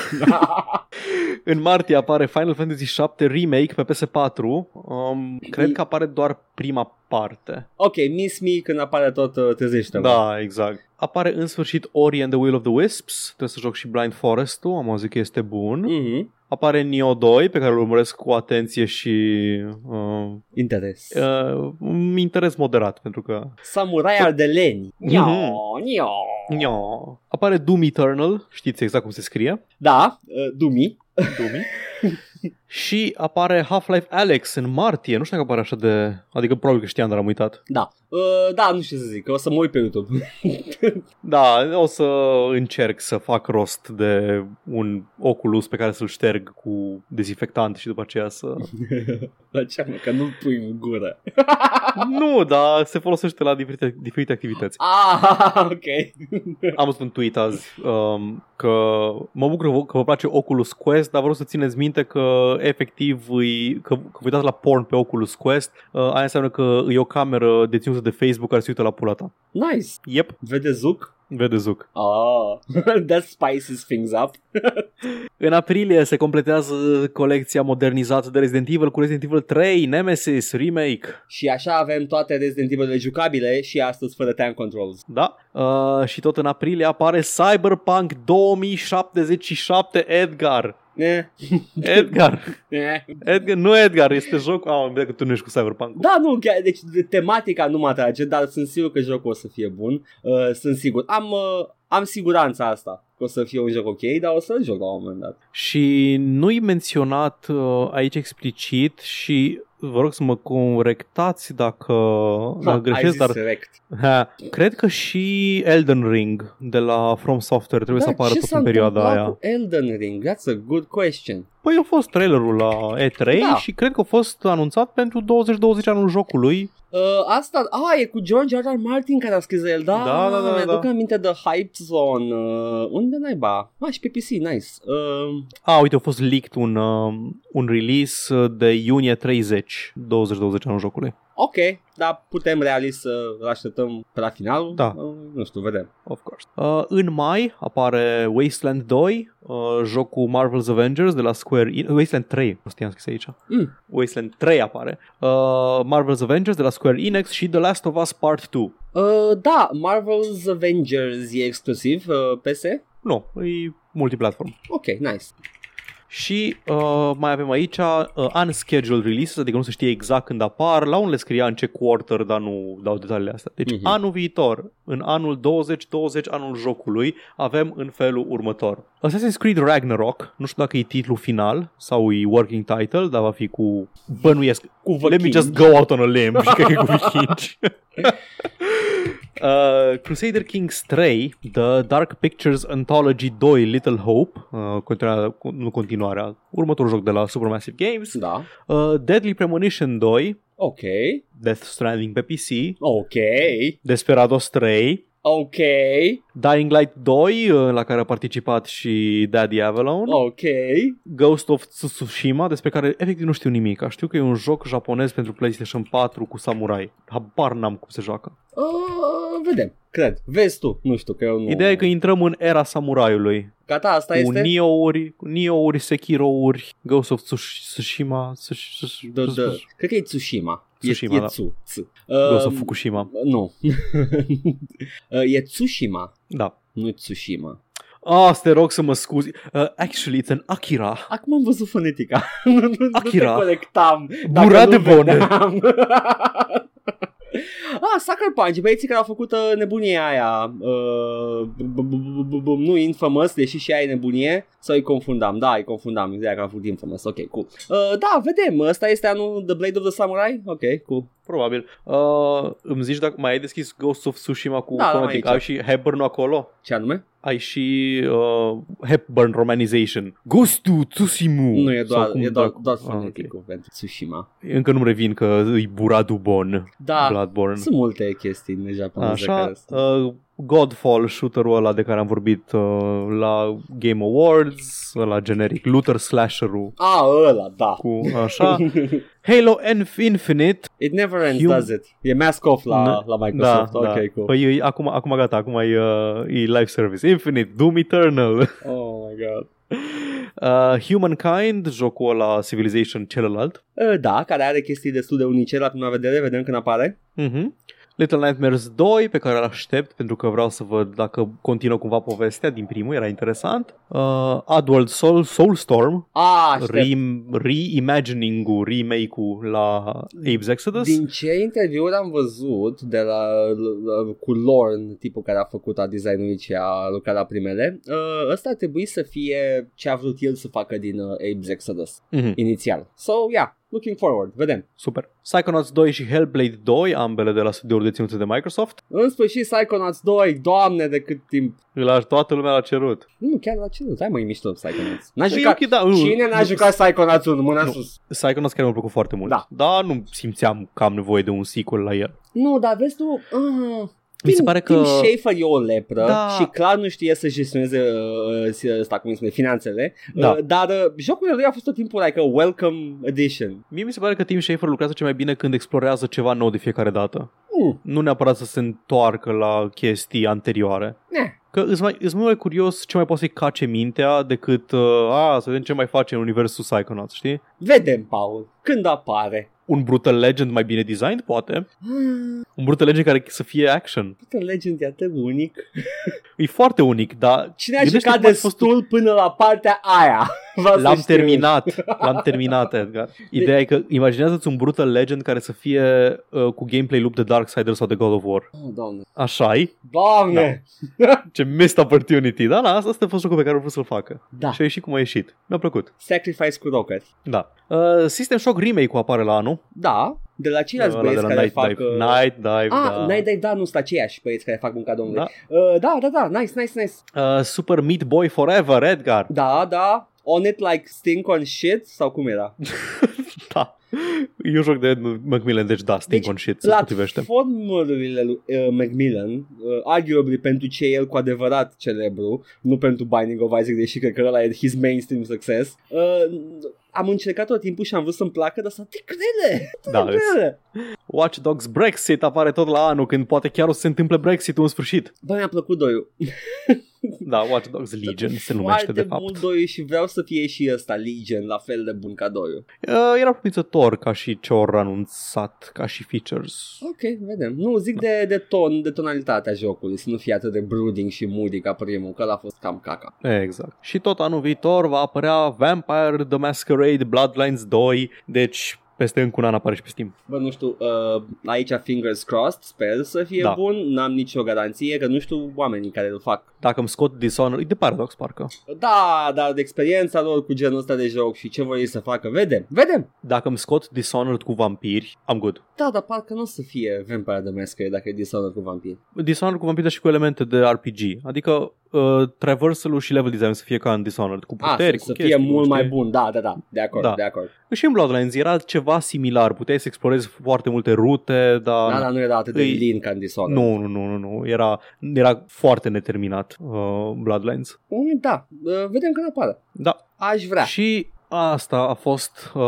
S2: în martie apare Final Fantasy VII Remake pe PS4. Um, cred că apare doar prima parte.
S1: Ok, Miss Me când apare tot uh, trezește
S2: Da, exact. Apare în sfârșit Ori and the Will of the Wisps. Trebuie să joc și Blind Forest-ul, am auzit că este bun.
S1: Mm-hmm.
S2: apare Neo 2 pe care îl urmăresc cu atenție și uh,
S1: Interes.
S2: uh, un interes moderat pentru că
S1: Samurai al de leni.
S2: Mhm.
S1: Nio, nio.
S2: Nio. apare Doom Eternal, știți exact cum se scrie,
S1: Da, uh, Dumi.
S2: Doom. și apare Half-Life Alex în martie, nu știu dacă apare așa de, adică probabil că știam, dar am uitat.
S1: Da. Uh, da, nu știu ce să zic, că o să mă uit pe YouTube.
S2: Da, o să încerc să fac rost de un Oculus pe care să-l șterg cu dezinfectant și după aceea să...
S1: La ce mă, că nu pui în gură.
S2: nu, dar se folosește la diferite, diferite activități.
S1: Ah, ok.
S2: Am spus un tweet azi um, că mă bucur că vă- că vă place Oculus Quest, dar vreau să țineți minte că efectiv îi, că, că vă uitați la porn pe Oculus Quest, uh, aia înseamnă că e o cameră deținută de Facebook care se uită la pula ta.
S1: Nice.
S2: Yep,
S1: Vede Zuc?
S2: vede zuc.
S1: Ah, that spices things up.
S2: În aprilie se completează colecția modernizată de Resident Evil cu Resident Evil 3 Nemesis Remake.
S1: Și așa avem toate Resident Evil jucabile și astăzi fără time controls.
S2: Da. Uh, și tot în aprilie apare Cyberpunk 2077 Edgar.
S1: Eh,
S2: Edgar.
S1: eh.
S2: Edgar. Nu Edgar, este jocul. Ah, am uitat că tu nu ești cu Cyberpunk.
S1: Da, nu, chiar, deci de- tematica nu mă atrage, dar sunt sigur că jocul o să fie bun. Uh, sunt sigur. Am, uh, am siguranța asta că o să fie un joc ok, dar o să-l joc la un moment dat.
S2: Și nu-i menționat uh, aici explicit și vă rog să mă corectați dacă, dacă
S1: ai
S2: Da, greșesc,
S1: zis
S2: dar
S1: direct.
S2: ha, cred că și Elden Ring de la From Software trebuie să apară
S1: ce
S2: tot
S1: s-a
S2: în perioada
S1: întâmplat
S2: aia.
S1: Cu Elden Ring, that's a good question.
S2: Păi a fost trailerul la E3
S1: Da.
S2: da. și cred că a fost anunțat pentru 2020 anul jocului.
S1: Uh, asta, a, e cu George R. R. Martin care a scris el, da,
S2: Da, da, da,
S1: mi-aduc
S2: da.
S1: aminte de Hype Zone, uh, unde naiba? Ah, și pe PC, nice. Uh,
S2: A, uite, a fost leaked un, uh, un release uh, de iunie 30, 2020 anul jocului.
S1: ok, dar putem realist să îl așteptăm pe la final?
S2: Da.
S1: Uh, nu știu, vedem.
S2: Of course. Uh, în mai apare Wasteland 2, uh, jocul Marvel's Avengers de la Square Enix. Wasteland 3, prostia am scris aici.
S1: Mm.
S2: Wasteland 3 apare. Uh, Marvel's Avengers de la Square Enix și The Last of Us Part 2.
S1: Uh, da, Marvel's Avengers e exclusiv uh, PS?
S2: Nu, e multiplatform.
S1: Ok, nice.
S2: Și uh, mai avem aici uh, unscheduled releases, adică nu se știe exact când apar. La unele scria în ce quarter, dar nu dau detaliile astea. Deci
S1: Mhm.
S2: mm-hmm. anul viitor, în anul 2020, anul jocului, avem în felul următor. Assassin's Creed Ragnarok, nu știu dacă e titlul final sau e working title, dar va fi cu... Bănuiesc.
S1: Cu
S2: Let me just go out on a limb și cred că e cu vikingi. Uh, Crusader Kings 3, The Dark Pictures Anthology 2, Little Hope, uh, continuarea, cu- nu continuarea, următorul joc de la Supermassive Games,
S1: Da.
S2: uh, Deadly Premonition 2,
S1: Ok,
S2: Death Stranding pe PC,
S1: ok,
S2: Desperados 3,
S1: ok,
S2: Dying Light 2, uh, la care a participat și Daddy Avalon,
S1: ok.
S2: Ghost of Tsushima, despre care efectiv nu știu nimic. Știu că e un joc japonez pentru PlayStation 4 cu samurai. Habar n-am cum se joacă.
S1: Uh, vedem, cred. Vezi tu, nu știu, că eu nu...
S2: Ideea e că intrăm în era samuraiului.
S1: Gata, asta
S2: cu
S1: este...
S2: Nioh-uri, cu Nioh-uri, Sekiro-uri, Ghost of Tsush- Tsushima, Tsush- Tsush-
S1: Da, da.
S2: Tsush-
S1: Cred că e Tsushima.
S2: Tsushima, no.
S1: e, e
S2: da.
S1: Tsu. Tsu.
S2: Ghost
S1: Um,
S2: of Fukushima.
S1: Nu. Uh, e Tsushima,
S2: Da.
S1: nu Tsushima.
S2: Ah, să te rog să mă scuzi. Uh, actually, it's an Akira.
S1: Acum am văzut fonetica. nu, nu,
S2: Akira.
S1: Nu te colectam. dacă
S2: Burat
S1: nu
S2: de bone.
S1: vedeam. Ah, Sucker Punch, băieții care au făcut uh, nebunia aia, uh, b- b- b- b- b- nu Infamous, deși și aia e nebunie, sau îi confundam, da, îi confundam, ideea că am făcut Infamous, ok, cool. Uh, da, vedem, ăsta este anul The Blade of the Samurai, ok, cool.
S2: Probabil. Uh, îmi zici dacă mai ai deschis Ghost of Tsushima cu
S1: Da,
S2: da,
S1: am
S2: Fnatic.
S1: aici.
S2: Ai și Hepburn acolo?
S1: Ce anume?
S2: Ai și uh, Hepburn Romanization. Ghost of Tsushima.
S1: Nu, e doar,
S2: Mm, Sau cum
S1: e doar,
S2: dracu-
S1: doar
S2: Ah, ok.
S1: foneticul pentru Tsushima.
S2: Încă nu-mi revin că îi Buradu Bon,
S1: Da,
S2: Bloodborne.
S1: sunt multe chestii în japoneză
S2: Așa,
S1: care sunt.
S2: uh, Godfall, shooterul ăla de care am vorbit uh, la Game Awards, la generic, Luther Slasher-ul
S1: A, ăla, da.
S2: cu așa, Halo Inf- Infinite,
S1: It never ends,
S2: Hum-
S1: does it? E mask off la,
S2: Na-
S1: la Microsoft.
S2: da,
S1: ok,
S2: da.
S1: cool.
S2: Păi e, acum, acum gata, acum e, uh, e live service, Infinite, Doom Eternal,
S1: Oh my god.
S2: uh, Humankind, jocul ăla Civilization celălalt,
S1: Eh, Uh, Da, care are chestii destul de unice la prima vedere, vedem când apare.
S2: uh-huh. Little Nightmares 2 pe care îl aștept pentru că vreau să văd dacă continuă cumva povestea din primul, era interesant. Uh, Adworld Soul, Soulstorm,
S1: A, aștept.
S2: re- reimagining-ul, remake-ul la Abe's Exodus.
S1: Din ce interviuri am văzut de la, la, cu Lorne, tipul care a făcut a designului și a lucrat la primele, uh, ăsta ar trebui să fie ce a vrut el să facă din uh, Abe's Exodus
S2: Mhm.
S1: inițial. So, yeah, looking forward, vedem.
S2: Super. Psychonauts 2 și Hellblade 2, ambele de la studiouri deținute de Microsoft.
S1: În sfârșit Psychonauts 2, doamne de cât timp.
S2: Îl aș toată lumea la cerut.
S1: Nu, chiar la ce nu, hai mai mișto Psychonauts. N-a
S2: E
S1: jucat.
S2: ok, da, nu,
S1: Cine n-a
S2: nu-
S1: jucat Psychonauts 1? Mâna
S2: Nu.
S1: sus.
S2: Psychonauts chiar mi-a plăcut foarte mult.
S1: Da.
S2: Dar nu simțeam că am nevoie de un sequel la el.
S1: Nu, dar vezi tu... Uh,
S2: Mi se pare că...
S1: Tim Schafer e o lepră da.
S2: Da.
S1: și clar nu știe să gestioneze uh, ăsta, cum îi spune, finanțele,
S2: Da.
S1: uh, dar uh, jocurile lui a fost tot timpul like a welcome edition.
S2: Mie mi se pare că Tim Schafer lucrează cel mai bine când explorează ceva nou de fiecare dată.
S1: Mm.
S2: Nu neapărat să se întoarcă la chestii anterioare.
S1: Ne.
S2: Că îți mai, îți mai curios ce mai poate să-i cace mintea decât uh, a, să vedem ce mai face în universul Psychonauts, știi?
S1: Vedem, Paul, când apare.
S2: Un Brutal Legend mai bine designed, poate. Un Brutal Legend care să fie action.
S1: Putin Legend e atât de unic.
S2: E foarte unic, dar
S1: Cine a
S2: Gândește
S1: jucat
S2: cum ar fi fost-
S1: destul până la partea aia? Vreau să
S2: L-am
S1: știu.
S2: terminat, l-am terminat, Edgar.
S1: Deci-
S2: Ideea e că imaginează-ți un Brutal Legend care să fie uh, cu gameplay loop de Darksiders sau de God of War.
S1: Oh, doamne.
S2: așa e?
S1: Doamne!
S2: Ce missed opportunity. Da, da, asta asta a fost jocul pe care a vrut să-l facă.
S1: Da.
S2: Și a ieșit cum a ieșit. Mi-a plăcut.
S1: Sacrifice cu rockeri.
S2: Da. Uh, System Shock remake-ul apare la anul.
S1: Da, de la ceilalți
S2: Ăla
S1: băieți
S2: de la
S1: care
S2: Night
S1: fac...
S2: Dive.
S1: uh,
S2: Night Dive,
S1: Ah,
S2: da.
S1: Night Dive, da, nu sunt aceiași băieți care fac munca domnului.
S2: da.
S1: Uh, da, da, da, nice, nice, nice.
S2: Uh, Super Meat Boy Forever, Edgar.
S1: Da, da. On it like stink on shit sau cum era?
S2: Da. E un joc de Ed Macmillan, deci da, Sting
S1: Deci,
S2: on shit, se potrivește.
S1: Platformurile lui uh, Macmillan, uh, arguably pentru ce e el cu adevărat celebru, nu pentru Binding of Isaac, deși cred că ăla e his mainstream success, uh, am încercat tot timpul și am vrut să-mi placă, dar să te crede!
S2: Da,
S1: te crede.
S2: Watch Dogs Brexit apare tot la anul, când poate chiar o să se întâmple Brexit-ul în sfârșit.
S1: Bă, mi-a plăcut doiul.
S2: Da, Watch Dogs Legion se numește
S1: Foarte
S2: de fapt.
S1: mult doiul și vreau să fie și ăsta, Legion, la fel de bun ca doiul.
S2: Uh, era promițător ca și ce au anunțat ca și features.
S1: Ok, vedem. Nu, zic de, de ton, de tonalitatea jocului, să nu fie atât de brooding și moody ca primul, că l a fost cam caca.
S2: Exact. Și tot anul viitor va apărea Vampire The Masquerade Bloodlines 2, deci peste încă un an apare și pe Steam.
S1: Bă, nu știu, uh, aici fingers crossed, sper să fie da.
S2: Da.
S1: bun, n-am nicio garanție, că nu știu oamenii care îl fac.
S2: Dacă îmi scot Dishonored, e de Paradox parcă.
S1: Da, dar de experiența lor cu genul ăsta de joc și ce vor ei să facă, vedem, vedem!
S2: Dacă îmi scot Dishonored cu vampiri, am good.
S1: Da, dar parcă nu o să fie Vampire the Masquerade dacă e Dishonored cu vampir.
S2: Dishonored cu vampiri dar și cu elemente de RPG, adică uh, traversal-ul și level design să fie ca în Dishonored, cu
S1: A,
S2: puteri,
S1: Ah, să,
S2: cu
S1: să fie
S2: chestii,
S1: mult
S2: știi?
S1: mai bun, da, da, da, de acord, da.
S2: Da.
S1: de acord.
S2: Și în Bloodlines era ceva similar, puteai să explorezi foarte multe rute, dar...
S1: Da, dar nu era atât de
S2: Îi-
S1: lean ca în Dishonored.
S2: Păi, Nu, nu, nu, nu, nu. Era, era foarte neterminat uh, Bloodlines.
S1: Mm, Da, uh, vedem când apare.
S2: Da.
S1: Aș vrea.
S2: Și asta a fost uh,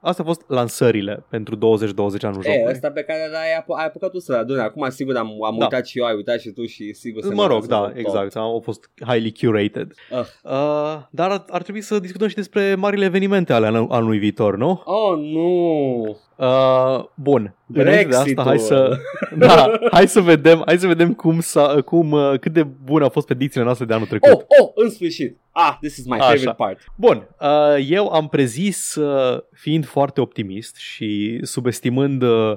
S2: asta a fost lansările pentru 2020 anul
S1: E,
S2: jocului.
S1: ăsta pe care l-ai apu- ai apucat tu să-l adune. Acum, sigur, am, am
S2: Da.
S1: uitat și eu, ai uitat și tu și sigur se
S2: Mă rog,
S1: notează
S2: da,
S1: tot.
S2: exact. Au fost highly curated.
S1: Ah.
S2: Uh, dar ar, ar trebui să discutăm și despre marile evenimente ale anul- anului viitor, nu?
S1: Oh, nu!
S2: Uh, bun. Înainte de
S1: Brexit-ul.
S2: asta, hai să da, hai să vedem, hai să vedem cum s-a, cum uh, cât de bun a fost predicțiile noastre de anul trecut.
S1: Oh, oh, în sfârșit! Ah, this is my
S2: Așa.
S1: favorite part.
S2: Bun, uh, eu am prezis, uh, fiind foarte optimist și subestimând uh,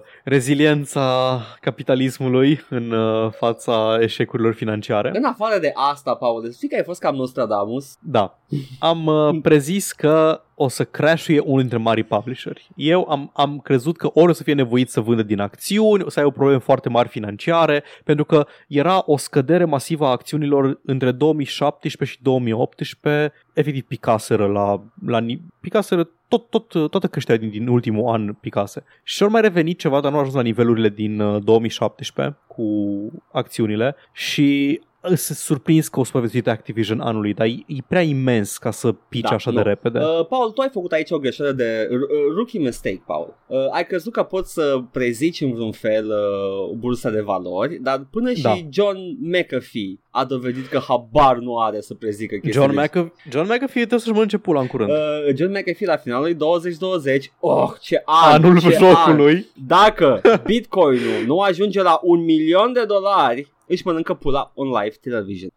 S2: reziliența capitalismului în uh, fața eșecurilor financiare,
S1: În afară de asta, Paul, știi că ai fost cam Nostradamus?
S2: da, am uh, prezis că o să crashuie unul dintre marii publisheri. Eu am, am crezut că ori o să fie nevoit să vândă din acțiuni, o să ai o probleme foarte mari financiare, pentru că era o scădere masivă a acțiunilor între 2017 și 2018, efectiv picaseră la, la ni- picaseră tot, tot, toată creșterea din, din ultimul an picase. Și ori mai revenit ceva, dar nu a ajuns la nivelurile din uh, 2017 cu acțiunile și sunt surprins că o supraviețuit Activision anului, dar e, e prea imens ca să pici da, așa nu. de repede.
S1: Uh, Paul, tu ai făcut aici o greșeală de uh, rookie mistake, Paul. Uh, ai crezut că poți să prezici în vreun fel uh, bursa de valori, dar până da. și John McAfee a dovedit că habar nu are să prezică chestiile.
S2: John, McAfee, John McAfee trebuie să-și mănânce pula în curând.
S1: Uh, John McAfee la finalul lui 2020, oh, ce an,
S2: Anul
S1: ce ah.
S2: jocului.
S1: An. Dacă Bitcoinul nu ajunge la un milion de dolari, își mănâncă pula on live television.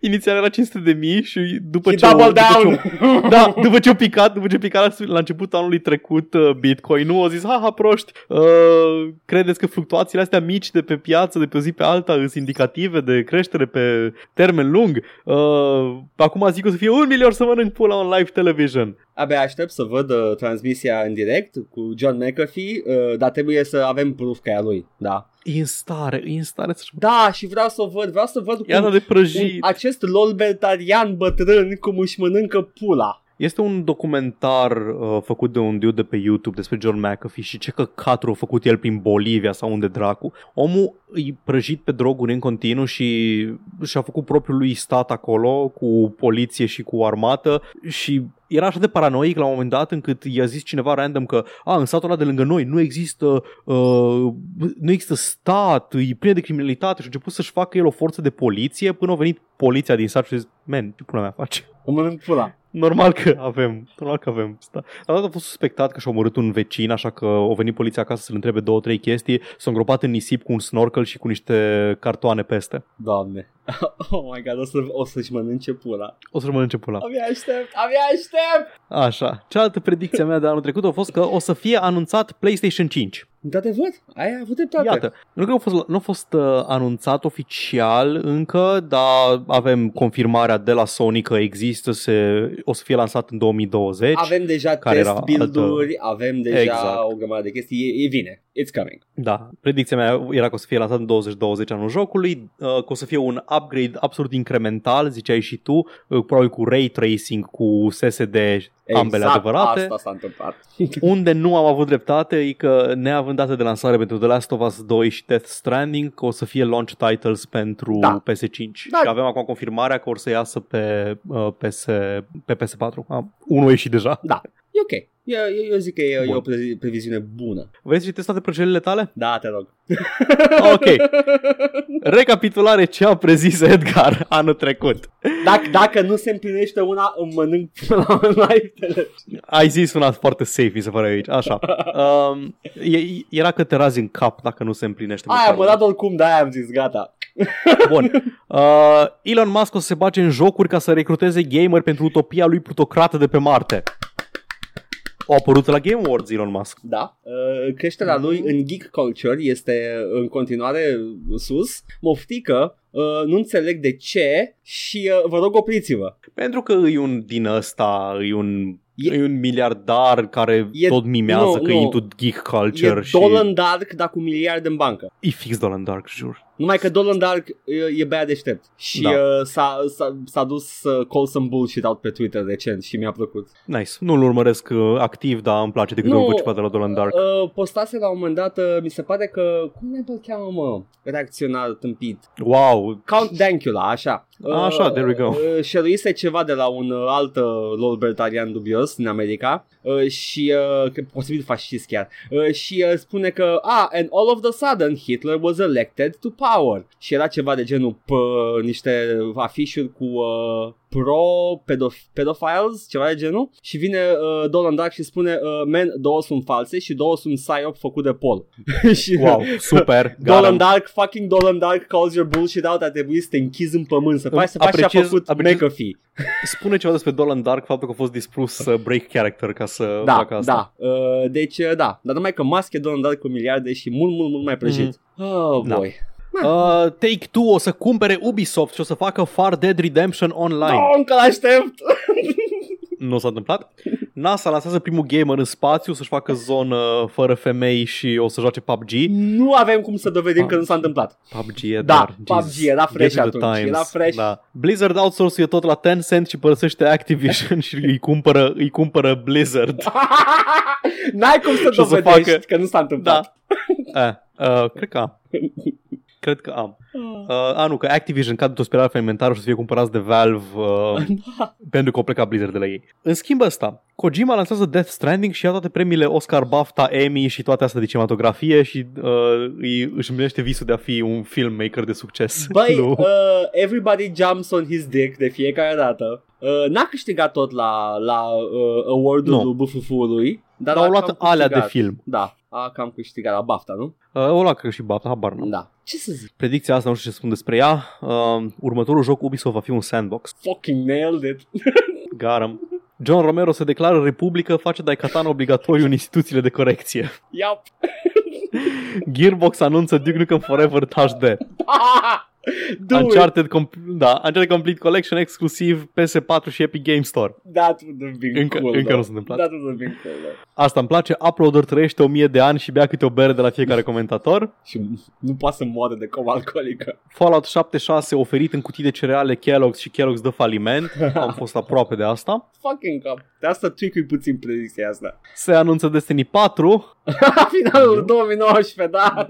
S2: Inițial era 500 de mii și după
S1: și
S2: ce...
S1: double
S2: o, după
S1: down!
S2: Ce o, da, după ce o picat, după ce o picat la, la începutul anului trecut uh, Bitcoin, nu au zis, haha, proști, uh, credeți că fluctuațiile astea mici de pe piață, de pe o zi pe alta, sunt indicative de creștere pe termen lung? Uh, acum zic că o să fie un milion să mănânc pula on live television.
S1: Abia aștept să văd uh, transmisia în direct cu John McAfee, uh, dar trebuie să avem proof că e a lui, da.
S2: E în stare, e în stare să-și...
S1: Da, și vreau să o văd, vreau să văd
S2: Iarna
S1: cum
S2: de prăjit.
S1: un, acest lolbeltarian bătrân cum își mănâncă pula.
S2: Este un documentar uh, făcut de un dude de pe YouTube despre John McAfee și ce căcatul a făcut el prin Bolivia sau unde dracu. Omul îi prăjit pe droguri în continuu și și-a făcut propriul lui stat acolo cu poliție și cu armată și era așa de paranoic la un moment dat încât i-a zis cineva random că a, în satul ăla de lângă noi nu există uh, nu există stat, e plin de criminalitate și a început să-și facă el o forță de poliție până a venit poliția din sat și a zis, man, ce pula mea face?
S1: O mănânc pula.
S2: Normal că avem, normal că avem. Da. La dat a fost suspectat că și-a omorât un vecin, așa că au venit poliția acasă să-l întrebe două, trei chestii, s-a îngropat în nisip cu un snorkel și cu niște cartoane peste.
S1: Doamne. Oh my god, o, să, o să-și mănânce pula.
S2: O să-l mănânce pula.
S1: Abia aștept, abia aștept!
S2: Așa. Cealaltă predicție mea de anul trecut a fost că o să fie anunțat PlayStation 5.
S1: Într-adevăr, ai avut dreptate.
S2: Iată, nu cred că a fost, nu a fost uh, anunțat oficial încă, dar avem confirmarea de la Sony că există, se, o să fie lansat în 2020.
S1: Deci, Avem deja
S2: care
S1: test
S2: era
S1: build-uri, avem deja
S2: Exact.
S1: o grămadă de chestii, e, e vine, it's coming.
S2: Da, predicția mea era că o să fie lansat în 2020 anul jocului, uh, că o să fie un upgrade absolut incremental, ziceai și tu, uh, probabil cu ray tracing, cu SSD, ambele
S1: exact
S2: adevărate.
S1: asta s-a întâmplat.
S2: Unde nu am avut dreptate e că neavând dată de lansare pentru The Last of Us 2 și Death Stranding că o să fie launch titles pentru
S1: Da.
S2: PS5
S1: Da.
S2: și avem acum confirmarea că or să iasă pe, uh, PS, pe PS4. Am, unul a ieșit deja.
S1: Da. E ok. Eu, eu, eu zic că e, e
S2: Bun.
S1: o prezi- previziune bună.
S2: Vrei să citesc toate prăjelile tale?
S1: Da, te rog.
S2: Ok. Recapitulare ce a prezis Edgar anul trecut.
S1: Dacă, dacă nu se împlinește una, îmi mănânc până la live
S2: Ai zis una foarte safe, mi se pare aici. Așa. Um, e, era că te razi în cap dacă nu se împlinește.
S1: Da, Aia
S2: măcar
S1: am
S2: una.
S1: dat oricum, de-aia am zis, gata.
S2: Bun. Uh, Elon Musk o să se bage în jocuri ca să recruteze gamer pentru utopia lui plutocrată de pe Marte. Au apărut la Game Awards Elon Musk.
S1: Da. Uh, Creșterea lui în geek culture este în continuare sus. Moftică, uh, nu înțeleg de ce și uh, vă rog opriți-vă.
S2: Pentru că e un din ăsta, e un,
S1: E-
S2: e, e un miliardar care
S1: E-
S2: e, tot mimează
S1: nu,
S2: no, că
S1: nu.
S2: e into geek culture
S1: e
S2: și...
S1: Dolan Dark, dar cu miliarde în bancă.
S2: E fix Dolan Dark, jur.
S1: Numai că Dolan Dark e, e băiat deștept și
S2: Da.
S1: uh, s-a, s-a, s-a dus să call some bullshit out pe Twitter recent și mi-a plăcut.
S2: Nice. Nu-l urmăresc uh, activ, dar îmi place de câte
S1: Nu.
S2: ori văd ceva de la Dolan Dark.
S1: Uh, postase la un moment dat, uh, mi se pare că, cum ne cheamă, mă, reacționar tâmpit?
S2: Wow.
S1: Count Dankula, așa.
S2: Așa, there we go.
S1: Uh, Șeruise ceva de la un uh, alt uh, lolbertarian dubios din America uh, și, uh, că- posibil fascist chiar, uh, și uh, spune că, ah, and all of the sudden Hitler was elected to power. Și era ceva de genul p- niște afișuri cu uh, pro pedof- pedophiles, ceva de genul, și vine uh, Dolan Dark și spune, uh, man, două sunt false și două sunt psyop făcut de Paul. și,
S2: Wow, super.
S1: Dolan
S2: garam.
S1: Dark, fucking Dolan Dark, calls your bullshit out, a trebuit să te închizi în pământ, să faci, să faci ce a
S2: Apreciez-
S1: făcut
S2: apreciez-
S1: McAfee.
S2: Spune ceva despre Dolan Dark, faptul că a fost dispus să break character ca să
S1: Da,
S2: facă asta.
S1: da. Uh, deci, uh, da. Dar numai că Musk e Dolan Dark cu miliarde și mult, mult, mult mai prăjit. Oh,
S2: Da.
S1: boy.
S2: Uh, Take-Two o să cumpere Ubisoft și o să facă Far Dead Redemption online.
S1: Da, încă l-aștept!
S2: Nu s-a întâmplat. NASA lansează primul gamer în spațiu să-și facă zonă fără femei și o să joace PUBG.
S1: Nu avem cum să dovedim că nu s-a întâmplat.
S2: PUBG
S1: Da,
S2: e dar,
S1: PUBG era
S2: get
S1: fresh
S2: with the
S1: atunci, era fresh.
S2: Da. Blizzard outsource e tot la Tencent și părăsește Activision și îi cumpără, îi cumpără Blizzard.
S1: N-ai cum să
S2: Și o să
S1: dovedești
S2: facă-
S1: că nu s-a
S2: Da.
S1: întâmplat.
S2: Eh, uh, cred că am. Cred că am. Uh, a, nu, că Activision cade într-o spirală alimentară și o să fie cumpărați de Valve uh,
S1: Da.
S2: pentru că au plecat Blizzard de la ei. În schimb ăsta, Kojima lansează Death Stranding și ia toate premiile Oscar, BAFTA, Emmy și toate astea de cinematografie și uh, îi, își împlinește visul de a fi un filmmaker de succes.
S1: Băi,
S2: Lu.
S1: uh, everybody jumps on his dick de fiecare dată. Uh, n-a câștigat tot la, la uh, award-ul
S2: Nu.
S1: lui BFF-ului, dar
S2: dar
S1: a
S2: au
S1: cam
S2: luat alea de
S1: câștigat.
S2: film.
S1: Da, a cam câștigat la BAFTA, nu?
S2: Uh, o luat cred că și BAFTA, habar n
S1: Da. Ce să zic?
S2: Predicția asta nu știu ce spun despre ea. Uh, următorul joc Ubisoft va fi un sandbox.
S1: Fucking nailed it.
S2: Garam. John Romero se declară republică, face Daikatana obligatoriu în instituțiile de corecție.
S1: Yep.
S2: Gearbox anunță Duke Nukem Forever HD.
S1: Do it.
S2: Uncharted, com- da, Uncharted Complete Collection exclusiv PS4 și Epic Game Store.
S1: That would have been
S2: Încă-
S1: cool,
S2: încă
S1: though.
S2: nu s-a întâmplat.
S1: That would have been cool, though.
S2: Asta îmi place, Uploader trăiește 1000 de ani și bea câte o bere de la fiecare comentator.
S1: Și nu poate să moară de coma alcoolică.
S2: Fallout 76 oferit în cutii de cereale Kellogg's și Kellogg's dă faliment. Am fost aproape de asta.
S1: Fucking cap. De asta tweak puțin predicția asta.
S2: Se anunță Destiny 4.
S1: Finalul 2019, da.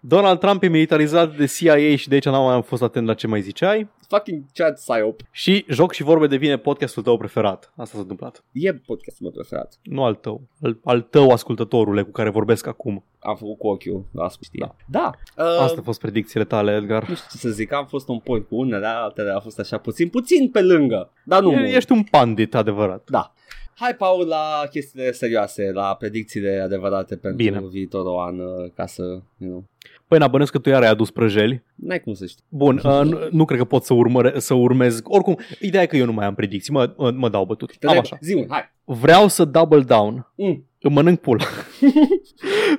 S2: Donald Trump e militarizat de CIA și de aici n-am mai fost atent la ce mai ziceai.
S1: Fucking chat psyop.
S2: Și Joc și Vorbe devine podcastul tău preferat. Asta s-a întâmplat.
S1: E podcastul meu preferat.
S2: Nu al tău. Al, al tău, ascultătorule, cu care vorbesc acum.
S1: Am făcut cu ochiul, asta știe. Da. da. Uh,
S2: Asta a fost predicțiile tale, Edgar.
S1: Nu știu ce să zic, am fost un point cu unele, altele a fost așa puțin, puțin pe lângă, dar nu mult.
S2: E, ești un pandit adevărat.
S1: Hai, Paul, la chestiile serioase, la predicțiile adevărate pentru
S2: Bine.
S1: viitorul an, uh, ca să, you know,
S2: Păi, n că tu iar ai adus prăjeli.
S1: n-ai cum să știi.
S2: Bun, uh, nu, nu cred că pot să, urmăre, să urmez. Oricum, ideea e că eu nu mai am predicții. Mă, mă, mă dau bătut.
S1: Te
S2: Am
S1: dai-
S2: așa.
S1: Zi-mi, hai.
S2: Vreau să double down.
S1: Mm.
S2: Îmi mănânc pula.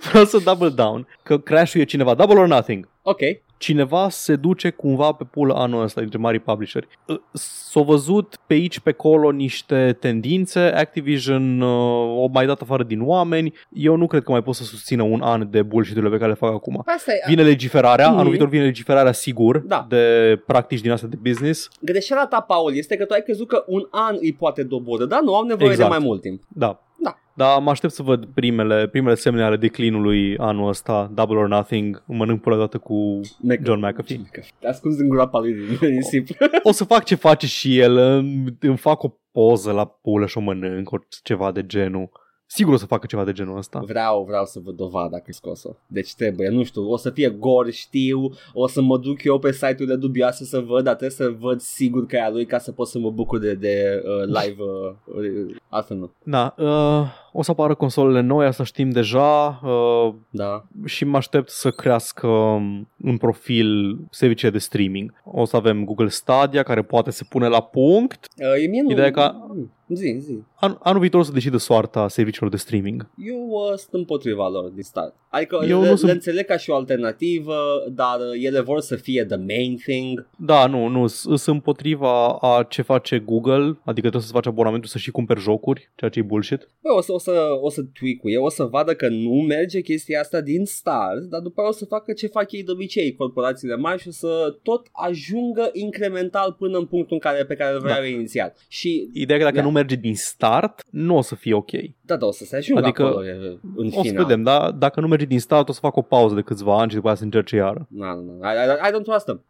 S2: Vreau să double down. Că crash e cineva. Double or nothing.
S1: Ok.
S2: cineva se duce cumva pe pula anul ăsta dintre mari publisheri. Uh, S-au văzut pe aici, pe acolo niște tendințe, Activision uh, o mai dat afară din oameni, eu nu cred că mai pot să susțină un an de bullshit pe care le fac acum.
S1: Asta e,
S2: Vine legiferarea,
S1: Mhm.
S2: anul viitor vine legiferarea sigur
S1: Da.
S2: de practici din astea de business.
S1: greșeala ta, Paul, este că tu ai crezut că un an îi poate doboră, dar nu, am nevoie
S2: Exact.
S1: de mai mult timp.
S2: Da.
S1: Da.
S2: Dar mă aștept să văd primele, primele semne ale declinului anul ăsta, Double or Nothing, mănânc pula dată cu
S1: Mac-
S2: John Oh. McAfee.
S1: Te ascunzi în groapa lui din nisip.
S2: o să fac ce face și el, îmi, îmi fac o poză la pulă și o mănânc, o ceva de genul. Sigur o să facă ceva de genul ăsta.
S1: Vreau, vreau să văd dovada că scos-o. Deci trebuie, nu știu, o să fie gor, știu, o să mă duc eu pe site-urile dubioase să văd, dar trebuie să văd sigur că e a lui ca să pot să mă bucur de, de uh, live. Uh, uh, asta nu.
S2: Da, uh, o să apară consolele noi, asta știm deja uh,
S1: Da.
S2: și mă aștept să crească um, în profil serviciile de streaming. O să avem Google Stadia care poate se pune la punct.
S1: Uh, e mie nu...
S2: Ideea e ca-
S1: Mm, Zi, zi.
S2: An- anul viitor o să decidă soarta serviciilor de streaming.
S1: Eu uh, sunt împotriva lor din start. Adică
S2: Eu
S1: eu le,
S2: nu
S1: le
S2: sunt-
S1: înțeleg ca și o alternativă, dar uh, ele vor să fie the main thing.
S2: Da, nu, nu, s- sunt împotriva a ce face Google, adică trebuie să-ți faci abonamentul să și cumperi jocuri, ceea ce e bullshit.
S1: Băi, o să, o să, o să tweak o să vadă că nu merge chestia asta din start, dar după aia o să facă ce fac ei de obicei, corporațiile mari și o să tot ajungă incremental până în punctul în care, pe care îl vreau da. inițial. Și
S2: Ideea e că dacă
S1: Da.
S2: nu merge din start, nu o să fie ok.
S1: da, da, o să se ajungă
S2: Adică,
S1: adică, acolo e, în
S2: O să
S1: final.
S2: vedem, dar dacă nu merge din start, o să fac o pauză de câțiva ani și după aia să încerce iară.
S1: Na, na, na. I, I, I don't trust them.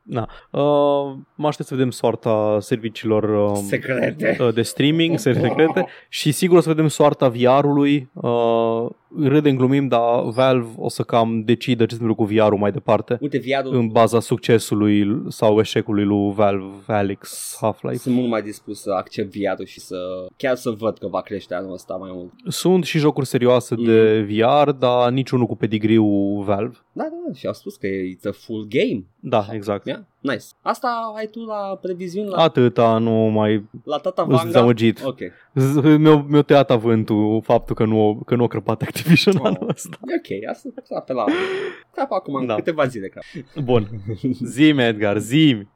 S2: Uh, mă aștept să vedem soarta serviciilor um,
S1: Secrete.
S2: uh, de streaming, serii secrete și sigur o să vedem soarta VR-ului. Uh, râdem, glumim, dar Valve o să cam decidă ce se întâmplă cu VR-ul mai departe
S1: Uite, viadul
S2: în baza succesului sau eșecului lui Valve Alex Half-Life.
S1: sunt mult mai dispus să accept viadul și să chiar să văd că va crește anul ăsta mai mult.
S2: Sunt și jocuri serioase de VR, dar niciunul cu pedigriu Valve.
S1: Da, da, da, și au spus că e it's a full game.
S2: Da, exact.
S1: Yeah? Nice. Asta ai tu la previziuni la,
S2: Atâta, nu mai
S1: la tata
S2: îți
S1: Vanga?
S2: dezamăgit.
S1: Ok. E
S2: Z- Mi-a, mi-a tăiat avântul faptul că nu, că nu a crăpat Activision
S1: Oh.
S2: anul ăsta.
S1: ok, asta crap pe la crap acum, în
S2: Da.
S1: câteva zile crap.
S2: Bun, zime Edgar, zimi.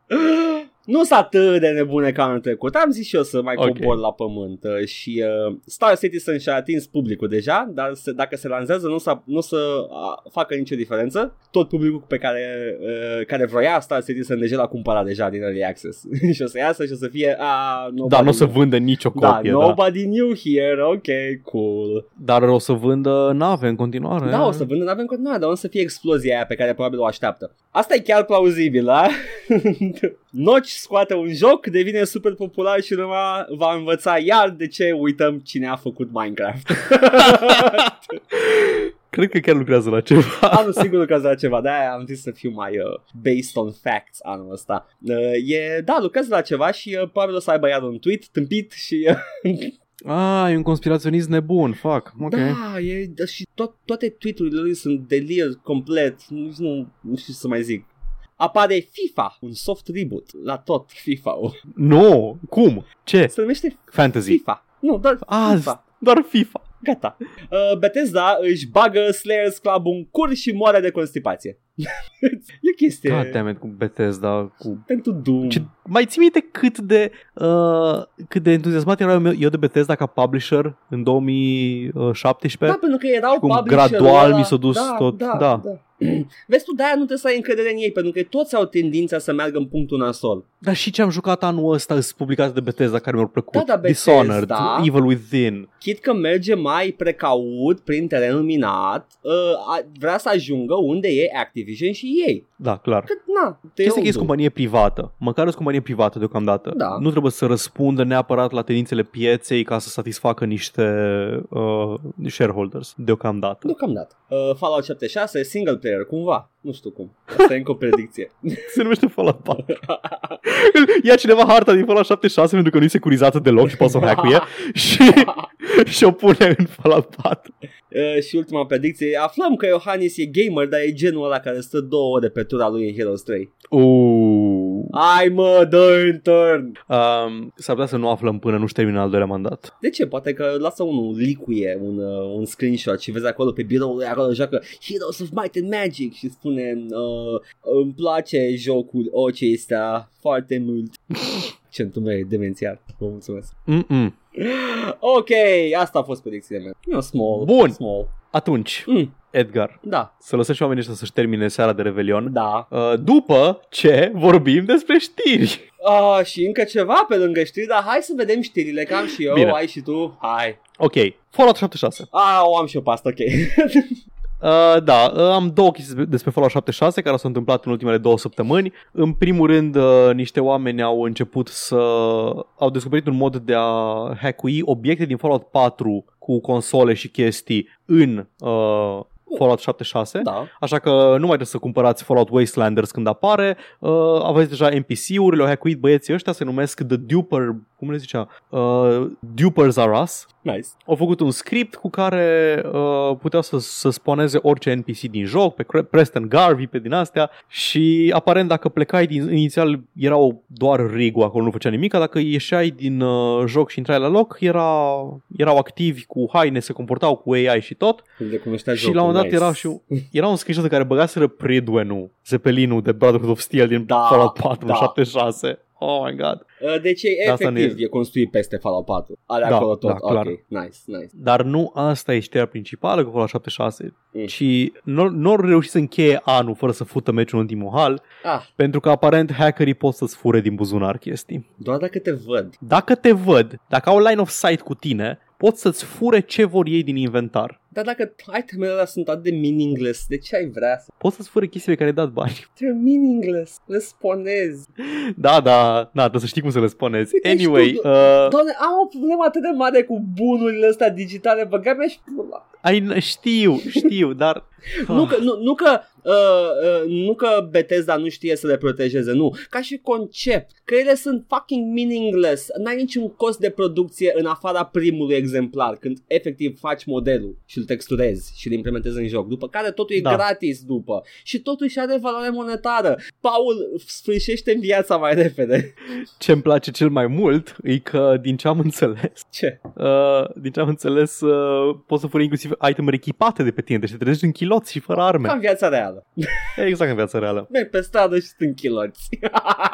S1: nu s atât de nebune ca anul trecut. Am zis și eu să mai
S2: Ok.
S1: okay. cobor la pământ uh, și uh, Star Citizen și-a atins publicul deja, dar se, dacă se lansează nu, o să- nu o să a, facă nicio diferență. Tot publicul pe care, uh, care vroia Star Citizen deja l-a cumpărat deja din Early Access și o să iasă și o să fie... A,
S2: Da, nu o
S1: nobody
S2: să vândă nicio
S1: da,
S2: copie, da,
S1: nobody knew here, ok, cool.
S2: dar o să vândă nave în continuare.
S1: Da, o să vândă nave în continuare, dar o să fie explozia aia pe care probabil o așteaptă. Asta e chiar plauzibil, da? Notch scoate un joc, devine super popular și lumea va învăța iar de ce uităm cine a făcut Minecraft.
S2: Cred că chiar lucrează la ceva.
S1: am sigur că la ceva, de-aia am zis să fiu mai uh, based on facts anul ăsta. Uh, e, da, lucrez la ceva și uh, probabil o să aibă iar un tweet tâmpit și uh,
S2: Ah, e un conspiraționist nebun, fac. Ok.
S1: Da, e, da, și to- toate tweet-urile lui sunt delir complet, nici nu, nu știu ce să mai zic. Apare FIFA, un soft reboot la tot FIFA.
S2: Nu, cum? Ce?
S1: Se numește
S2: Fantasy.
S1: FIFA. Nu, doar
S2: Ah,
S1: FIFA.
S2: Doar FIFA.
S1: Gata. Uh, Bethesda își bagă Slayers Club un cur și moare de constipație. e o chestie.
S2: God damn it, cu Bethesda, cu...
S1: Pentru Doom.
S2: Ce... Mai ții minte cât de, uh, cât de entuziasmat eram eu- eu de Bethesda ca publisher în 2017?
S1: Da, pentru că erau
S2: Și cum
S1: publisher-ul
S2: gradual
S1: ăla-
S2: mi s-a dus tot- da.
S1: Vezi tu, de-aia nu trebuie să ai încredere în ei, pentru că toți au tendința să meargă în punctul nasol.
S2: Dar și ce am jucat anul ăsta sunt publicații de Bethesda care mi-au plăcut.
S1: Da, da, Bethesda.
S2: Dishonored, Evil Within.
S1: chit că merge mai precaut prin terenul minat, uh, a, vrea să ajungă unde e Activision și ei.
S2: Da, clar.
S1: Că, na, te
S2: Chestia că e
S1: iau
S2: o
S1: tu.
S2: companie privată. Măcar o companie privată deocamdată.
S1: Da.
S2: Nu trebuie să răspundă neapărat la tendințele pieței ca să satisfacă niște uh, shareholders deocamdată.
S1: Deocamdată. Uh, Fallout 76 e single player, cumva. Nu știu cum. Asta e încă o predicție.
S2: Se numește Fallout 4. Ia cineva harta din Fallout 76 pentru că nu-i securizată deloc și poate să o hackuie și, și o pune în Fallout 4.
S1: Uh, și ultima predicție. Aflăm că Iohannis e gamer, dar e genul ăla care stă două ore pe tura lui în Heroes 3.
S2: Uh.
S1: Ai mă, dă intern!
S2: Um, s-ar putea să nu aflăm până nu-și termină al doilea mandat.
S1: De ce? Poate că lasă unul licuie un, uh, un screenshot și vezi acolo pe biroul lui acolo joacă Heroes of Might and Magic și spune uh, îmi place jocul acesta foarte mult. Centul meu e demențial. Vă mulțumesc.
S2: Mm-mm.
S1: Ok, asta a fost predicția mea. Eu small.
S2: Bun.
S1: Small.
S2: Atunci,
S1: Mm,
S2: Edgar,
S1: da,
S2: să lăsăm și oamenii ăștia să-și termine seara de Revelion.
S1: da.
S2: Uh, după ce vorbim despre știri.
S1: Uh, și încă ceva pe lângă știri, dar hai să vedem știrile, că am și eu,
S2: Bine.
S1: ai și tu, hai.
S2: Ok, Fallout 76.
S1: A, o am și eu pe asta, ok.
S2: Uh, da, uh, am două chestii despre- despre Fallout 76 care s-au întâmplat în ultimele două săptămâni. În primul rând, uh, niște oameni au început să... au descoperit un mod de a hackui obiecte din Fallout 4 cu console și chestii în uh, Fallout 76.
S1: da.
S2: Așa că nu mai trebuie să cumpărați Fallout Wastelanders când apare. Uh, aveți deja NPC-urile, au hackuit băieții ăștia, se numesc The Duper, cum le zicea? Uh, Dupers are Us.
S1: Nice.
S2: Au făcut un script cu care uh, puteau să, să sponeze orice NPC din joc, pe Cre- Preston Garvey, pe din astea și aparent dacă plecai din, inițial erau doar rigu acolo, nu făcea nimic, dacă ieșeai din uh, joc și intrai la loc, era, erau activi cu haine, se comportau cu AI și tot
S1: Îl recunoștea
S2: și
S1: Da, jocul,
S2: la un dat
S1: nice.
S2: era și era un screenshot în care băgaseră Pridwenu, Zeppelinul de Brotherhood of Steel din
S1: Da,
S2: Fallout 4,
S1: da.
S2: 76. Oh my god.
S1: Deci e
S2: Dar asta
S1: efectiv,
S2: nu
S1: e construit peste Fallout 4. Are
S2: Da,
S1: acolo tot.
S2: da, clar.
S1: Ok, nice, nice.
S2: Dar nu asta e știrea principală cu Fallout 76,
S1: Mm.
S2: ci nu, nu au reușit să încheie anul fără să fută meciul în ultimul hal,
S1: Ah,
S2: pentru că aparent hackerii pot să-ți fure din buzunar chestii.
S1: doar dacă te văd.
S2: Dacă te văd, dacă au line of sight cu tine, pot să-ți fure ce vor ei din inventar.
S1: Dar dacă itemele alea sunt atât de meaningless, de ce ai vrea să...
S2: Pot să-ți fure chestii pe care ai dat bani.
S1: They're meaningless, le sponezi.
S2: Da, da, da, trebuie să știi cum să le spuneți.
S1: Uite, știu,
S2: Anyway, uh,
S1: Doamne, am o problemă atât de mare cu bunurile astea digitale, băga mea și pula.
S2: Ai, știu, știu, dar...
S1: Nu că, nu, nu, că, uh, uh, nu că Bethesda nu știe să le protejeze, nu. Ca și concept, că ele sunt fucking meaningless. N-ai niciun cost de producție în afara primului exemplar, când efectiv faci modelul și îl texturezi și îl implementezi în joc. După care totul e
S2: Da.
S1: gratis după și totuși are valoare monetară. Paul sfârșește în viața mai repede.
S2: ce îmi place cel mai mult e că, din ce am înțeles,
S1: Ce?
S2: uh, din ce am înțeles, uh, poți să furi inclusiv itemuri echipate de pe tine, deci te trezești în chiloți și fără arme.
S1: Ca în viața reală. reală.
S2: Exact ca în viața reală.
S1: Merg pe stradă și sunt chiloți.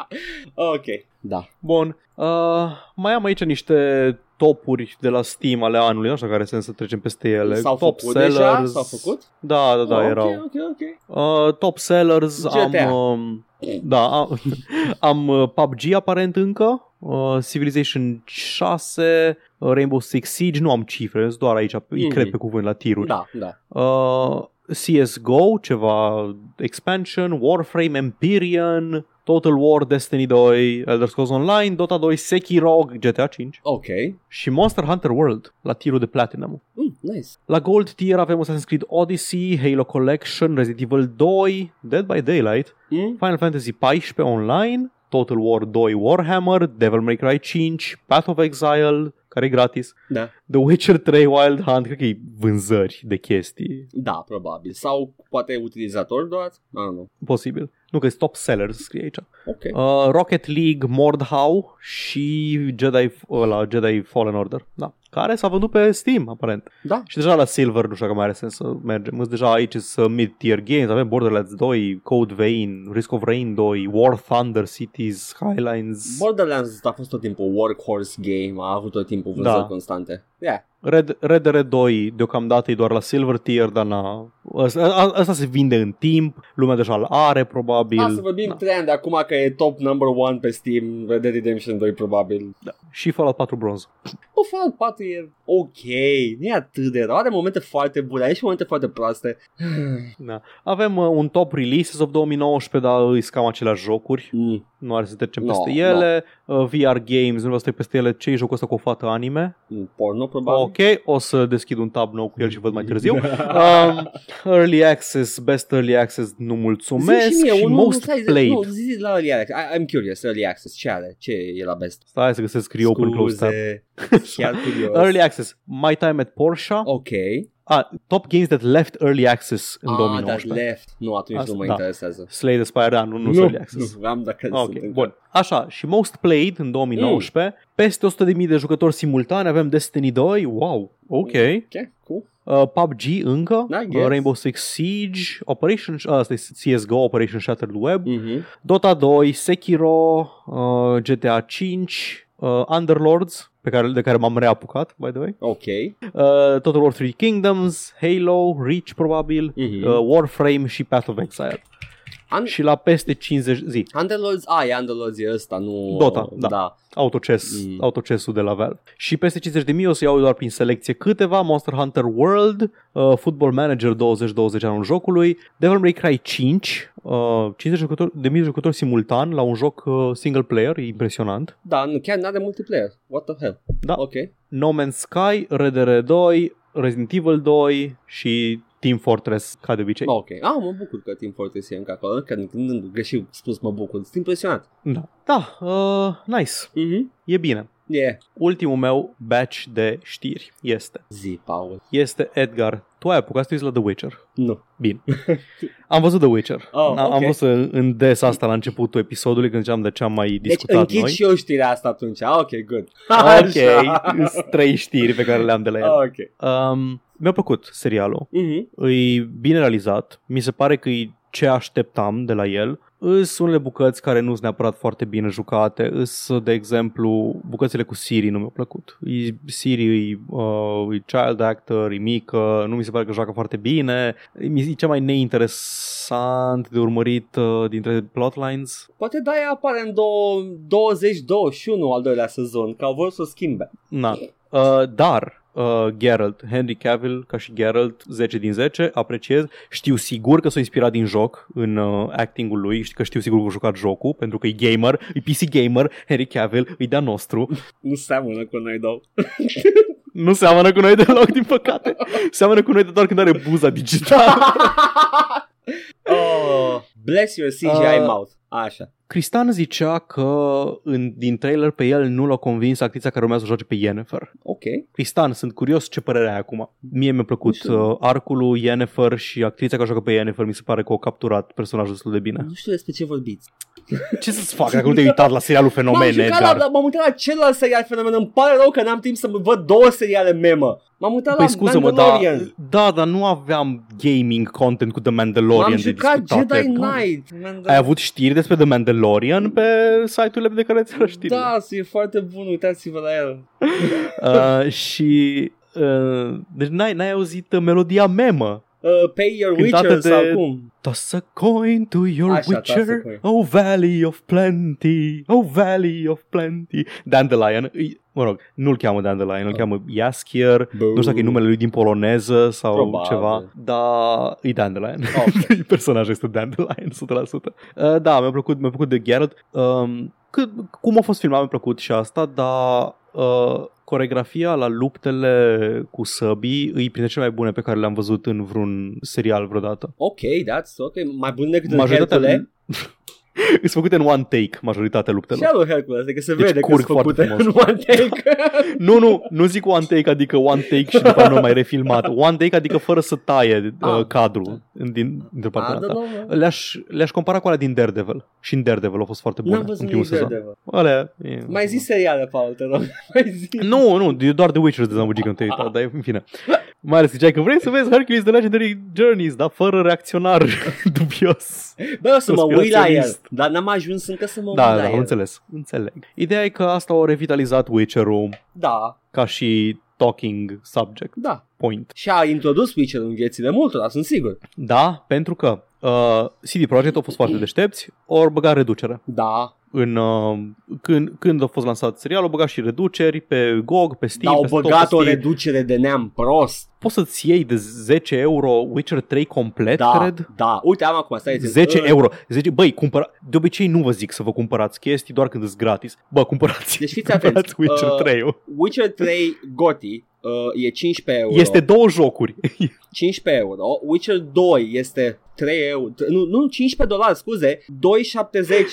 S1: ok, da.
S2: Bun. Uh, mai am aici niște topuri de la Steam ale anului, nu știu care sens să trecem peste ele.
S1: S-au
S2: Top
S1: făcut
S2: sellers.
S1: deja? S-au făcut?
S2: Da, da, da,
S1: oh,
S2: erau.
S1: Ok, ok, ok.
S2: Uh, top sellers
S1: GTA.
S2: am... um, da, am, am uh, PUBG aparent încă, uh, Civilization 6, uh, Rainbow Six Siege, nu am cifre, sunt doar aici, îi
S1: Mhm.
S2: cred pe cuvânt la tiruri.
S1: Da, da.
S2: Uh, CSGO, ceva expansion, Warframe, Empyrean, Total War, Destiny 2, Elder Scrolls Online, Dota 2, Sekiro, GTA 5
S1: Ok.
S2: și Monster Hunter World la tirul de Platinum.
S1: Mm, nice.
S2: La Gold Tier avem Assassin's Creed Odyssey, Halo Collection, Resident Evil 2, Dead by Daylight,
S1: Mm?
S2: Final Fantasy 14 Online, Total War 2 Warhammer, Devil May Cry 5, Path of Exile, care e gratis,
S1: Da.
S2: The Witcher 3 Wild Hunt, cred că e vânzări de chestii,
S1: Da, probabil. Sau poate utilizator doar? Nu, nu.
S2: posibil. Nu că e top sellers, scrie aici.
S1: Ok.
S2: Uh, Rocket League, Mordhau și Jedi, ăla, Jedi Fallen Order, da. Care s-a vândut pe Steam, aparent.
S1: Da.
S2: Și deja la Silver nu știu dacă mai are sens să mergem. Sunt deja aici sunt mid-tier games, avem Borderlands 2, Code Vein, Risk of Rain 2, War Thunder, Cities, Skylines,
S1: Borderlands a fost tot timpul workhorse game, a avut tot timpul vânzări
S2: Da.
S1: constante. Yeah.
S2: Red, Red Dead 2 deocamdată e doar la Silver tier, dar na, asta, asta se vinde în timp, lumea deja îl are probabil.
S1: Hai să vorbim
S2: Na.
S1: trend acum că e top number one pe Steam, Red Dead Redemption 2 probabil.
S2: Și Fallout 4 Bronze.
S1: O Fallout 4 e ok, nu e atât de rău, are momente foarte bune, are și momente foarte proaste.
S2: Da. Avem uh, un top releases of 2019, dar îi cam aceleași jocuri.
S1: Mm.
S2: Nu are să trecem
S1: No,
S2: peste
S1: no.
S2: ele. Uh, VR Games, nu vreau să trec peste ele. Ce e jocul ăsta cu o fată anime?
S1: mm, Porno probabil.
S2: Ok, o să deschid un tab nou cu el și văd mai târziu. Um, early Access, Best Early Access, nu mulțumesc.
S1: Zi și mie, unul,
S2: Most
S1: stai, zi-
S2: Played.
S1: Nu, zi la Early Access. I, I'm curious, Early Access, ce are? Ce e la best?
S2: Stai să găsesc Rio Open Close tab.
S1: Scuze, chiar curios.
S2: Early Access, My Time at Porsche,
S1: Ok.
S2: ah, Top Games that left Early Access în
S1: Ah, that
S2: 2019.
S1: left. Nu, atunci
S2: Asta-
S1: nu mă
S2: da.
S1: interesează.
S2: Slay the Spire, da, nu, nu, nu Early Access.
S1: nu, am dacă
S2: Ah,
S1: sunt
S2: Ok,
S1: încă. Mm.
S2: bun. Așa, și Most Played în 2019, peste 100.000 de jucători simultani, avem Destiny 2, wow, ok. Uh,
S1: Ok, cool.
S2: PUBG încă,
S1: Da,
S2: uh,
S1: yes.
S2: Rainbow Six Siege, Operation, uh, asta e CSGO, Operation Shattered Web,
S1: Mhm.
S2: Dota 2, Sekiro, uh, GTA 5, uh, Underlords, pe care, de care m-am reapucat, by the way,
S1: Ok.
S2: uh, Total War 3 Kingdoms, Halo, Reach probabil,
S1: Mhm.
S2: uh, Warframe și Path of Exile.
S1: An-
S2: Și la peste 50 zi,
S1: Underlords, a, e Underlords e ăsta, nu...
S2: Dota, da.
S1: da.
S2: autoces,
S1: Mm.
S2: mm. autocesul de la Valve. Și peste 50.000 o să iau doar prin selecție câteva, Monster Hunter World, uh, Football Manager 2020 anul jocului, Devil May Cry 5, uh, 50 jucători, de mii de jucători simultan la un joc uh, single player, e impresionant.
S1: Da, nu, chiar n-are multiplayer. What the hell?
S2: Da.
S1: Ok.
S2: No Man's Sky, RDR2, Resident Evil 2 și Team Fortress, ca de obicei.
S1: Ok. Ah, mă bucur că Team Fortress e încă acolo. Că nu, nu, nu, greșit spus mă bucur. Sunt impresionat.
S2: Da, da uh, nice,
S1: Mhm.
S2: e bine.
S1: Yeah.
S2: Ultimul meu batch de știri este.
S1: Zi, Paul.
S2: Este Edgar. Tu ai apucat să te uiți la The Witcher.
S1: Nu.
S2: Bine. Am văzut The Witcher.
S1: Oh,
S2: Am-
S1: ok.
S2: Am vrut să îndes asta la începutul episodului când ziceam de ce am mai
S1: deci
S2: discutat
S1: închid
S2: noi.
S1: și eu știrea asta atunci. Ah, ok, good.
S2: Ok,
S1: Așa.
S2: sunt trei știri pe care le-am de la el.
S1: Ok.
S2: Um, mi-a plăcut serialul.
S1: Mhm.
S2: E bine realizat. Mi se pare că e ce așteptam de la el. Îs unele bucăți care nu sunt neapărat foarte bine jucate. Îs, de exemplu, bucățile cu Siri nu mi-au plăcut. E, Siri e, uh, e child actor, e mică, nu mi se pare că joacă foarte bine. E, e cea mai neinteresant de urmărit uh, dintre plotlines.
S1: Poate da, ea apare în două- 20-21 al doilea sezon, că au vrut să o schimbe.
S2: Na. Uh, dar uh, Geralt, Henry Cavill ca și Geralt, 10 din 10, apreciez. Știu sigur că s-a inspirat din joc în uh, actingul lui, știu că știu sigur că a jucat jocul, pentru că e gamer, e PC gamer, Henry Cavill, e de nostru.
S1: Nu seamănă cu noi două.
S2: Nu seamănă cu noi deloc, din păcate. Seamănă cu noi doar când are buza digitală.
S1: oh, bless your CGI
S2: Uh,
S1: mouth. Așa.
S2: Cristian zicea că în, din trailer pe el nu l-a convins actrița care urmează să joace pe Yennefer.
S1: Ok.
S2: Cristian, sunt curios ce părere ai acum. Mie mi-a plăcut
S1: Nu știu.
S2: uh, arcul lui Yennefer și actrița care joacă pe Yennefer mi se pare că au capturat personajul destul de bine.
S1: Nu știu despre ce vorbiți.
S2: Ce să-ți fac dacă nu te-ai uitat la serialul
S1: M-am,
S2: Fenomen,
S1: jucat la,
S2: Edgar?
S1: la, m-am uitat la celălalt serial fenomen. Îmi pare rău că n-am timp să văd două seriale memă. M-am uitat
S2: Păi
S1: la
S2: scuză-mă, dar,
S1: Mandalorian.
S2: da, dar nu aveam gaming content cu The Mandalorian
S1: M-am
S2: de
S1: jucat
S2: discutat.
S1: Jedi
S2: Edgar.
S1: Knight.
S2: Ai avut știri despre The Mandalorian pe site-urile de care ți-a știri?
S1: Da, e foarte bun, uitați-vă la el.
S2: Uh, și uh, deci n-ai, n-ai auzit uh, melodia memă.
S1: Uh, pay your
S2: Cântată
S1: Witcher sau
S2: de-
S1: cum?
S2: Toss a coin to your
S1: Așa,
S2: witcher,
S1: toss a coin.
S2: oh valley of plenty, oh valley of plenty. Dandelion, îi- mă rog, nu-l cheamă Dandelion, îl
S1: Ah.
S2: cheamă Jaskier, nu știu dacă e numele lui din poloneză sau
S1: Probabil.
S2: ceva, dar e Dandelion.
S1: Ok.
S2: Okay. Personajul este Dandelion, 100%. Uh, da, mi-a plăcut, mi-a plăcut de Garrett. Um, cât, cum a fost filmat mi-a plăcut și asta, dar uh, coregrafia la luptele cu săbii e printre cele mai bune pe care le-am văzut în vreun serial vreodată.
S1: Ok, that's ok. Mai bun decât în Hercule.
S2: Sunt făcute în one take majoritatea
S1: Și
S2: luptelor.
S1: alu Hercule, adică se
S2: Deci
S1: vede că
S2: curg
S1: sunt
S2: foarte
S1: făcute în
S2: frumos.
S1: one take.
S2: Nu, nu, nu zic one take, adică one take și după aia nu mai refilmat. One take, adică fără să taie
S1: Ah. da,
S2: uh, cadrul din, dintr-o parte în
S1: I don't
S2: alta.
S1: know, man.
S2: Le-aș, le-aș compara cu alea din Daredevil. Și în Daredevil au fost foarte bune
S1: N-am văzut
S2: în primul
S1: nici
S2: sezon.
S1: Daredevil.
S2: Alea, e,
S1: Mai zi seriale, Paul, te rog. Mai zi.
S2: Nu, nu, e doar The Witcher de zamugit când te-ai uitat, dar e- în fine. Mai ales ziceai că vrei să vezi Hercules de Legendary Journeys, dar fără reacționar dubios.
S1: Bă, o să mă uit la el,
S2: Conspiraționist.
S1: dar n-am ajuns încă să mă uit
S2: Da,
S1: la
S2: da, am
S1: el.
S2: înțeles. Înțeleg. Ideea e că asta au revitalizat Witcher-ul
S1: Da,
S2: ca și talking subject
S1: da.
S2: point.
S1: Și a introdus Witcher în viețile multora, sunt sigur.
S2: Da, pentru că uh, CD Projekt au fost foarte deștepți, ori băga reducere.
S1: Da,
S2: în, uh, când, când a fost lansat serialul, au băgat și reduceri pe GOG, pe
S1: dar
S2: Steam,
S1: da, au
S2: pe
S1: băgat o
S2: Steam.
S1: reducere de neam prost.
S2: Poți să-ți iei de 10 euro Witcher 3 complet,
S1: Da,
S2: cred?
S1: da. Uite, am acum, stai.
S2: 10
S1: Uh,
S2: euro. 10, băi, cumpăra... de obicei nu vă zic să vă cumpărați chestii doar când sunt gratis. Bă, cumpărați,
S1: Deci fiți
S2: cumpărați
S1: atenți.
S2: Witcher
S1: Uh,
S2: 3 -ul.
S1: Witcher 3 Goti uh, e 15 euro.
S2: Este două jocuri.
S1: 15 euro. Witcher 2 este 3 euro. Nu, nu 15 dolari, scuze. 2,70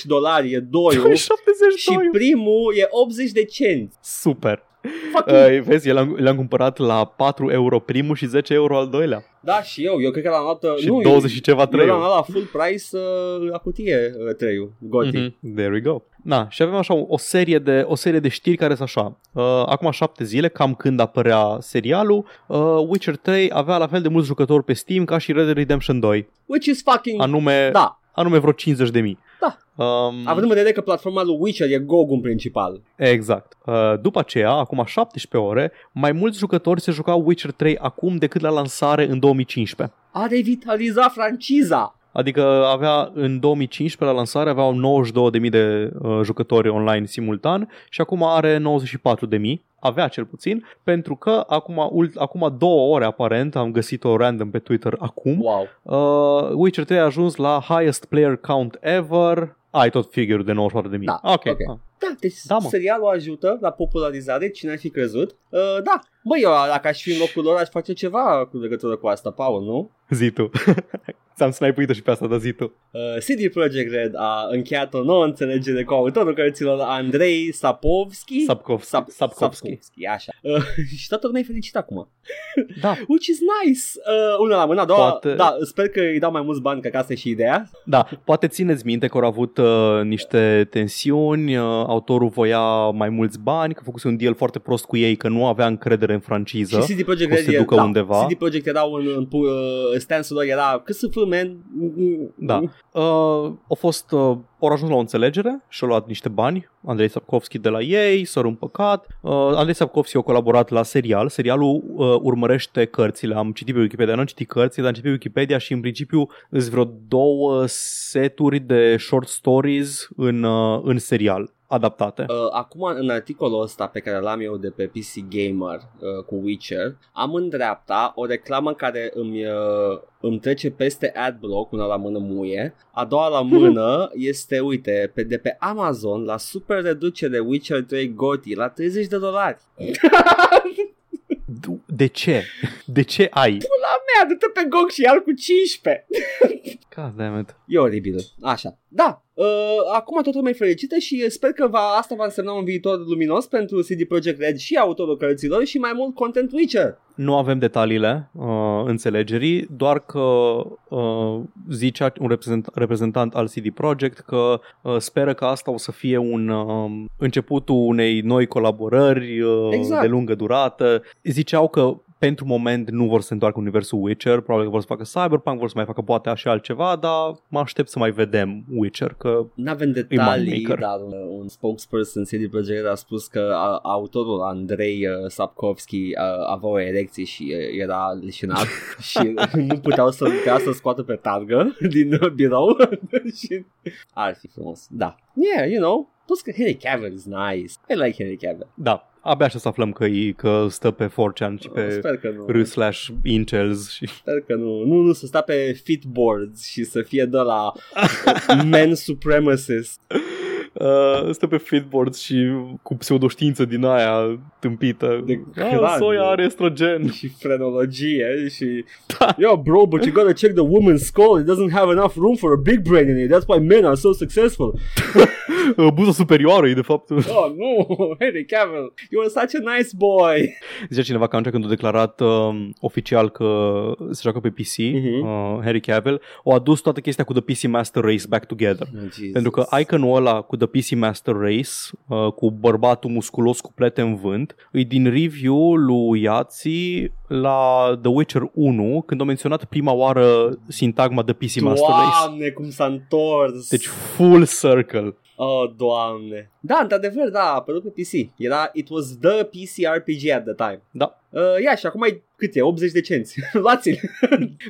S1: dolari e 2 și
S2: 72.
S1: primul e 80 de cenți.
S2: Super.
S1: Fucking
S2: Uh, vezi, eu l-am, l-am cumpărat la 4 euro primul și 10 euro al doilea.
S1: Da, și eu. Eu cred că l-am luat... uh,
S2: Și
S1: nu,
S2: 20 și ceva
S1: eu, eu
S2: 3
S1: l-am luat la full price uh, la cutie uh, 3 Goti.
S2: Mhm. There we go. Na, și avem așa o, o serie de, o serie de știri care sunt așa. Uh, acum șapte zile, cam când apărea serialul, uh, Witcher 3 avea la fel de mulți jucători pe Steam ca și Red Dead Redemption 2,
S1: Which is fucking...
S2: anume, da.
S1: da.
S2: anume vreo 50 de mii.
S1: Da.
S2: Um,
S1: Având în vedere că platforma lui Witcher e GOG în principal.
S2: Exact. Uh, după aceea, acum 17 ore, mai mulți jucători se jucau Witcher 3 acum decât la lansare în 2015.
S1: A revitalizat franciza.
S2: Adică avea în 2015 la lansare aveau 92.000 de uh, jucători online simultan și acum are 94.000, avea cel puțin, pentru că acum, ult, acum două ore aparent, am găsit-o random pe Twitter acum,
S1: Wow.
S2: uh, Witcher 3 a ajuns la highest player count ever, ai tot figure de 94.000.
S1: Da,
S2: ok.
S1: ok.
S2: ah.
S1: Da, deci
S2: Da,
S1: da,
S2: mă.
S1: serialul ajută la popularizare, cine ar fi crezut. Uh, da, băi, eu dacă aș fi în locul lor, aș face ceva cu legătură cu asta, Paul, nu?
S2: Zi tu. Ți-am snipuit și pe asta, dar zi tu.
S1: Uh, CD Projekt Red a încheiat o nouă înțelegere cu autorul cărților Andrei Sapovski.
S2: Sapkov,
S1: Sap-
S2: Sapkovski.
S1: Sapkowski, așa. Uh, și toată lumea e fericită acum.
S2: Da,
S1: Which is nice. Uh, una la mână, a doua,
S2: Poate-
S1: da, sper că îi dau mai mulți bani, că asta e și ideea.
S2: Da, poate țineți minte că au avut uh, niște tensiuni, uh, autorul voia mai mulți bani, că făcuse un deal foarte prost cu ei, că nu avea încredere în franciză.
S1: Și CD Projekt
S2: o să
S1: Red e-
S2: ducă
S1: da,
S2: undeva.
S1: CD Projekt era un, în, pu- uh, stansul lor era cât să fă, man.
S2: Da. Uh, au fost, uh, au ajuns la o înțelegere și au luat niște bani, Andrei Sapkowski de la ei, s-au împăcat. Uh, Andrei Sapkowski a colaborat la serial, serialul uh, urmărește cărțile, am citit pe Wikipedia, nu am citit cărțile, dar am citit pe Wikipedia și în principiu sunt vreo două seturi de short stories în, uh, în serial adaptate.
S1: Uh, acum, în articolul ăsta pe care l-am eu de pe PC Gamer uh, cu Witcher, am în dreapta o reclamă care îmi, uh, îmi trece peste adblock, una la mână muie, a doua la mână este, uite, pe, de pe Amazon, la super reducere Witcher 3 Goti, la 30 de dolari.
S2: Du- De ce? De ce ai?
S1: Mea, du-te pe GOG și iar cu 15!
S2: God damn it.
S1: E oribil. Așa. Da, uh, Uh, acum toată lumea e fericită și sper că va, asta va însemna un viitor luminos pentru CD Projekt Red și autorul cărților și mai mult content Witcher.
S2: Nu avem detaliile uh, înțelegerii, doar că uh, zicea un reprezentant, reprezentant al CD Projekt că uh, speră că asta o să fie un uh, începutul unei noi colaborări uh,
S1: Exact.
S2: de lungă durată. Ziceau că pentru moment nu vor să se întoarcă universul Witcher, probabil că vor să facă Cyberpunk, vor să mai facă poate așa altceva, dar mă aștept să mai vedem Witcher, că
S1: N-avem detalii,
S2: moneymaker.
S1: dar un, un spokesperson CD Projekt a spus că a, autorul Andrei uh, Sapkowski uh, avea o erecție și uh, era leșinat și nu puteau să putea să scoată pe targă din uh, birou și ar fi frumos. Da. Yeah, you know. Plus că Henry Cavill is nice. I like Henry Cavill.
S2: da, abia așa să aflăm că, e, că stă pe 4chan și
S1: Uh,
S2: pe
S1: Sper că nu.
S2: r slash incels și
S1: Sper că nu. Nu, nu, să sta pe fitboards și să fie de la men supremacist.
S2: Uh, stă pe fitboard și cu pseudoștiință din aia tâmpită.
S1: De
S2: ah,
S1: crani.
S2: soia are estrogen.
S1: și frenologie și
S2: Da.
S1: Yo bro, but you gotta check the woman's skull. It doesn't have enough room for a big brain in it. That's why men are so successful.
S2: Uh, Buza superioară e de fapt.
S1: Oh no, Henry Cavill, you are such a nice boy.
S2: Zicea cineva că atunci când a declarat uh, oficial că se joacă pe PC,
S1: Mhm.
S2: uh, Harry Cavill, au adus toată chestia cu The PC Master Race back together.
S1: Oh,
S2: Pentru că iconul ăla cu The PC Master Race, uh, cu bărbatul musculos cu plete în vânt, e din review-ul lui Iați la The Witcher 1, când a menționat prima oară sintagma The PC Master Race.
S1: Doamne, cum s-a întors.
S2: Deci full circle.
S1: Oh, doamne. Da, într-adevăr, da, a apărut pe PC. Era, it was the PC RPG at the time.
S2: Da.
S1: Uh, ia și acum e cât e? 80 de cenți. Luați-l.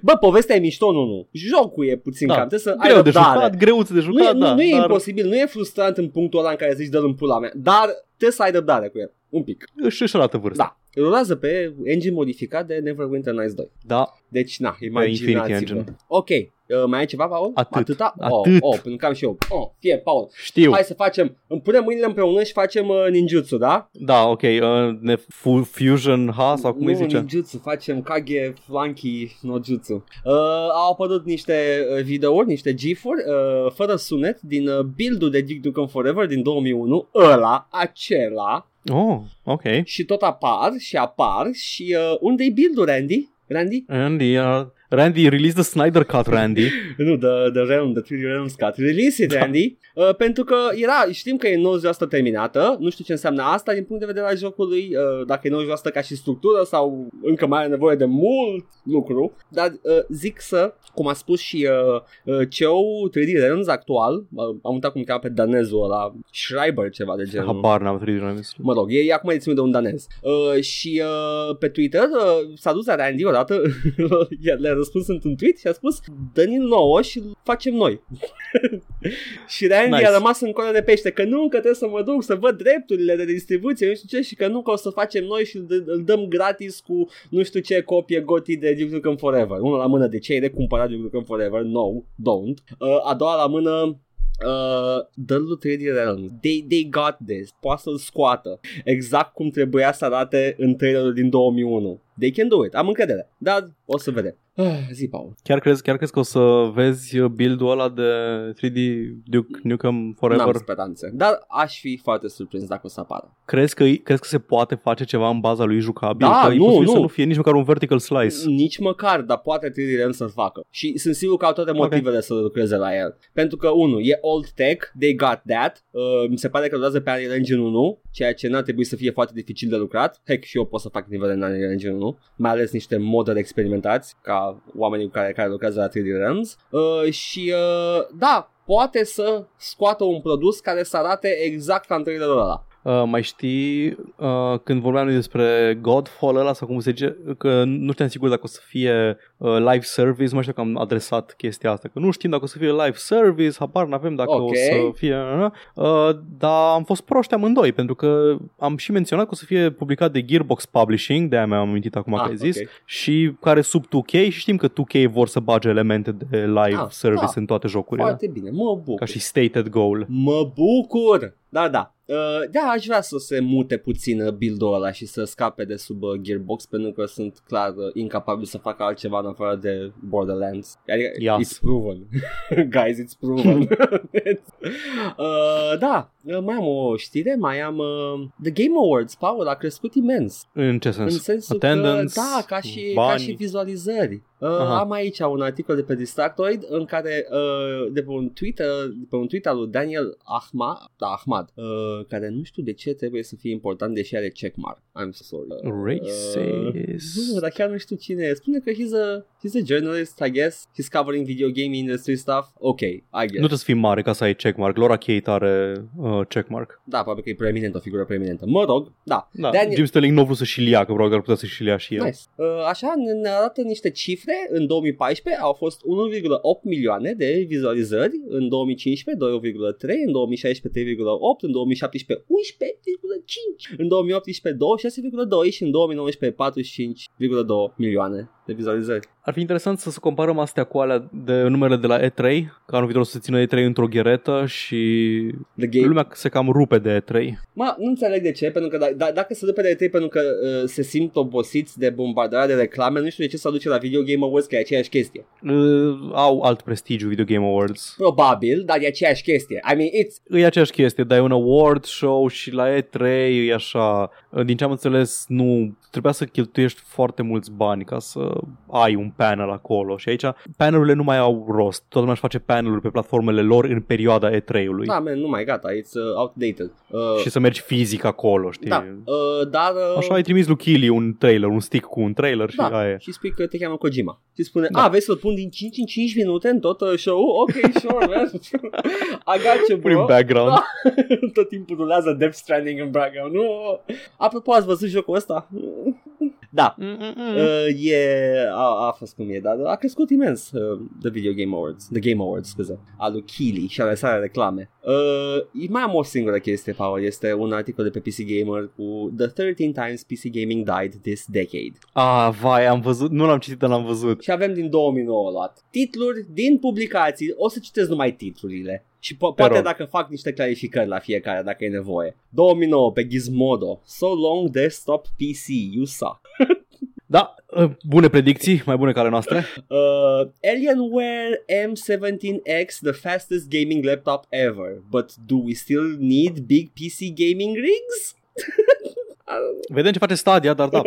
S1: Bă, povestea e mișto, nu, nu. Jocul e puțin
S2: Da.
S1: cam. Trebuie să ai
S2: Greu de
S1: răbdare.
S2: jucat, greu de
S1: Nu e,
S2: jucat,
S1: nu,
S2: da.
S1: nu e
S2: dar
S1: imposibil, nu e frustrant în punctul ăla în care zici dă-l în pula mea, dar trebuie să ai răbdare cu el, un pic.
S2: Își, își arată vârsta.
S1: Da, îl rulează pe engine modificat de Neverwinter Nights 2.
S2: da.
S1: Deci, na,
S2: Infinity
S1: imaginați
S2: Engine.
S1: Ok, uh, mai ai ceva, Paul?
S2: Atât.
S1: Atâta? Oh,
S2: Atât.
S1: oh, pentru că am și eu. Oh, fie, Paul.
S2: Știu.
S1: Hai să facem, îmi punem mâinile împreună și facem uh, ninjutsu, da?
S2: Da, ok. Uh, ne fu- fusion ha sau cum
S1: nu,
S2: îi zice?
S1: ninjutsu, facem kage, flanki, no jutsu. Uh, au apărut niște uh, videouri, niște gif-uri, uh, fără sunet, din uh, build-ul de Dick Duke Forever din 2001, ăla, acela,
S2: Oh, ok.
S1: și tot apar și apar și uh, unde e build-ul, Randy? Randy?
S2: Randy, uh, Randy, release the Snyder Cut, Randy.
S1: Nu, The, the Realm, The Three Realms Cut. Release it, Randy. Uh, pentru că era, știm că e 90% terminată, nu știu ce înseamnă asta din punct de vedere al jocului, uh, dacă e 90% ca și structură sau încă mai are nevoie de mult lucru, dar uh, zic să, cum a spus și uh, uh, CEO 3D Realms actual, uh, am uitat cum cheamă pe danezul ăla, Schreiber ceva de genul.
S2: Habar n-am 3 dinamis.
S1: Mă rog, ei acum e ținut de un danez. Uh, și uh, pe Twitter uh, s-a dus la Randy odată, iar le-a răspuns într-un tweet și a spus dă-ni nouă și facem noi. și Randy
S2: Nice.
S1: a rămas în coadă de pește că nu, că trebuie să mă duc să văd drepturile de distribuție, nu știu ce, și că nu, că o să facem noi și îl d- îl dăm gratis cu nu știu ce copie goti de Duke Nukem Forever. Una la mână de ce ai de cumpărat Duke Nukem Forever? No, don't. Uh, a doua la mână Uh, dă-l lui 3D Realms. They, they got this. Poate să-l scoată. Exact cum trebuia să arate în trailerul din 2001. They can do it. Am încredere. Dar o să vedem. Ah, zi, Paul.
S2: Chiar crezi, chiar crezi că o să vezi uh, build-ul ăla de 3D Duke Nukem
S1: N-am
S2: Forever?
S1: speranțe. Dar aș fi foarte surprins dacă o să apară.
S2: Crezi că, crezi că se poate face ceva în baza lui jucabil?
S1: Da,
S2: că e
S1: nu,
S2: posibil să
S1: nu.
S2: nu fie nici măcar un vertical slice.
S1: Nici măcar, dar poate 3D Realms să-l facă. Și sunt sigur că au toate motivele să lucreze la el. Pentru că, unu, e old tech, they got that. Uh, mi se pare că durează pe Unreal Engine 1, ceea ce n-ar trebui să fie foarte dificil de lucrat. Heck, și eu pot să fac nivele în Unreal Engine 1, mai ales niște modele experimentați, ca oamenii care, care lucrează la 3D Realms. Uh, și, uh, da, poate să scoată un produs care să arate exact ca în trailerul ăla.
S2: Uh, mai știi uh, când vorbeam noi despre Godfall ăla sau cum se zice, că nu știam sigur dacă o să fie uh, live service, mai știu că am adresat chestia asta, că nu știm dacă o să fie live service, habar n-avem dacă
S1: Ok.
S2: o să fie, uh, dar am fost proști amândoi, pentru că am și menționat că o să fie publicat de Gearbox Publishing, de-aia mi-am amintit acum că ai zis,
S1: Ah, ok.
S2: și care sub 2K și știm că 2K vor să bage elemente de live
S1: Ah,
S2: service
S1: da.
S2: în toate jocurile,
S1: Foarte bine, mă bucur.
S2: ca și stated goal.
S1: Mă bucur! Da, da. Uh, da, aș vrea să se mute puțin uh, build-ul ăla și să scape de sub uh, Gearbox pentru că sunt clar uh, incapabil să facă altceva în afară de Borderlands. Adică,
S2: Yes.
S1: it's proven. Guys, it's proven. uh, da, mai am o știre, mai am uh, The Game Awards, Paul, a crescut imens.
S2: În ce
S1: În
S2: sens?
S1: sensul
S2: attendance,
S1: că, da, ca și, ca
S2: bani.
S1: și vizualizări. Uh,
S2: Aha.
S1: am aici un articol de pe Distractoid în care uh, de pe un tweet, uh, de pe un tweet al lui Daniel Ahmad, da, Ahmad uh, care nu știu de ce trebuie să fie important deși are checkmark. I'm so sorry. Uh,
S2: Racist.
S1: nu, dar chiar nu știu cine e. Spune că he's a, he's a journalist, I guess. He's covering video game industry stuff. Ok, I guess.
S2: Nu trebuie să fii mare ca să ai checkmark. Laura Kate are uh, checkmark.
S1: Da, probabil că e preeminent, o figură preeminentă. Mă rog, da.
S2: Da.
S1: Daniel-
S2: Jim Sterling nu a vrut să-și ia, că probabil că ar putea să-și ia și el.
S1: Nice. Uh, Așa ne- ne arată niște cifre. În 2014 au fost 1,8 milioane de vizualizări, în 2015 2,3, în 2016 3,8, în 2017 11,5, în 2018 26,2 și în 2019 45,2 milioane de vizualizări.
S2: Ar fi interesant să, să comparăm astea cu alea de numele de la E3, că anul viitor o să se țină E3 într-o gheretă și
S1: The game.
S2: lumea se cam rupe de E3.
S1: Mă, nu înțeleg de ce, pentru că da, da, dacă se dupe de E3 pentru că uh, se simt obosiți de bombardarea de reclame, nu știu de ce se aduce la Video Game Awards, că e aceeași chestie.
S2: Uh, au alt prestigiu Video Game Awards.
S1: Probabil, dar e aceeași chestie. I mean, it's
S2: E aceeași chestie, dai un award show și la E3 e așa. Din ce am înțeles, nu trebuia să cheltuiești foarte mulți bani ca să ai un panel acolo și aici panelurile nu mai au rost. Toată lumea își face paneluri pe platformele lor în perioada E3-ului.
S1: Da, man, nu mai gata, it's uh, outdated. Uh,
S2: Păi- Și să mergi fizic acolo, știi?
S1: da, uh, dar... Uh,
S2: Așa ai trimis lui Kili un trailer, un stick cu un trailer și
S1: da,
S2: aia e.
S1: și spui că te cheamă Kojima. Și spune,
S2: Da.
S1: a, vrei să-l pun din 5 în 5 minute în tot uh, show-ul? Ok, sure, man. I got you,
S2: Prin
S1: bro.
S2: background.
S1: Da. tot timpul rulează Death Stranding în background. Nu. Apropo, ați văzut jocul ăsta? da,
S2: Mm, Mm-mm-mm.
S1: Uh, e, a, a fost cum e, dar a crescut imens uh, The Video Game Awards, The Game Awards, scuze, a lui Keely și ale sale reclame. Uh, mai am o singură chestie, Paul, este un articol de pe PC Gamer cu The 13 times PC Gaming died this decade.
S2: Ah, vai, am văzut, nu l-am citit, dar l-am văzut.
S1: Și avem din 2009 luat. Titluri din publicații, o să citesc numai titlurile. Și po-
S2: Te
S1: poate
S2: rog.
S1: dacă fac niște clarificări la fiecare, dacă e nevoie. 2009 pe Gizmodo. So long desktop PC, you suck.
S2: Da, uh, bune predicții, mai bune ca ale noastre.
S1: Uh, Alienware M17X, the fastest gaming laptop ever. But do we still need big PC gaming rigs?
S2: Vedem ce face Stadia, dar da.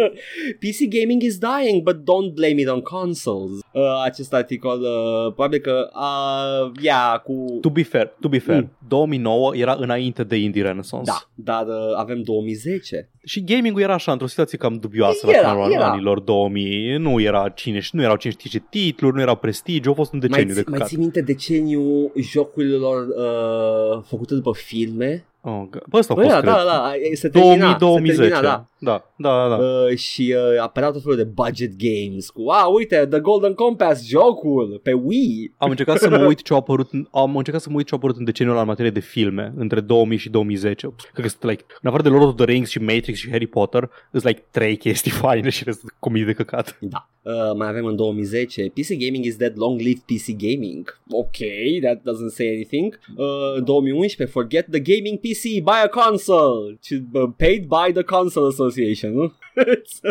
S1: PC gaming is dying, but don't blame it on consoles. Uh, acest articol, uh, probabil că, uh, ia, cu...
S2: To be fair, to be fair,
S1: Mm.
S2: 2009 era înainte de Indie Renaissance.
S1: Da, dar uh, avem 2010.
S2: Și gaming-ul era așa, într-o situație cam dubioasă
S1: Era,
S2: la finalul
S1: era.
S2: anilor 2000. Nu era cine, nu erau cine știe ce titluri, nu era prestigiu, a fost un deceniu
S1: mai,
S2: de
S1: ți- mai
S2: căcat.
S1: ții minte deceniul jocurilor uh, făcute după filme?
S2: Oh, God. Bă, ăsta a
S1: Bă,
S2: fost,
S1: da,
S2: cred.
S1: da, da, e- se termina, se
S2: 2000,
S1: termina,
S2: 2010.
S1: da.
S2: da. da, da, da.
S1: Uh, și uh, apăreau tot felul de budget games cu, a, uite, The Golden Compass, jocul, pe Wii.
S2: Am încercat să mă uit ce a apărut, în- am încercat să mă uit ce a apărut în deceniul ăla în materie de filme, între 2000 și 2010. Cred că sunt like, în afară de Lord of the Rings și Matrix și Harry Potter, sunt like trei chestii faine și restul comedii de căcat.
S1: Da. Uh, mai avem în 2010 PC Gaming is dead, long live PC Gaming Ok, that doesn't say anything uh, 2011 Forget the gaming PC, buy a console Ci- uh, Paid by the console association nu?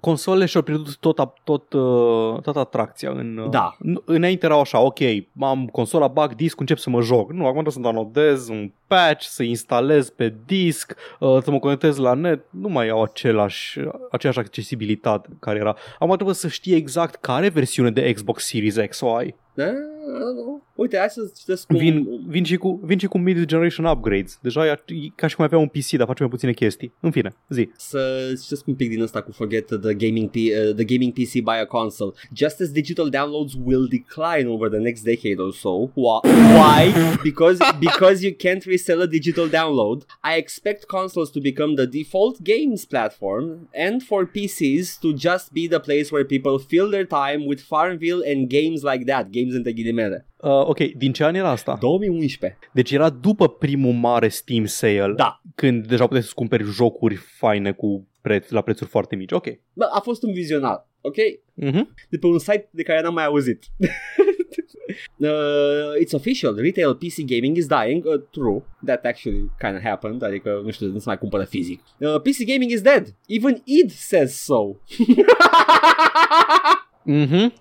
S2: Consolele și-au pierdut tot, ap- tot, uh, toată atracția în... uh,
S1: Da.
S2: n- Înainte erau așa, ok, am consola, bag disc, încep să mă joc. Nu, acum trebuie să downloadez un patch, să instalez pe disc, uh, să mă conectez la net. Nu mai au același, aceeași accesibilitate care era. Acum trebuie să știi exact care versiune de Xbox Series X o ai.
S1: da? I don't know. Uite, hai să citesc cum...
S2: Vin, vin, și cu, vin și cu mid-generation upgrades. Deja e a- e ca și cum ai avea un PC, dar face mai puține chestii. În fine, zi.
S1: să citesc un pic din ăsta cu forget the gaming, P- uh, the gaming PC buy a console. Just as digital downloads will decline over the next decade or so, wha- why? Because because you can't resell a digital download. I expect consoles to become the default games platform and for PCs to just be the place where people fill their time with Farmville and games like that, games între ghilimele.
S2: Uh, ok, din ce an era asta?
S1: e 2011.
S2: Deci era după primul mare Steam sale,
S1: Da.
S2: când deja puteai să cumperi jocuri faine cu preț, la prețuri foarte mici. Ok.
S1: Bă, a fost un vizionar, ok?
S2: Mm-hmm.
S1: de pe un Tipo, um site de care n-am mai auzit. uh, it's official, retail PC gaming is dying. Uh, true, that actually kind of happened, adică nu știu, nu se mai cumpără fizic. Uh, PC gaming is dead, even id says so.
S2: Mm-hmm.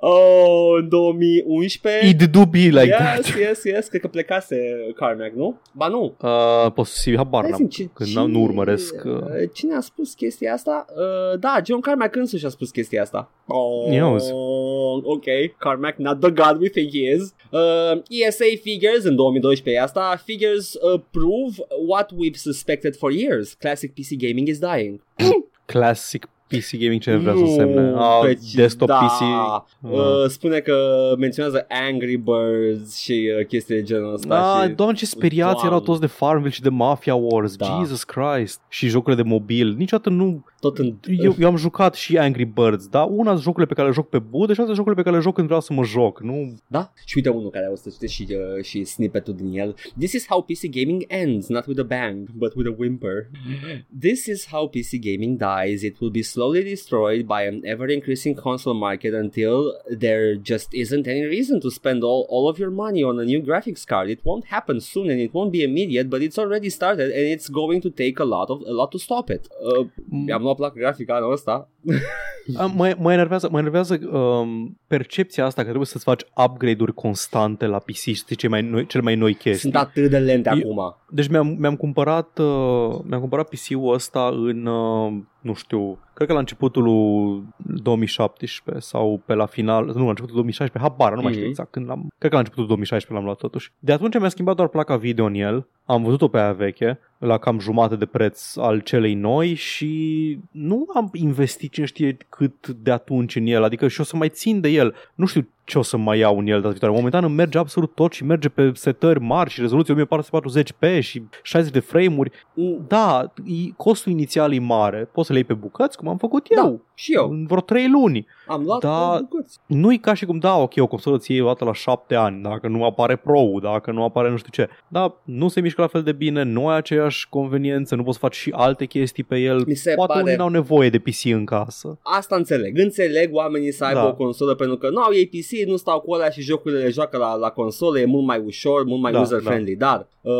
S1: Oh, în 2011.
S2: It do be like
S1: yes,
S2: that.
S1: yes, yes, cred că plecase Carmack, nu? Ba nu.
S2: Uh, posibil, habar
S1: Hai
S2: n-am,
S1: zi-mi ce-
S2: că
S1: cine-
S2: n-am- nu urmăresc. Uh,
S1: Cine a spus chestia asta? Uh, da, John Carmack însuși a spus chestia asta. Oh,
S2: Ia uzi.
S1: ok, Carmack, not the god we think he is. Uh, ESA figures în 2012 e asta. Figures uh, prove what we've suspected for years. Classic PC gaming is dying.
S2: classic PC gaming ce vrea să
S1: Nu,
S2: semne. Uh,
S1: pe-
S2: desktop
S1: Ah, da.
S2: PC. Uh,
S1: Uh, spune că menționează Angry Birds și uh, chestii de genul ăsta.
S2: Da,
S1: și...
S2: doamne ce speriați
S1: Doamne.
S2: erau toți de Farmville și de Mafia Wars,
S1: Da.
S2: Jesus Christ, și jocurile de mobil, niciodată nu,
S1: Tot în...
S2: eu, eu am jucat și Angry Birds, da, una sunt jocurile pe care le joc pe budă și alta sunt jocurile pe care le joc când vreau să mă joc, nu,
S1: Da? Și uite unul care o să citești și, uh, și snippet-ul din el. This is how PC gaming ends, not with a bang, but with a whimper. This is how PC gaming dies. It will be slowly destroyed by an ever-increasing console market until there just isn't any reason to spend all, all of your money on a new graphics card. It won't happen soon and it won't be immediate, but it's already started and it's going to take a lot of a lot to stop it. Uh, mi-am luat placă grafică anul ăsta.
S2: A, Mă, mă enervează, mă enervează um, percepția asta că trebuie să-ți faci upgrade-uri constante la PC și să zici cei mai noi, cele mai noi chestii.
S1: Sunt atât de lente
S2: Eu-
S1: acum.
S2: Deci mi-am, mi-am cumpărat uh, mi-am cumpărat PC-ul ăsta în uh, nu știu, cred că la începutul lui 2017 sau pe la final, nu, la începutul 2016, habar, nu mai știu
S1: Mhm.
S2: exact când l-am. Cred că la începutul 2016 l-am luat totuși. De atunci mi-a schimbat doar placa video în el. Am văzut-o pe aia veche la cam jumate de preț al celei noi și nu am investit cine știe cât de atunci în el, adică și o să mai țin de el. Nu știu ce o să mai iau în el data viitoare. Momentan îmi merge absolut tot și merge pe setări mari și rezoluție 1440p și 60 de frame-uri.
S1: Mm,
S2: Da, i- costul inițial e mare. Poți să le iei pe bucăți, cum am făcut eu.
S1: Da, și eu.
S2: În vreo 3 luni.
S1: Am luat
S2: Da.
S1: da. bucăți.
S2: Nu e ca și cum, da, ok, o consolă ți iei o dată la 7 ani, dacă nu apare pro dacă nu apare nu știu ce. Dar nu se mișcă la fel de bine, nu ai aceeași conveniență, nu poți să faci și alte chestii pe el.
S1: Mi se
S2: Poate
S1: pare
S2: unii n-au nevoie de PC în casă.
S1: Asta înțeleg. Înțeleg oamenii să aibă
S2: Da.
S1: o consolă pentru că nu au ei PC, nu stau cu alea și jocurile le joacă la, la console, e mult mai ușor, mult mai
S2: Da,
S1: user-friendly, dar uh,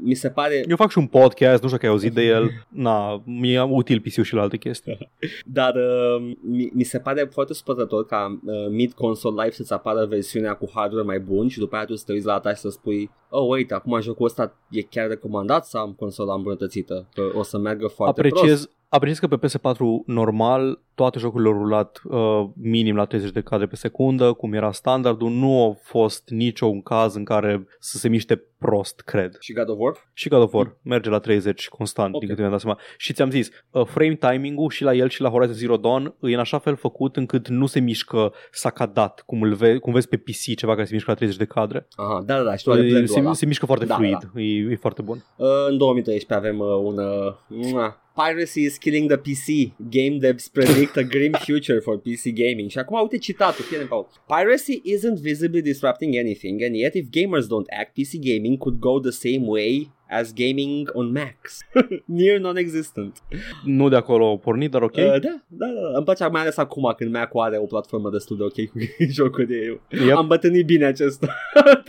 S1: mi se pare,
S2: Eu fac și un podcast, nu știu dacă ai auzit de el. Na, mi-e util PC-ul și la alte chestii.
S1: dar uh, mi, mi se pare foarte supărător ca uh, mid-console live să-ți apară versiunea cu hardware mai bun și după aia tu să te uiți la ta și să spui oh, wait, acum jocul ăsta e chiar recomandat să am consola îmbunătățită, că o să meargă foarte prost.
S2: Apreciez, apreciez că pe PS4 normal toate jocurile au rulat uh, minim la 30 de cadre pe secundă, cum era standardul. Nu a fost niciun caz în care să se miște prost, cred.
S1: Și God of War?
S2: Și God of War merge la 30 constant,
S1: Ok.
S2: din câte mi-am dat seama. Și ți-am zis, uh, frame timing-ul și la el și la Horizon Zero Dawn e în așa fel făcut încât nu se mișcă sacadat, cum, îl ve- cum vezi pe PC, ceva care se mișcă la 30 de cadre.
S1: Aha, da, da, da, știu de
S2: Se,
S1: blend-ul ăla.
S2: se, se mișcă foarte
S1: Da,
S2: fluid, E, e foarte bun.
S1: Uh, în 2013 avem uh, un uh, mua, Piracy is killing the PC. Game devs predict a grim future for PC gaming. Și acum uite citatul, fii atent, Paul. Piracy isn't visibly disrupting anything and yet if gamers don't act, PC gaming could go the same way as gaming on Macs. Near non-existent.
S2: Nu de acolo au pornit, dar ok.
S1: Uh, da, da, da, da. Îmi place mai ales acum când Mac are o platformă destul de ok cu jocuri de eu.
S2: Yep.
S1: Am bătânit bine acest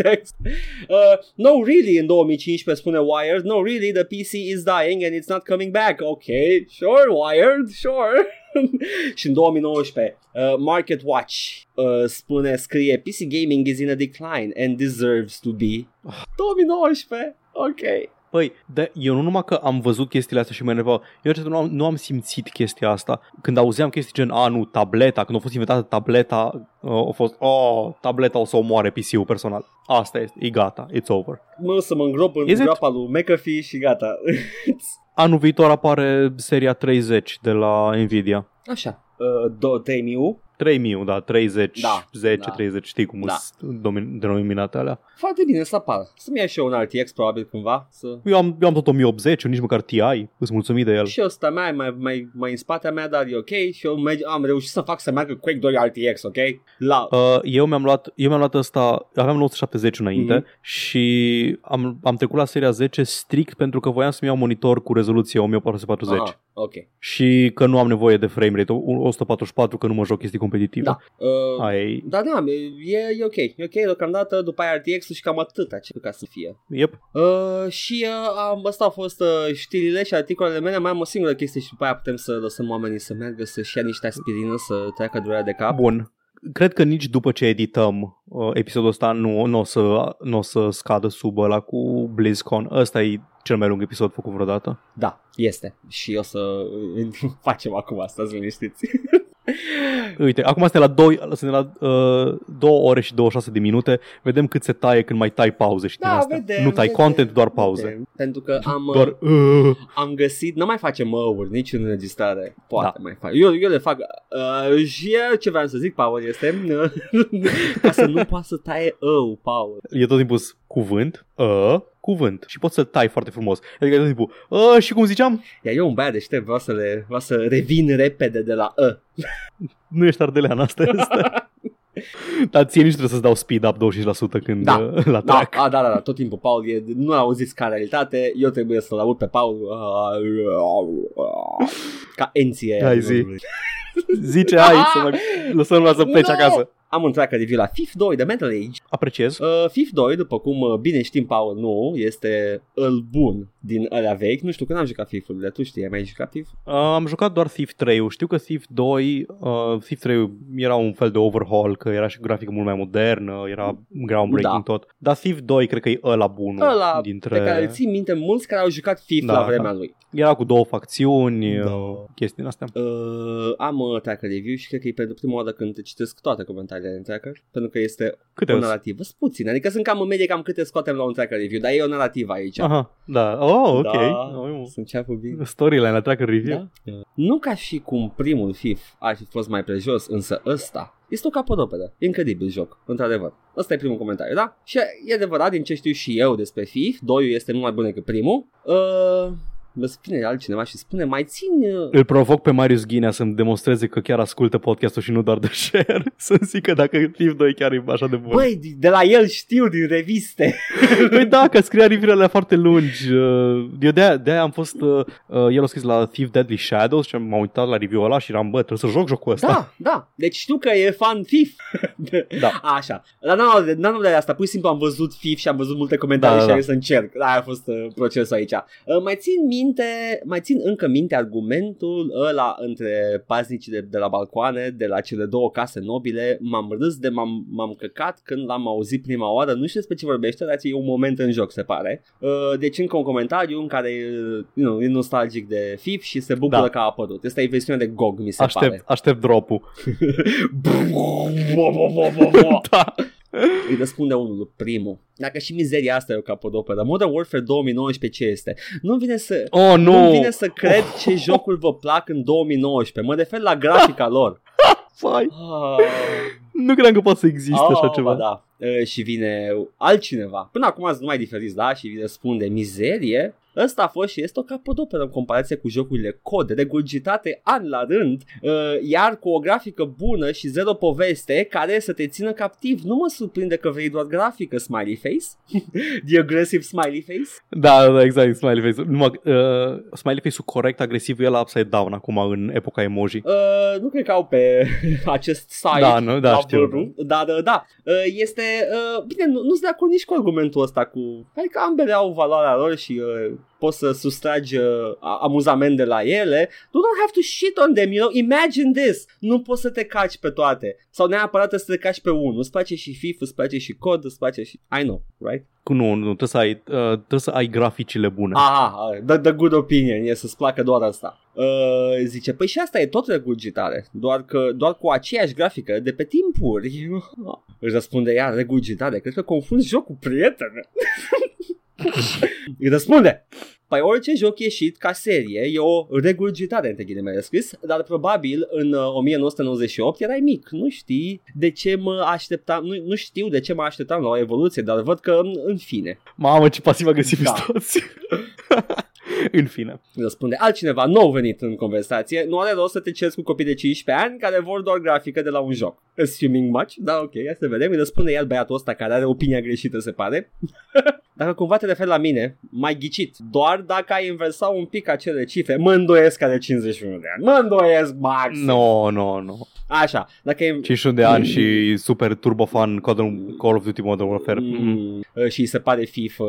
S1: text. Uh, no, really, în 2015 spune Wired, no, really, the PC is dying and it's not coming back. Ok, sure, Wired, sure. și în 2019, uh, Market Watch uh, spune, scrie, PC gaming is in a decline and deserves to be.
S2: Ah.
S1: 2019, ok.
S2: Păi, de, eu nu numai că am văzut chestiile astea și mă enervau, eu ce nu am, nu am simțit chestia asta. Când auzeam chestii gen, a, nu, tableta, când a fost inventată tableta, uh, a fost, oh, tableta o să omoare PC-ul personal. Asta este, e gata, it's over.
S1: Mă o să mă îngrop în
S2: Is it?
S1: groapa lui McAfee și gata.
S2: Anul viitor apare seria 30 de la Nvidia.
S1: Așa. Uh, do, 3000
S2: 3000, da, 30,
S1: Da,
S2: 10,
S1: da.
S2: 30, știi cum
S1: Da.
S2: sunt domin- denominate alea.
S1: Foarte bine să apar. Să-mi ia și eu un RTX probabil cândva. Să...
S2: Eu am, eu am tot 1080, eu nici măcar TI, îți mulțumit de el.
S1: Și ăsta mea e mai, mai, mai în spatea mea, dar e ok. Și eu merg, am reușit să fac să meargă Quake 2 RTX, ok? La...
S2: Uh, eu mi-am luat, eu mi-am luat ăsta, aveam 970 înainte mm-hmm. și am, am trecut la seria 10 strict pentru că voiam să-mi iau monitor cu rezoluție 1440 Aha.
S1: Aha, ok.
S2: și că nu am nevoie de frame rate 144 că nu mă joc chestii competitive.
S1: Da. Uh,
S2: Aia e,
S1: da, da, e, e ok. E ok, deocamdată după aia RTX-ul și cam atâta ce ca să fie.
S2: yep.
S1: Uh, și uh, am, asta au fost uh, știrile și articolele mele. Mai am o singură chestie și după aia putem să lăsăm oamenii să meargă să-și ia niște aspirină, să treacă durerea de cap.
S2: Bun. cred că nici după ce edităm uh, episodul ăsta nu, nu, o să, nu o să scadă sub ăla cu BlizzCon. Ăsta e cel mai lung episod făcut vreodată.
S1: Da, este. Și o să uh, facem acum asta, să liniștiți.
S2: Uite, acum suntem la, 2, suntem la uh, 2 ore și 26 de minute. Vedem cât se taie când mai tai pauze și
S1: Da,
S2: astea.
S1: vedem.
S2: Nu tai
S1: vedem,
S2: content, doar pauze.
S1: Vedem. Pentru că am,
S2: Doar
S1: Doar...
S2: uh,
S1: am găsit, nu mai facem mă-uri, nici în înregistrare. Poate da. mai fac. Eu, eu le fac. Uh, și uh, ce vreau să zic, Paul, este uh, ca să nu poată să taie eu, Paul.
S2: e tot timpul s- cuvânt, uh, cuvânt. Și poți să tai foarte frumos. Adică e tot timpul, uh, și cum ziceam,
S1: Iar eu un băiat deștept vreau să, le, vreau să revin repede de la uh.
S2: nu ești ardelean astăzi. Dar ție nici trebuie să-ți dau speed up 25% când
S1: Da.
S2: uh, la
S1: Da,
S2: track.
S1: a, da, da, da, tot timpul Paul e, nu auziți ca realitate, eu trebuie să-l aud pe Paul uh, ca enție. aia
S2: Hai,
S1: din
S2: zi.
S1: urmă.
S2: Zice, hai să mă lăsăm la să pleci
S1: No!
S2: acasă.
S1: Am un track review la FIF 2 de Metal Age.
S2: Apreciez.
S1: Uh, FIF 2, după cum uh, bine știm, Paul, nu, este îl bun din ăla vechi. Nu știu, când am jucat FIF-urile, tu știi, ai mai jucat FIF?
S2: Uh, am jucat doar Thief 3 Știu că Thief 2, uh, Thief 3 era un fel de overhaul, că era și grafică mult mai modernă, era groundbreaking
S1: Da.
S2: tot. Dar Thief 2 cred că e ăla bunul
S1: Ăla
S2: dintre...
S1: Pe care îl țin minte mulți care au jucat FIF
S2: Da,
S1: la vremea
S2: da.
S1: lui.
S2: Era cu două facțiuni,
S1: Da.
S2: uh, chestii din astea.
S1: Uh, am uh, track review și cred că e pentru prima oară când citesc toate comentariile din tracker, pentru că este
S2: Câte
S1: o
S2: îs?
S1: narrativă. Sunt puține, adică sunt cam în medie cam câte scoatem la un tracker review, dar e o narrativă aici.
S2: Aha, da. Oh, ok.
S1: Da.
S2: Oi, mă.
S1: Să înceapă bine.
S2: Storyline la tracker review.
S1: Da? Nu ca și cum primul FIF ar fi fost mai prejos, însă ăsta este o capodoperă. Incredibil joc, într-adevăr. Ăsta e primul comentariu, da? Și e adevărat, din ce știu și eu despre FIF, doiul este mult mai bun decât primul. Uh, mă spune altcineva și spune, mai țin... uh,
S2: Îl provoc pe Marius Ghinea să-mi demonstreze că chiar ascultă podcastul și nu doar de share. Să-mi zică dacă Thief 2 chiar e așa de bun.
S1: Băi, de la el știu din reviste.
S2: Păi da, că scria review-urile foarte lungi. Uh, Eu de-aia, de-aia am fost... uh, uh, El a scris la Thief Deadly Shadows și m-am uitat la review-ul ăla și eram, bă, trebuie să joc jocul ăsta.
S1: Da, da. Deci știu că e fan FIF.
S2: Da.
S1: Așa. Dar n-am auzit- n-am de asta. Pur și simplu am văzut FIF și am văzut multe comentarii
S2: Da,
S1: da,
S2: da,
S1: și am
S2: da.
S1: zis să încerc. Da, aia a fost uh, procesul aici. Uh, mai țin minte, mai țin încă minte argumentul ăla între paznicii de, de la balcoane, de la cele două case nobile. M-am râs de m-am, m-am căcat când l-am auzit prima oară. Nu știu despre ce vorbește, dar e un moment în joc, se pare. Uh, deci încă un comentariu în care uh, you know, e nostalgic de FIF și se bucură
S2: Da.
S1: că a apărut. Asta e versiunea de GOG, mi se pare.
S2: Aștept, aștept drop-ul. Da.
S1: Îi răspunde unul, primul. Dacă și mizeria asta e o capodoperă. Modern Warfare 2019 ce este? Nu vine să...
S2: Oh,
S1: Nu.
S2: nu!
S1: nu vine să cred ce jocul vă plac în 2019. Mă refer la grafica lor.
S2: Vai,
S1: Ah,
S2: nu credeam că poate să existe
S1: ah,
S2: așa
S1: ba
S2: ceva.
S1: Da. E, Și vine altcineva. Până acum sunt mai diferiți, da? Și răspunde mizerie. Ăsta a fost și este o capodoperă în comparație cu jocurile cod, regurgitate an la rând, e, iar cu o grafică bună și zero poveste care să te țină captiv. Nu mă surprinde că vrei doar grafică, smiley face. The aggressive smiley face.
S2: Da, da, exact, smiley face-ul. Numai, uh, smiley face-ul corect, agresiv, e la upside down acum în epoca emoji.
S1: Uh, nu cred că au pe acest site.
S2: Da, nu, da,
S1: la
S2: știu.
S1: Vârru, Dar, uh, da, uh, este... uh, Bine, nu, nu sunt de acord nici cu argumentul ăsta cu... Adică ambele au valoarea lor și uh, poți să sustragi uh, a- amuzament de la ele. You don't have to shit on them, you know? Imagine this! Nu poți să te caci pe toate. Sau neapărat să te caci pe unul. Îți place și FIFA, îți place și COD, îți place și... I know, right?
S2: Nu, nu, trebuie să ai, uh, trebuie să ai graficile bune.
S1: Aha, uh, the, the good opinion, e să-ți placă doar asta. Uh, zice, păi și asta e tot regurgitare, doar că doar cu aceeași grafică de pe timpuri. Își răspunde ea, regurgitare, cred că confunzi jocul, prieten. Îi răspunde. Păi orice joc ieșit ca serie e o regurgitare, între ghilimele scris, dar probabil în uh, 1998 erai mic. Nu știi de ce mă așteptam, nu, nu știu de ce mă așteptam la o evoluție, dar văd că, în- în fine,
S2: Mamă, ce pasiv agresiv
S1: Da.
S2: da. toți. în fine.
S1: Răspunde altcineva nou venit în conversație, nu are rost să te ceri cu copii de 15 ani care vor doar grafică de la un joc. Assuming much? Da, ok, hai să vedem. Îi răspunde iar băiatul ăsta care are opinia greșită, se pare. Dacă cumva te referi la mine, mai ghicit. Doar dacă ai inversa un pic acele cifre, mă îndoiesc că are 51 de ani. Mă îndoiesc, Max!
S2: No, no, no.
S1: Așa, dacă e...
S2: 51 de
S1: Mm.
S2: ani și super turbofan Call Call of Duty Modern Warfare. Mm.
S1: Mm, și se pare FIFA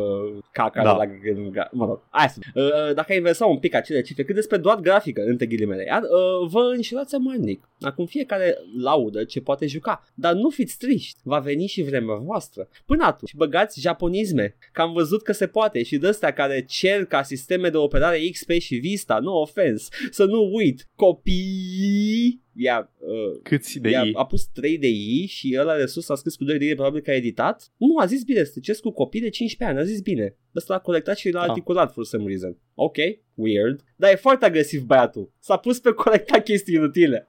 S1: caca
S2: Da.
S1: da. la gânga. Mă rog, hai să... Uh, Dacă ai inversa un pic acele cifre, cât despre doar grafică, între ghilimele, iar, uh, vă înșelați amarnic. Acum fiecare laudă ce poate juca, dar nu fiți triști, va veni și vremea voastră. Până atunci, băgați japonisme, că am văzut că se poate și de astea care cer ca sisteme de operare XP și Vista, nu ofens, să nu uit, copii... Ia, uh,
S2: Câți de
S1: I-a,
S2: ei?
S1: a pus 3 de I și ăla de sus a scris cu 2 de I, probabil că a editat. Nu, a zis bine, sunteți cu copii de 15 ani, a zis bine. Ăsta l-a colectat și l-a
S2: Ah.
S1: articulat for some reason. Ok, weird. Dar e foarte agresiv băiatul. S-a pus pe colecta chestii inutile.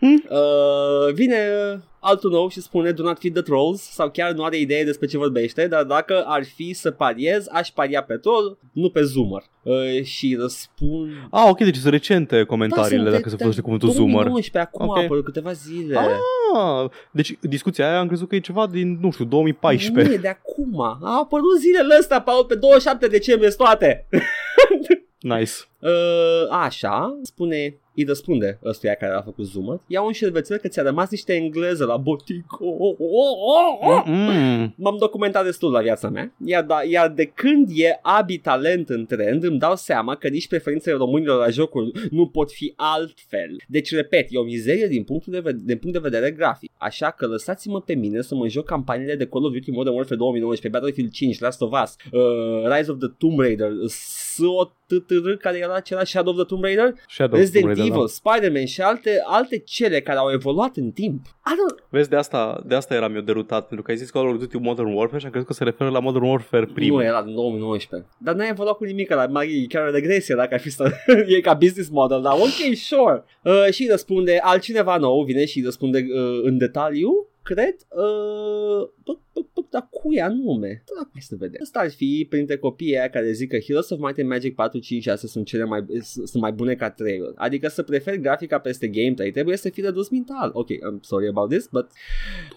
S1: uh, vine uh, altul nou și spune Do not feed the trolls Sau chiar nu are idee despre ce vorbește Dar dacă ar fi să pariez Aș paria pe troll, nu pe zoomer uh, Și răspund
S2: Ah, ok, deci sunt recente comentariile,
S1: Da, sunt
S2: dacă
S1: de-
S2: se
S1: de-
S2: folosește cuvântul Zoomer.
S1: 2019 acum
S2: Ok.
S1: okay. apărut câteva zile
S2: Ah, deci discuția aia am crezut că e ceva din, nu știu, 2014.
S1: Nu e de acum. A apărut zilele astea, Paul, pe 27 decembrie sunt toate. Mm.
S2: Nice.
S1: Uh, așa, spune, îi răspunde ăstuia care a făcut zoom Ia un șervețel că ți-a rămas niște engleză la botic. Oh, oh, oh, oh, oh.
S2: Mm-mm.
S1: M-am documentat destul la viața mea, iar, da, iar de când e abi talent în trend, îmi dau seama că nici preferințele românilor la jocuri nu pot fi altfel. Deci, repet, e o mizerie din, punctul de vedere, din punct de vedere grafic. Așa că lăsați-mă pe mine să mă joc campaniile de Call of Duty Modern Warfare 2019, Battlefield 5, Last of Us, uh, Rise of the Tomb Raider, S.O.T.T.R. care era acela Shadow of the Tomb Raider,
S2: Shadow of the
S1: Resident
S2: Tomb Raider,
S1: Evil,
S2: da.
S1: Spider-Man și alte, alte cele care au evoluat în timp. I don't,
S2: Vezi, de asta, de asta eram eu derutat, pentru că ai zis Call of Duty Modern Warfare și am crezut că se referă la Modern Warfare prim.
S1: Nu, era în 2019. Dar n-ai evoluat cu nimic la Marie, chiar o regresie dacă ar fi să e ca business model, dar ok, sure. Uh, și răspunde, altcineva nou vine și răspunde uh, în detaliu, cred, uh, bă, bă, bă, dar cui anume? Da, hai să vedem. Ăsta ar fi printre copiii aia care zic că Heroes of Might and Magic 4, 5, 6 sunt, cele mai, s- sunt mai bune ca trailer. Adică să preferi grafica peste gameplay, trebuie să fii redus mental. Ok, I'm sorry about this, but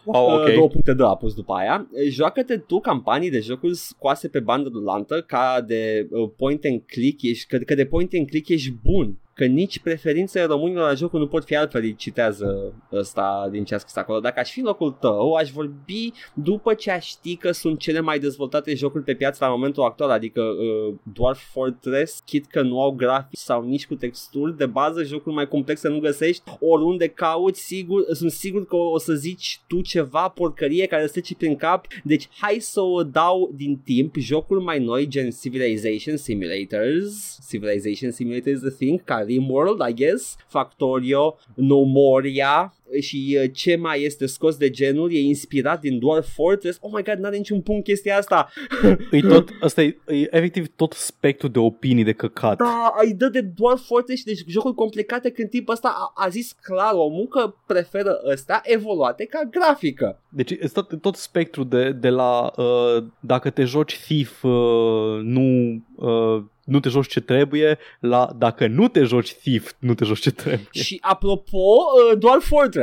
S2: Wow,
S1: Uh, Două
S2: ok.
S1: puncte de apus după aia. Eh, Joacă-te tu campanii de jocuri scoase pe bandă rulantă ca de uh, point and click ești, că, că de point and click ești bun. Că nici preferințele românilor la jocul nu pot fi altfel, îi citează ăsta din ce a scris acolo. Dacă aș fi în locul tău, aș vorbi după ce aș ști că sunt cele mai dezvoltate jocuri pe piață la momentul actual, adică uh, Dwarf Fortress, chit că nu au grafici sau nici cu texturi de bază, jocuri mai complexe nu găsești, oriunde cauți, sigur, sunt sigur că o să zici tu ceva porcărie care îți trece prin cap, deci hai să o dau din timp, jocuri mai noi gen Civilization Simulators, Civilization Simulator is the thing, ca Rimworld, I guess, Factorio, Nomoria, și uh, ce mai este scos de genul e inspirat din Dwarf Fortress oh my god n-are niciun punct chestia asta
S2: E tot, asta e, e efectiv tot spectrul de opinii de căcat.
S1: da ai dă de Dwarf Fortress și de jocuri complicate când tipul ăsta a, a zis clar omul că preferă ăsta evoluate ca grafică
S2: Deci e tot, tot spectrul de, de la uh, dacă te joci Thief, uh, nu, uh, nu te joci ce trebuie, la dacă nu te joci Thief, nu te joci ce trebuie.
S1: și apropo uh, Dwarf Fortress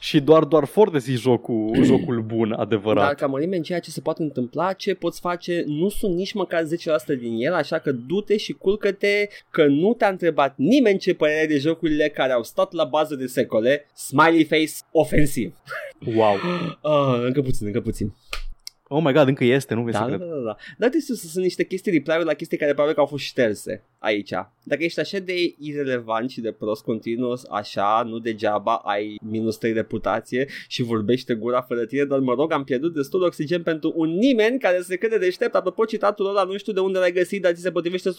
S2: Și doar, doar Fordes e jocul, jocul bun, adevărat.
S1: Dar ca mărime în ceea ce se poate întâmpla, ce poți face, nu sunt nici măcar 10% din el, așa că du-te și culcă-te că nu te-a întrebat nimeni ce părere ai de jocurile care au stat la bază de secole, smiley face ofensiv.
S2: Wow.
S1: Ah, încă puțin, încă puțin.
S2: Oh my god, încă este, nu vei să
S1: Da, da,
S2: cred.
S1: da, da. Dar trebuie să sunt niște chestii reply la chestii care probabil că au fost șterse aici. Dacă ești așa de irelevant și de prost continuu, așa, nu degeaba ai minus 3 reputație și vorbește gura fără tine, dar mă rog, am pierdut destul de oxigen pentru un nimeni care se crede deștept. Apropo, citatul ăla, nu știu de unde l-ai găsit, dar ți se potrivește 100%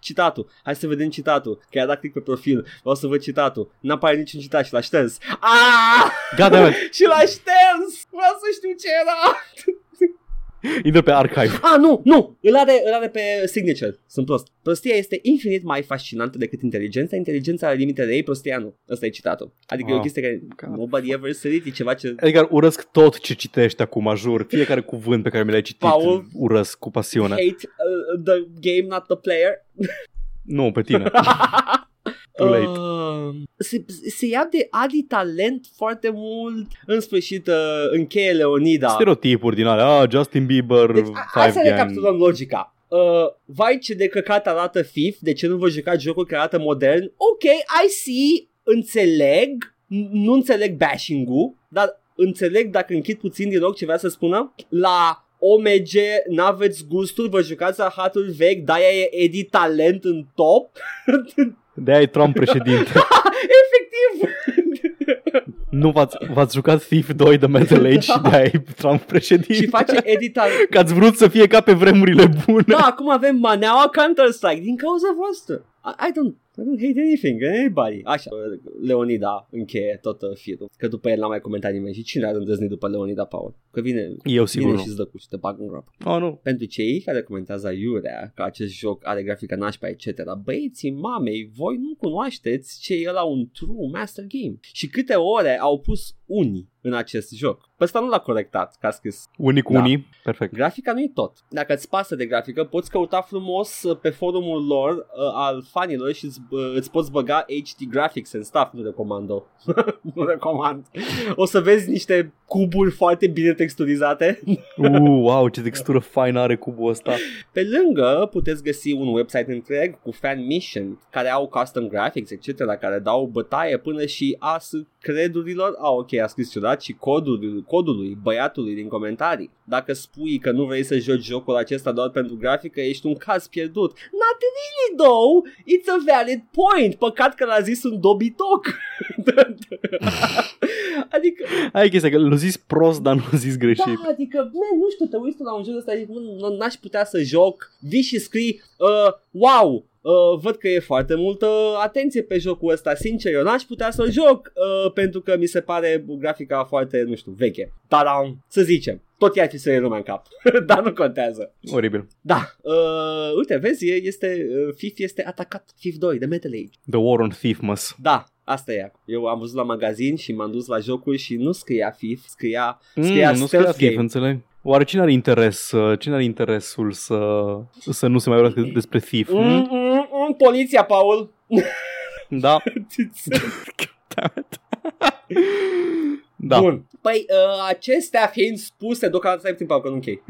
S1: citatul. Hai să vedem citatul, că era click pe profil, vreau să văd citatul. N-apare niciun citat și l-a șters. Aaaa!
S2: Gata, mă,
S1: Și l-a șters! Vreau să știu ce era!
S2: intră pe archive.
S1: Ah, nu, nu, îl are, îl are pe signature, sunt prost. Prostia este infinit mai fascinantă decât inteligența, inteligența are limitele ei, prostia nu. Ăsta e citatul. Adică e o
S2: Ah.
S1: chestie care
S2: God.
S1: nobody ever said it, e ceva ce...
S2: Edgar, urăsc tot ce citești acum, jur. Fiecare cuvânt pe care mi l-ai citit,
S1: Paul.
S2: urăsc cu pasiune.
S1: Hate uh, the game, not the player.
S2: Nu, pe tine. Too late.
S1: Uh, se, se ia de Adi talent foarte mult. În sfârșit, uh, încheie Leonida.
S2: Stereotipuri din alea, ah, Justin Bieber,
S1: Deci, a- hai să
S2: Five Gang.
S1: recapitulăm logica. Uh, vai ce de căcat arată FIF, de ce nu vă juca jocul care arată modern? Ok, I see, înțeleg, n- nu înțeleg bashing-ul, dar înțeleg dacă închid puțin din loc ce vrea să spună. La OMG n-aveți gustul, vă jucați la hatul vechi, de-aia e Eddie talent în top.
S2: De-aia e Trump președinte.
S1: Efectiv!
S2: nu v-ați, v-ați jucat Thief 2 de Metal Age și de-aia e Trump președinte.
S1: Da. și face Eddie talent.
S2: Că ați vrut să fie ca pe vremurile bune.
S1: Da, acum avem maneaua Counter-Strike din cauza voastră. I, I don't I don't hate anything, anybody. Așa, Leonida încheie tot uh, firul. Că după el n-a mai comentat nimeni. Și cine ar îndrăzni după Leonida Paul? Că vine,
S2: Eu
S1: vine
S2: sigur
S1: și îți dă cu și te bag în groapă.
S2: nu. Oh, nu.
S1: Pentru cei care comentează aiurea că acest joc are grafica nașpa, etc. Băieții mamei, voi nu cunoașteți ce e la un true master game. Și câte ore au pus unii în acest joc. Pe ăsta nu l-a corectat, că a scris
S2: Unii cu
S1: Da.
S2: unii. Perfect.
S1: Grafica nu e tot. Dacă îți pasă de grafică, poți căuta frumos uh, pe forumul lor uh, al fanilor și îți, uh, îți poți băga HD graphics and stuff. Nu recomand-o. nu recomand. O să vezi niște cuburi foarte bine texturizate.
S2: Uh, wow, ce textură faină are cubul ăsta.
S1: Pe lângă puteți găsi un website întreg cu fan mission care au custom graphics, etc., care dau bătaie până și as credurilor, a, ok, a scris ciudat, și codul, codului băiatului din comentarii. Dacă spui că nu vrei să joci jocul acesta doar pentru grafică, ești un caz pierdut. Not really though, it's a valid point. Păcat că l-a zis un dobitoc. adică,
S2: Aia e chestia, că l-a zis prost, dar nu l-a zis greșit.
S1: da, adică, man, nu știu, te uiți tu la un joc ăsta, zici, "Mă, n- n-aș putea să joc, vii și scrii, uh, wow, Uh, văd că e foarte multă atenție pe jocul ăsta, sincer, eu n-aș putea să-l joc uh, pentru că mi se pare grafica foarte, nu știu, veche. Dar, um, să zicem, tot i-ar fi să iei lumea în cap, dar nu contează.
S2: Oribil.
S1: Da, uh, uite, vezi, e- este, uh, FIF este atacat, FIF 2 de Metal Age.
S2: The War on Thiefmas.
S1: Da, asta e. Eu am văzut la magazin și m-am dus la jocuri și nu scria FIF, scria Scria
S2: Mm, nu
S1: stealth
S2: scria Thief,
S1: game.
S2: înțeleg. Oare cine are interes, uh, cine are interesul să, să nu se mai vorbească despre Thief?
S1: Mm,
S2: Mm?
S1: mm, mm, poliția, Paul!
S2: Da. Damn it. da.
S1: Bun. Păi, uh, acestea fiind spuse, deocamdată stai puțin, Paul, că nu închei.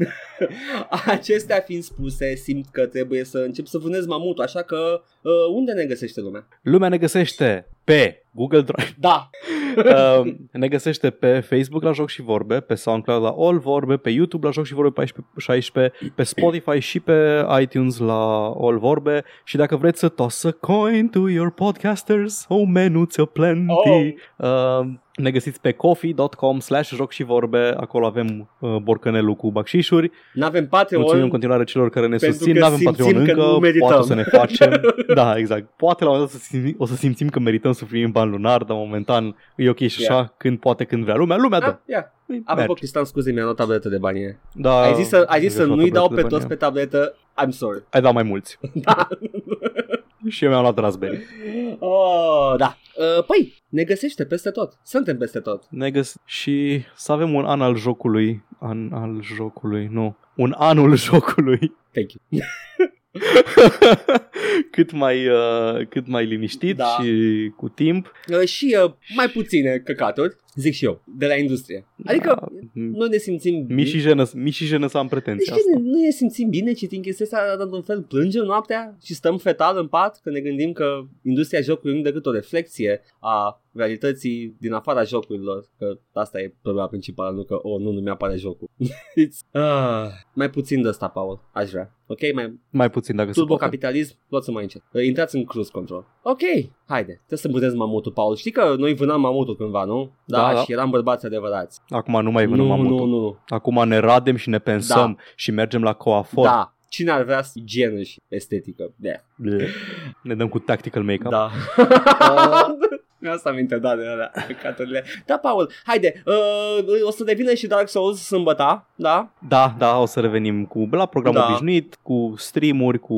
S1: acestea fiind spuse, simt că trebuie să încep să vânez mamutul, așa că uh, unde ne găsește lumea?
S2: Lumea ne găsește pe Google Drive,
S1: Da,
S2: uh, ne găsește pe Facebook la Joc și Vorbe, pe SoundCloud la All Vorbe, pe YouTube la Joc și Vorbe 14, 16, pe Spotify și pe iTunes la All Vorbe și dacă vreți să toss a coin to your podcasters, oh menuță plenty!
S1: Oh.
S2: Uh, ne găsiți pe coffee.com slash joc și vorbe, acolo avem uh, borcanelul cu bacșișuri.
S1: n-avem
S2: Mulțumim în
S1: Patreon. Ah,
S2: continuare celor care ne
S1: Pentru
S2: susțin,
S1: că
S2: nu avem
S1: simțim
S2: Patreon
S1: că nu
S2: încă,
S1: merităm.
S2: poate o să ne facem. Da, exact. Poate la un moment dat o să simțim, o să simțim că merităm să primim bani lunar, dar momentan e ok și așa, când poate, când vrea lumea, lumea dă.
S1: Ah, ia. Apropo,
S2: Merge.
S1: Cristian, scuze, mi-a luat tabletă de bani.
S2: Da,
S1: Ai zis să, ai zis
S2: mi-a
S1: să
S2: luat
S1: nu-i
S2: tabletă
S1: dau
S2: de
S1: pe
S2: bani,
S1: toți Da.
S2: ia.
S1: pe tabletă. I'm sorry.
S2: Ai dat mai mulți. și eu mi-am luat Raspberry.
S1: Oh, da. Uh, păi, ne găsește peste tot. Suntem peste tot.
S2: Ne găs- și să avem un an al jocului. An al jocului, nu. Un anul jocului.
S1: Thank you.
S2: cât mai uh, cât mai liniștit
S1: Da.
S2: și cu timp.
S1: Uh, și uh, mai puține căcaturi, zic și eu, de la industrie. Adică
S2: Da.
S1: noi ne simțim
S2: Mi și jenă, mi și jenă să am
S1: deci
S2: pretenția
S1: nu,
S2: asta.
S1: nu ne simțim bine citind chestia asta, dar într-un fel plângem noaptea și stăm fetal în pat că ne gândim că industria jocului nu e decât o reflexie a realității din afara jocurilor, că asta e problema principală, nu că, oh, nu, nu mi-apare jocul. It's- ah, mai puțin de asta, Paul, aș vrea. Ok, mai
S2: Mai puțin dacă se poate.
S1: turbocapitalism, luați-o mai încet. Uh, Intrați în cruise control. Ok, haide, trebuie să îmbunătăți mamutul, Paul. Știi că noi vânam mamutul cândva, nu? Da,
S2: Da, da.
S1: și eram bărbați adevărați.
S2: Acum nu mai
S1: nu,
S2: vânăm mamutul.
S1: nu, nu,
S2: Acum ne radem și ne pensăm și mergem la coafor.
S1: Da. Cine ar vrea să- igienă și estetică? Da.
S2: Ble. Ne dăm cu tactical make-up.
S1: Da. Mi-asta aminte, da, de alea, păcaturile. Da, Paul, haide, uh, o să devină și Dark Souls sâmbăta, da?
S2: da, da, o să revenim cu la program
S1: Da.
S2: obișnuit, cu streamuri, cu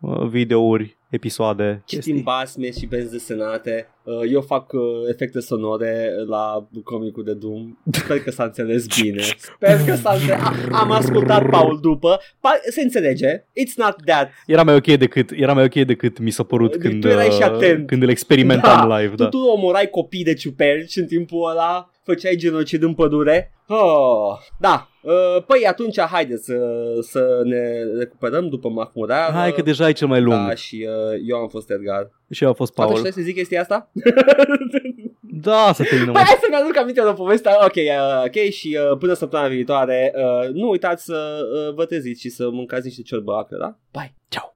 S2: uh, videouri, episoade.
S1: Citim
S2: chestii.
S1: basme și benzi desenate. Uh, Eu fac uh, efecte sonore la comicul de Doom. Sper că s-a înțeles bine. Sper că s-a înțeles. A- Am ascultat Paul după. Pa- se înțelege. It's not that.
S2: Era mai ok decât, era mai ok decât mi s-a părut
S1: Deci
S2: când,
S1: tu erai și
S2: uh,
S1: atent.
S2: când îl experimentam
S1: Da,
S2: live.
S1: Tu,
S2: Da.
S1: tu omorai copii de ciuperci în timpul ăla? Făceai genocid în pădure? Oh, da. Uh, Păi atunci haideți să, să ne recuperăm după Mahmura. uh,
S2: Hai că deja e cel mai lung
S1: Da, și uh, eu am fost Edgar.
S2: și eu a fost
S1: Atunci
S2: Paul.
S1: trebuie să zic chestia asta?
S2: Da, să terminăm.
S1: Păi hai să-mi aduc aminte de povestea Ok, uh, ok și uh, până săptămâna viitoare uh, Nu uitați să uh, vă treziți și să mâncați niște ciorbă acră, da? Bye, ciao